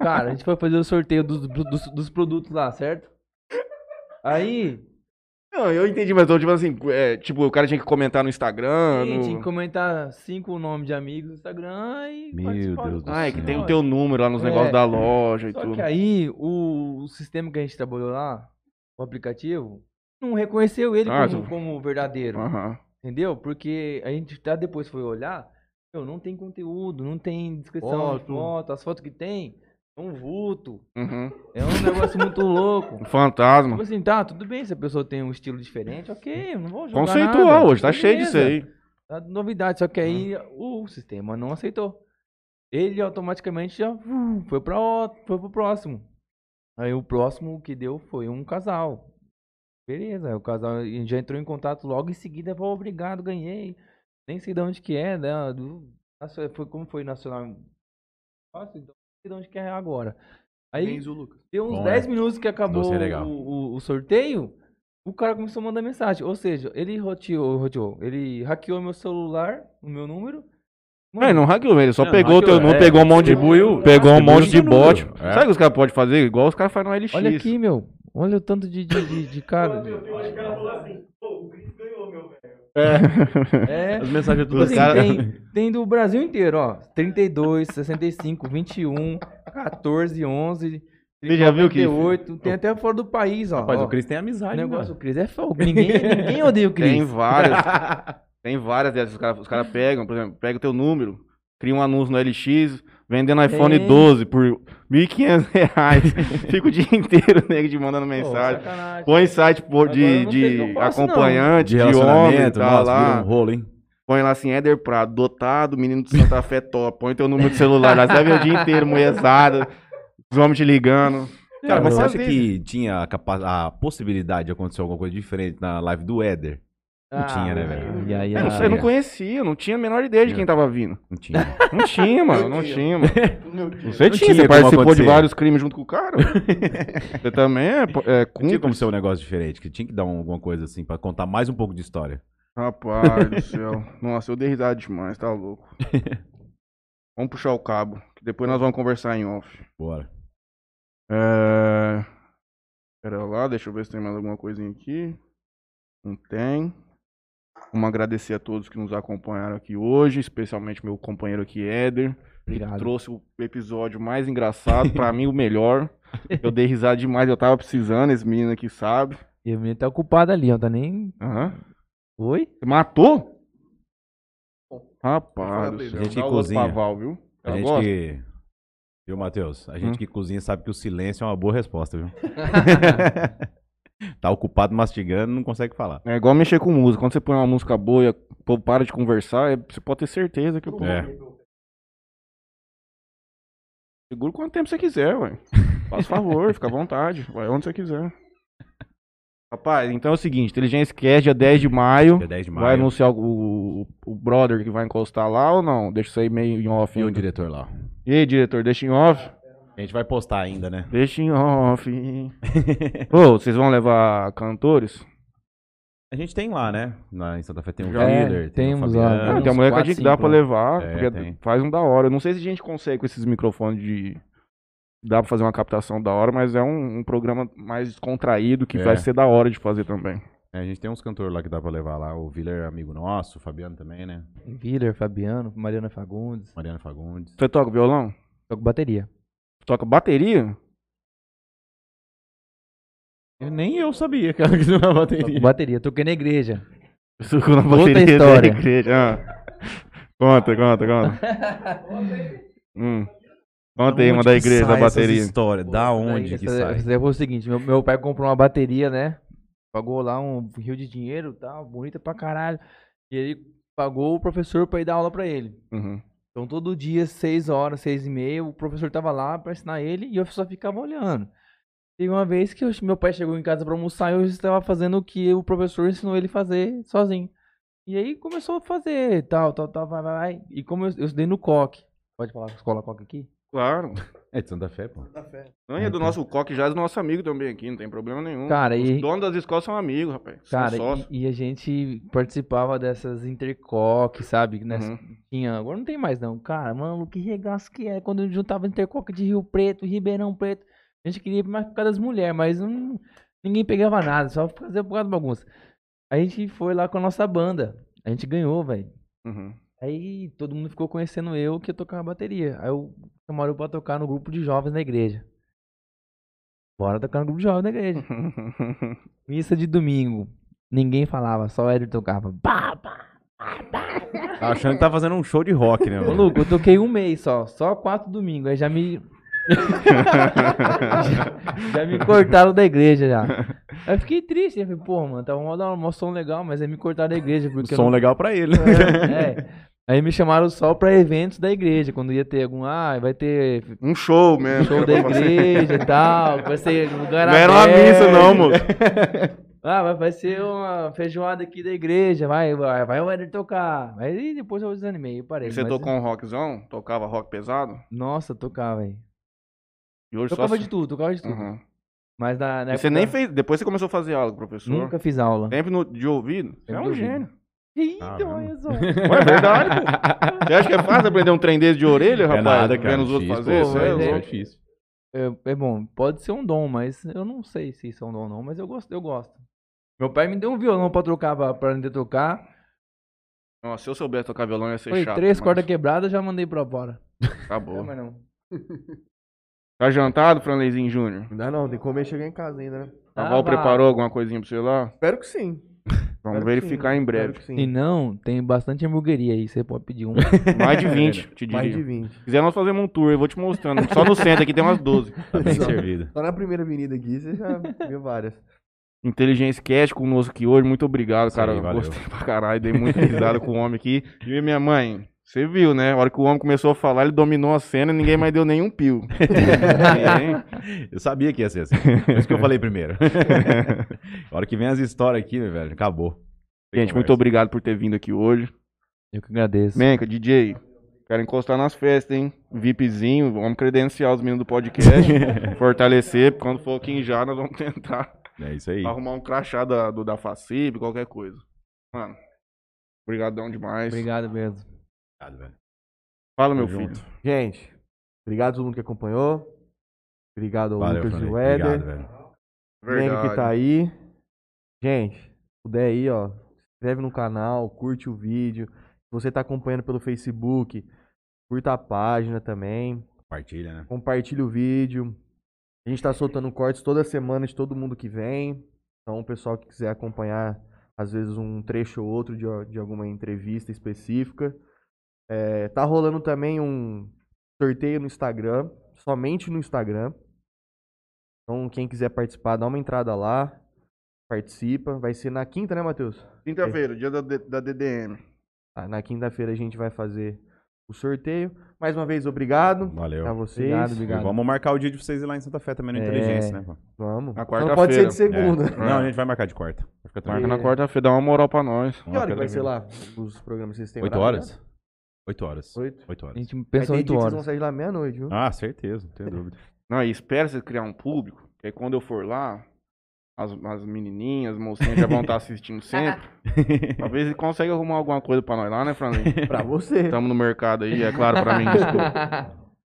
C: Cara, a gente foi fazer o sorteio dos, dos, dos produtos lá, certo? Aí,
A: Não, eu entendi, mas eu, tipo assim, é, tipo, o cara tinha que comentar no Instagram.
C: Sim,
A: no-
C: tinha que comentar cinco nomes de amigos no Instagram e
D: Meu
C: participar
D: Deus
C: do-
D: do
A: Ah, é que
D: Senhor.
A: tem o teu número lá nos
C: É.
A: negócios da loja e
C: Só
A: tudo.
C: que aí, o, o sistema que a gente trabalhou lá, o aplicativo, não reconheceu ele
A: Ah,
C: como,
A: tu- Ah.
C: como verdadeiro.
A: Aham.
C: Entendeu? Porque a gente até depois foi olhar, meu, não tem conteúdo, não tem descrição de
B: Foto.
C: foto, as fotos que tem é um vulto,
A: Uhum.
C: é um negócio muito louco.
A: Um Fantasma.
C: Tipo assim, tá, tudo bem se a pessoa tem um estilo diferente, ok, eu não vou jogar
A: Conceitual
C: nada,
A: hoje, tá cheio disso
C: beleza.
A: aí. Uhum.
C: Tá novidade, só que aí o sistema não aceitou. Ele automaticamente já uh, foi para foi pro próximo. Aí o próximo que deu foi um casal. Beleza, aí o casal já entrou em contato logo em seguida, falou, obrigado, ganhei. Nem sei de onde que é, né? Do, nacio- foi, como foi nacional? Nossa, então não sei de onde que é agora. Aí
B: Benzo, Lucas.
C: deu uns
D: Bom,
C: 10 minutos que acabou
D: Doce é legal.
C: o, o- o sorteio, o cara começou a mandar mensagem. Ou seja, ele roteou, roteou, ele hackeou meu celular, o meu número.
A: É, não hackeou, ele só
D: Não,
A: pegou o teu
D: hackeou,
A: número,
D: é,
A: pegou um monte de.
D: distribuiu-
A: Pegou um
D: distribuiu
A: monte de
D: seu número,
A: bot.
D: é.
A: Sabe o que os caras podem fazer? Igual os caras fazem no LX.
C: Olha aqui, meu. Olha o tanto de, de, de, de cara. É.
D: As mensagens
C: Tipo
D: todas
C: assim,
D: cara...
C: tem, tem do Brasil inteiro, ó. 32, 65, 21, 14, 11,
A: Você já viu que-
C: 38. Tem até fora do país, ó.
D: Rapaz,
C: ó.
D: o Cris tem
C: O
D: amizade,
C: negócio,
D: negócio...
C: o Cris é fogo. Ninguém, ninguém odeia o Cris.
A: Tem várias. tem várias dessas. Os caras cara pegam, por exemplo, pega o teu número, cria um anúncio no LX, vendendo iPhone
C: Tem.
A: 12 por R$ 1.500 reais. Fica o dia inteiro, nego, te mandando
C: Pô,
A: mensagem.
C: sacanagem.
A: Põe site pô,
C: Agora eu
A: de,
C: não
A: de
C: sei, não posso, não.
A: acompanhante,
D: De
A: de, homem,
D: relacionamento,
A: tá
D: nossa,
A: lá.
D: vira um rolo, hein?
A: Põe lá assim, Éder Prado, dotado, menino de Santa Fé top. Põe teu número de celular lá, você vai ver o dia inteiro, mulherzada, os homens te ligando.
D: Cara, mas você
A: Não,
D: acha
A: não.
D: que tinha a, capa- a possibilidade de acontecer alguma coisa diferente na live do Éder?
C: Ah,
D: Não tinha, né, velho?
C: ai, ai,
A: Eu não, sei,
C: ai.
A: eu não conhecia, não tinha a menor ideia de
D: É.
A: quem tava vindo.
D: Não tinha.
A: Não tinha, mano, não tinha, mano.
B: Meu
A: Você tinha,
D: Não tinha
A: você
D: como
A: participou de
D: acontecer.
A: vários crimes junto com o cara. você também é, é
D: Não tinha
A: cúmplice.
D: como ser um negócio diferente, que tinha que dar um- alguma coisa assim pra contar mais um pouco de história.
A: Rapaz do céu. Nossa, eu dei risada demais, tá louco. vamos puxar o cabo, que depois nós vamos conversar em off.
D: Bora.
A: É... Pera lá, deixa eu ver se tem mais alguma coisinha aqui. Não tem. Vamos agradecer a todos que nos acompanharam aqui hoje, especialmente meu companheiro aqui, Éder,
C: Obrigado.
A: trouxe o episódio mais engraçado, pra mim o melhor. Eu dei risada demais, eu tava precisando, esse menino aqui sabe.
C: E a menina tá ocupada ali, ó. Tá nem.
A: Aham.
C: Oi?
A: Você Matou?
B: Fala
A: Rapaz,
B: pra
A: do
B: ele.
A: céu.
D: A gente
A: Dá um o
D: que
A: outro
D: cozinha.
A: pra Val, viu?
D: A
A: Ela
D: gente
A: gosta?
D: que. Viu, Matheus? A gente
A: Hum.
D: que cozinha sabe que o silêncio é uma boa resposta, viu? tá ocupado mastigando, não consegue falar.
A: É igual mexer com música. Quando você põe uma música boa e o povo para de conversar, é- você pode ter certeza que o povo.
D: É.
A: Segura quanto tempo você quiser, ué. Faz favor, fica à vontade. Vai onde você quiser. Rapaz, então é o seguinte: Inteligência Cast, dia 10 de maio.
D: Dia 10 de
A: Vai
D: maio.
A: anunciar o, o, o brother que vai encostar lá ou não? Deixa isso aí meio em off.
D: E o
A: ainda.
D: diretor lá.
A: E aí, diretor, deixa em off?
D: A gente vai postar ainda, né?
A: Deixa em off. Ô, vocês vão levar cantores?
D: A gente tem lá, né? Na, em Santa Fé tem o
A: Já
C: é,
D: Wheeler, tem o
C: temos
D: Fabiano.
C: lá,
A: Ah,
C: uns
A: tem a mulher que
C: quatro,
A: que dá
C: cinco,
A: pra
C: né?
A: levar,
D: É,
A: porque
D: tem.
A: faz um da hora. Eu não sei se a gente consegue com esses microfones de. Dá pra fazer uma captação da hora, mas é um, um programa mais descontraído que
D: É.
A: vai ser da hora de fazer também.
D: É, a gente tem uns cantores lá que dá pra levar lá. O Wheeler é amigo nosso, o Fabiano também, né?
C: Willer, Fabiano, Mariana Fagundes.
D: Mariana Fagundes.
A: Você toca violão?
C: Toco bateria.
A: Toca bateria?
D: nem eu sabia que ela quis na
C: Toco
D: bateria.
C: bateria. Toquei na igreja.
A: Suco na
C: Outra
A: bateria da
C: história.
A: igreja, ah. Conta, conta, conta. Hum. Conta aí uma da igreja, da bateria.
D: História? É Da onde que
C: Essa-
D: sai?
C: essa daí foi o seguinte: meu, meu pai comprou uma bateria, né? Pagou lá um rio de dinheiro e tal, bonita pra caralho. E ele pagou o professor pra ir dar aula pra ele.
A: Uhum.
C: Então todo dia, seis horas, seis e meia, o professor tava lá pra ensinar ele e eu só ficava olhando. Teve uma vez que eu- meu pai chegou em casa pra almoçar e eu estava fazendo o que o professor ensinou ele a fazer sozinho. E aí começou a fazer, tal, tal, tal, vai, vai, vai. E como eu, eu estudei no COC. Pode falar escola COC aqui?
A: Claro.
D: É de Santa Fé, pô.
A: Não, e é do nosso coque já é do nosso amigo também aqui, não tem problema nenhum.
C: Cara,
A: Os
C: e,
A: donos das escolas são amigos, rapaz.
C: cara,
A: são sócios.
C: e, e a gente participava dessas intercoque, sabe? Nessa,
A: Uhum.
C: Tinha, agora não tem mais não. Cara, mano, que regaço que é. Quando eu juntava Intercoque de Rio Preto, Ribeirão Preto. A gente queria ir mais por causa das mulheres, mas não, Ninguém pegava nada, só fazia por causa da bagunça. A gente foi lá com a nossa banda. A gente ganhou, velho.
A: Uhum.
C: Aí todo mundo ficou conhecendo eu que eu tocava bateria. Aí eu chamaram eu pra tocar no grupo de jovens da igreja. Bora tocar no grupo de jovens da igreja.
A: uhum.
C: Missa de domingo. Ninguém falava, só o Éder tocava. Pá, pá.
D: Tá achando que tá fazendo um show de rock, né?
C: Ô, Luco, eu toquei um mês só. Só quatro domingos. Aí já me. Já me cortaram da igreja já. Aí eu fiquei triste. Eu falei, pô, mano, tava rolando um maior som legal, mas aí me cortaram da igreja. Porque eu
D: Som
C: não-
D: legal pra ele. né?
C: É. Aí me chamaram só pra eventos da igreja, quando ia ter algum, ah, vai ter
A: Um show mesmo. assim,
C: show da igreja e tal, vai ser um lugar
A: Não era uma
C: aberto.
A: missa, não, moço.
C: Ah, vai- vai ser uma feijoada aqui da igreja, vai, vai, vai o Éder tocar. Aí depois eu desanimei, eu parei.
A: Você
C: mas-
A: tocou um rockzão? Tocava rock pesado?
C: Nossa, eu tocava, velho.
A: E hoje
C: Tocava
A: só...
C: de tudo, tocava de tudo.
A: Uhum.
C: Mas na, na
A: E Você nem fez. Depois você começou a fazer aula com o professor.
C: Nunca fiz aula.
A: Sempre no- de ouvido. Você é
C: de
A: um
C: ouvido.
A: gênio.
C: Ih,
D: Ah,
C: então,
D: mesmo?
C: olha só.
A: Pô, é verdade, pô. Você acha que é fácil aprender um trem desse de orelha, rapaz?
D: É nada, cara.
A: Vendo os outros fazer?
D: Difícil, pô,
A: Você
C: é
A: é
D: isso
A: louco.
D: é difícil.
C: É, é bom, pode ser um dom, mas eu não sei se isso é um dom ou não, mas eu gosto, eu gosto. Meu pai me deu um violão pra trocar, pra, pra aprender a tocar.
A: Nossa, se eu soubesse tocar violão ia ser
C: Foi
A: é chato.
C: três
A: mas
C: cordas quebradas, já mandei pra fora.
A: Acabou.
C: Não, mas não.
A: Tá jantado, Franleizinho Júnior?
B: Ainda não, tem que comer e chegar em casa ainda, né?
A: A
C: Ah,
A: Val
C: vá.
A: preparou alguma coisinha pra você lá?
B: Espero que sim.
A: Vamos
B: Espero que
A: verificar
B: sim. né?
A: em breve.
B: Espero que
C: Se
B: sim.
C: não, tem bastante hamburgueria aí, você pode pedir um.
A: Mais de 20, te
B: Mais de
A: diria.
B: 20.
A: Se quiser, nós fazemos um tour, eu vou te mostrando. Só no centro aqui tem umas 12.
D: Tá bem
B: Só-
D: servido.
B: Só na primeira avenida aqui você já viu várias.
A: Inteligência Cast conosco aqui hoje. Muito obrigado,
D: Isso
A: cara.
D: aí, valeu.
A: Gostei pra caralho. Dei muita risada com o homem aqui. E minha mãe, você viu, né? A hora que o homem começou a falar, ele dominou a cena e ninguém mais deu nenhum pio. É, hein?
D: Eu sabia que ia ser assim. Por isso que eu falei primeiro. A hora que vem as histórias aqui, meu velho, acabou. Tem
A: Gente, muito
D: conversa.
A: obrigado por ter vindo aqui hoje.
C: Eu que agradeço.
A: Menca, DJ, quero encostar nas festas, hein? VIPzinho, vamos credenciar os meninos do podcast. fortalecer, porque quando for aqui em Já, nós vamos tentar
D: É isso aí.
A: arrumar um crachá da, do, da Facib, qualquer coisa. Mano, brigadão demais.
C: Obrigado mesmo.
D: Obrigado, velho.
A: Fala, meu
D: Tamo
A: filho.
D: junto.
B: Gente, obrigado a todo mundo que acompanhou. Obrigado ao
D: Valeu,
B: Lucas e
D: Franley.
B: o
D: Obrigado,
B: Éder.
D: velho.
B: Nego que tá aí. Gente, se puder aí, ó, se inscreve no canal, curte o vídeo. Se você tá acompanhando pelo Facebook, curta a página também.
D: Compartilha, né?
B: Compartilha o vídeo. A gente tá soltando cortes toda semana de todo mundo que vem. Então, o pessoal que quiser acompanhar, às vezes, um trecho ou outro de, de alguma entrevista específica. É, tá rolando também um sorteio no Instagram, somente no Instagram. Então, quem quiser participar, dá uma entrada lá. Participa. Vai ser na quinta, né, Matheus?
A: Quinta-feira, dia da, D- da DDM.
B: Ah, Na quinta-feira a gente vai fazer o sorteio. Mais uma vez, obrigado
D: Valeu.
B: a vocês.
C: Obrigado, obrigado.
D: E Vamos marcar o dia de vocês ir lá em Santa Fé também no
B: Tá É.
D: Inteligência, né? pô?
B: Vamos.
A: Na
B: Só não pode ser de segunda.
D: É. Não, a gente vai marcar de quarta. Vai ficar
A: Marca
D: tranquilo.
A: na quarta-feira, dá uma moral pra nós.
B: Que hora que vai ser lá os programas que vocês têm?
D: 8
B: horário,
D: horas? 8 horas.
B: né? Oito. Então.
D: 8
C: A
D: horas.
C: gente
B: Mas
C: pensou
B: tem
C: em
B: dia que vocês vão
C: horas.
B: sair de lá meia-noite, viu?
D: Ah, certeza, não tenho dúvida.
A: Não, e espera você criar um público, que aí quando eu for lá, as, as menininhas, as mocinhas já vão estar assistindo sempre. Talvez ele consiga arrumar alguma coisa pra nós lá, né, Franley?
B: Pra você.
A: Estamos no mercado aí, é claro pra mim, desculpa.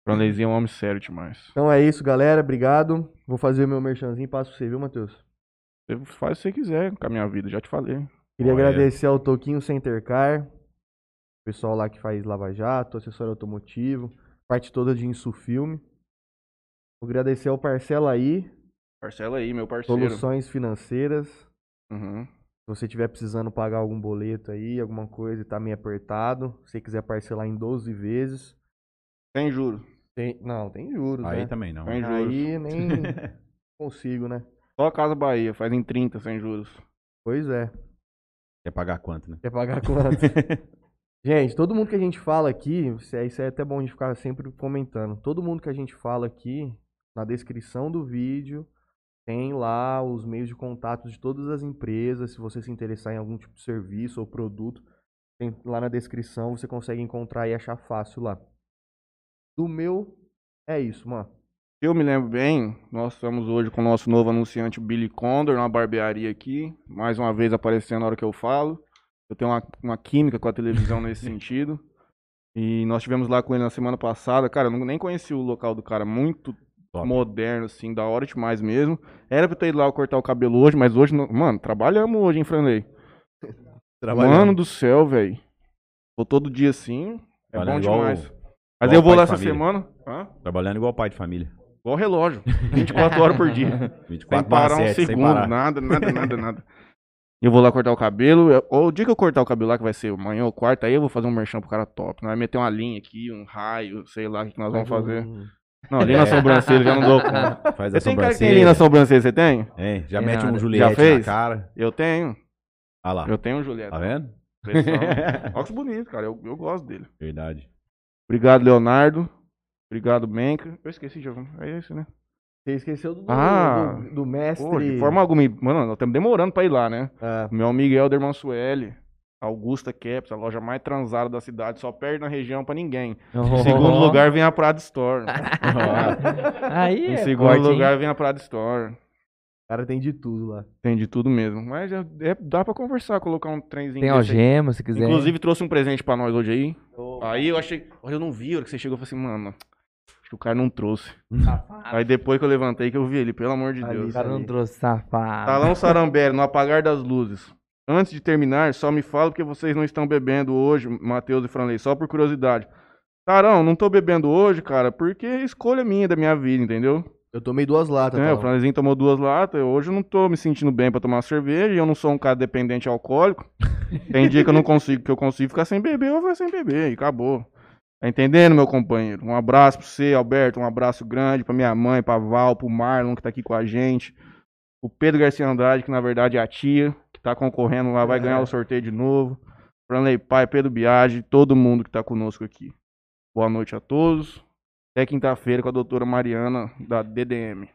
A: Franleizinho é um homem sério demais.
B: Então é isso, galera. Obrigado. Vou fazer o meu merchanzinho e passo pra você, viu, Matheus?
A: Você faz o que você quiser com a minha vida, já te falei.
B: Queria
D: Olha.
B: agradecer ao Toquinho Center Car, o pessoal lá que faz Lava Jato, acessório automotivo, parte toda de Insufilme. Vou agradecer ao Parcela aí,
A: Parcela aí, meu parceiro.
B: Soluções Financeiras.
A: Uhum.
B: Se você estiver precisando pagar algum boleto aí, alguma coisa e tá meio apertado, se você quiser parcelar em 12 vezes.
A: Sem juros.
B: Tem, não, tem juros,
D: Aí
B: né?
D: também não.
A: Tem juros.
B: Aí nem consigo, né?
A: Só a Casa Bahia, faz em 30 sem juros.
B: Pois é.
D: Quer pagar quanto, né?
B: Quer pagar quanto? gente, todo mundo que a gente fala aqui, isso é, isso é até bom de ficar sempre comentando. Todo mundo que a gente fala aqui, na descrição do vídeo, tem lá os meios de contato de todas as empresas. Se você se interessar em algum tipo de serviço ou produto, tem lá na descrição, você consegue encontrar e achar fácil lá. Do meu, é isso, mano.
A: Se eu me lembro bem, nós estamos hoje com o nosso novo anunciante Billy Condor, uma barbearia aqui. Mais uma vez aparecendo na hora que eu falo. Eu tenho uma, uma química com a televisão nesse sentido. E nós tivemos lá com ele na semana passada. Cara, eu não- nem conheci o local do cara. Muito
D: Top.
A: moderno, assim, da hora demais mesmo. Era pra eu ter ido lá cortar o cabelo hoje, mas hoje, não- mano, trabalhamos hoje, hein, Franley? Mano do céu, velho. Tô todo dia assim, é
D: Trabalhando
A: bom
D: igual-
A: demais. Mas
D: igual
A: eu vou
D: pai
A: lá
D: de
A: essa
D: família.
A: semana, hã?
D: Trabalhando igual pai de família.
A: igual relógio, 24 horas por dia.
D: 24
A: Sem parar um
D: barra sete, sem
A: segundo,
D: parar.
A: nada, nada, nada, nada. Eu vou lá cortar o cabelo. eu- Ou o dia que eu cortar o cabelo lá, que vai ser amanhã ou quarta, aí eu vou fazer um merchan pro cara top. Nós vai meter uma linha aqui, um raio, sei lá o que que nós vamos
B: Uhum.
A: fazer. Não, linha na
D: É.
A: sobrancelha, já não dou conta.
D: Faz a
A: Você tem cara que tem linha na
D: sobrancelha.
A: sobrancelha, você tem?
D: Hein? Já
C: Tem
D: mete
C: nada.
D: um
C: Já
D: Juliette na
A: fez?
D: cara.
A: Eu tenho.
D: Ah lá.
A: Eu tenho um
D: Tá
A: Julieta.
D: vendo?
A: pessoal. Olha que bonito, cara. Eu, eu gosto dele.
D: Verdade.
A: Obrigado, Leonardo. Obrigado, Benca. Eu esqueci, já. É isso, né?
B: Você esqueceu do,
A: Ah.
B: do, do mestre.
A: Pô, de forma alguma. Mano, nós estamos demorando pra ir lá, né?
B: Ah,
A: Meu amigo Helder Mansueli, Augusta Caps, a loja mais transada da cidade, só perde na região pra ninguém. Em segundo lugar vem a Prada Store.
C: Aí
A: em
C: é
A: segundo
C: corte, hein?
A: lugar vem a Prada Store.
B: o cara tem de tudo lá.
A: Tem de tudo mesmo. Mas é, é- dá pra conversar, colocar um trenzinho.
C: Tem
A: desse aí.
C: algema, se quiser.
A: Inclusive trouxe um presente pra nós hoje aí. Aí eu achei. Olha, eu não vi, a hora que você chegou, eu falei assim, mano. Acho que o cara não trouxe. Aí depois que eu levantei, que eu vi ele, pelo amor de
B: Ali,
A: Deus.
C: o cara não trouxe safado.
A: Salão Sarambero, no apagar das luzes. Antes de terminar, só me fala porque vocês não estão bebendo hoje, Matheus e Franley, só por curiosidade. Tarão, não tô bebendo hoje, cara, porque é escolha minha da minha vida, entendeu?
B: Eu tomei duas latas.
A: É,
B: tá
A: o
B: lá.
A: Franlezinho tomou duas latas, eu hoje eu não tô me sentindo bem pra tomar cerveja, e eu não sou um cara dependente alcoólico. Tem dia que eu não consigo, que eu consigo ficar sem beber, eu vou sem beber, e acabou. Tá entendendo, meu companheiro? Um abraço pra você, Alberto, um abraço grande pra minha mãe, pra Val, pro Marlon, que tá aqui com a gente. O Pedro Garcia Andrade, que na verdade é a tia, que tá concorrendo lá, vai ganhar o sorteio de novo. Franley Pai, Pedro Biagi, todo mundo que tá conosco aqui. Boa noite a todos. Até quinta-feira com a doutora Mariana, da DDM.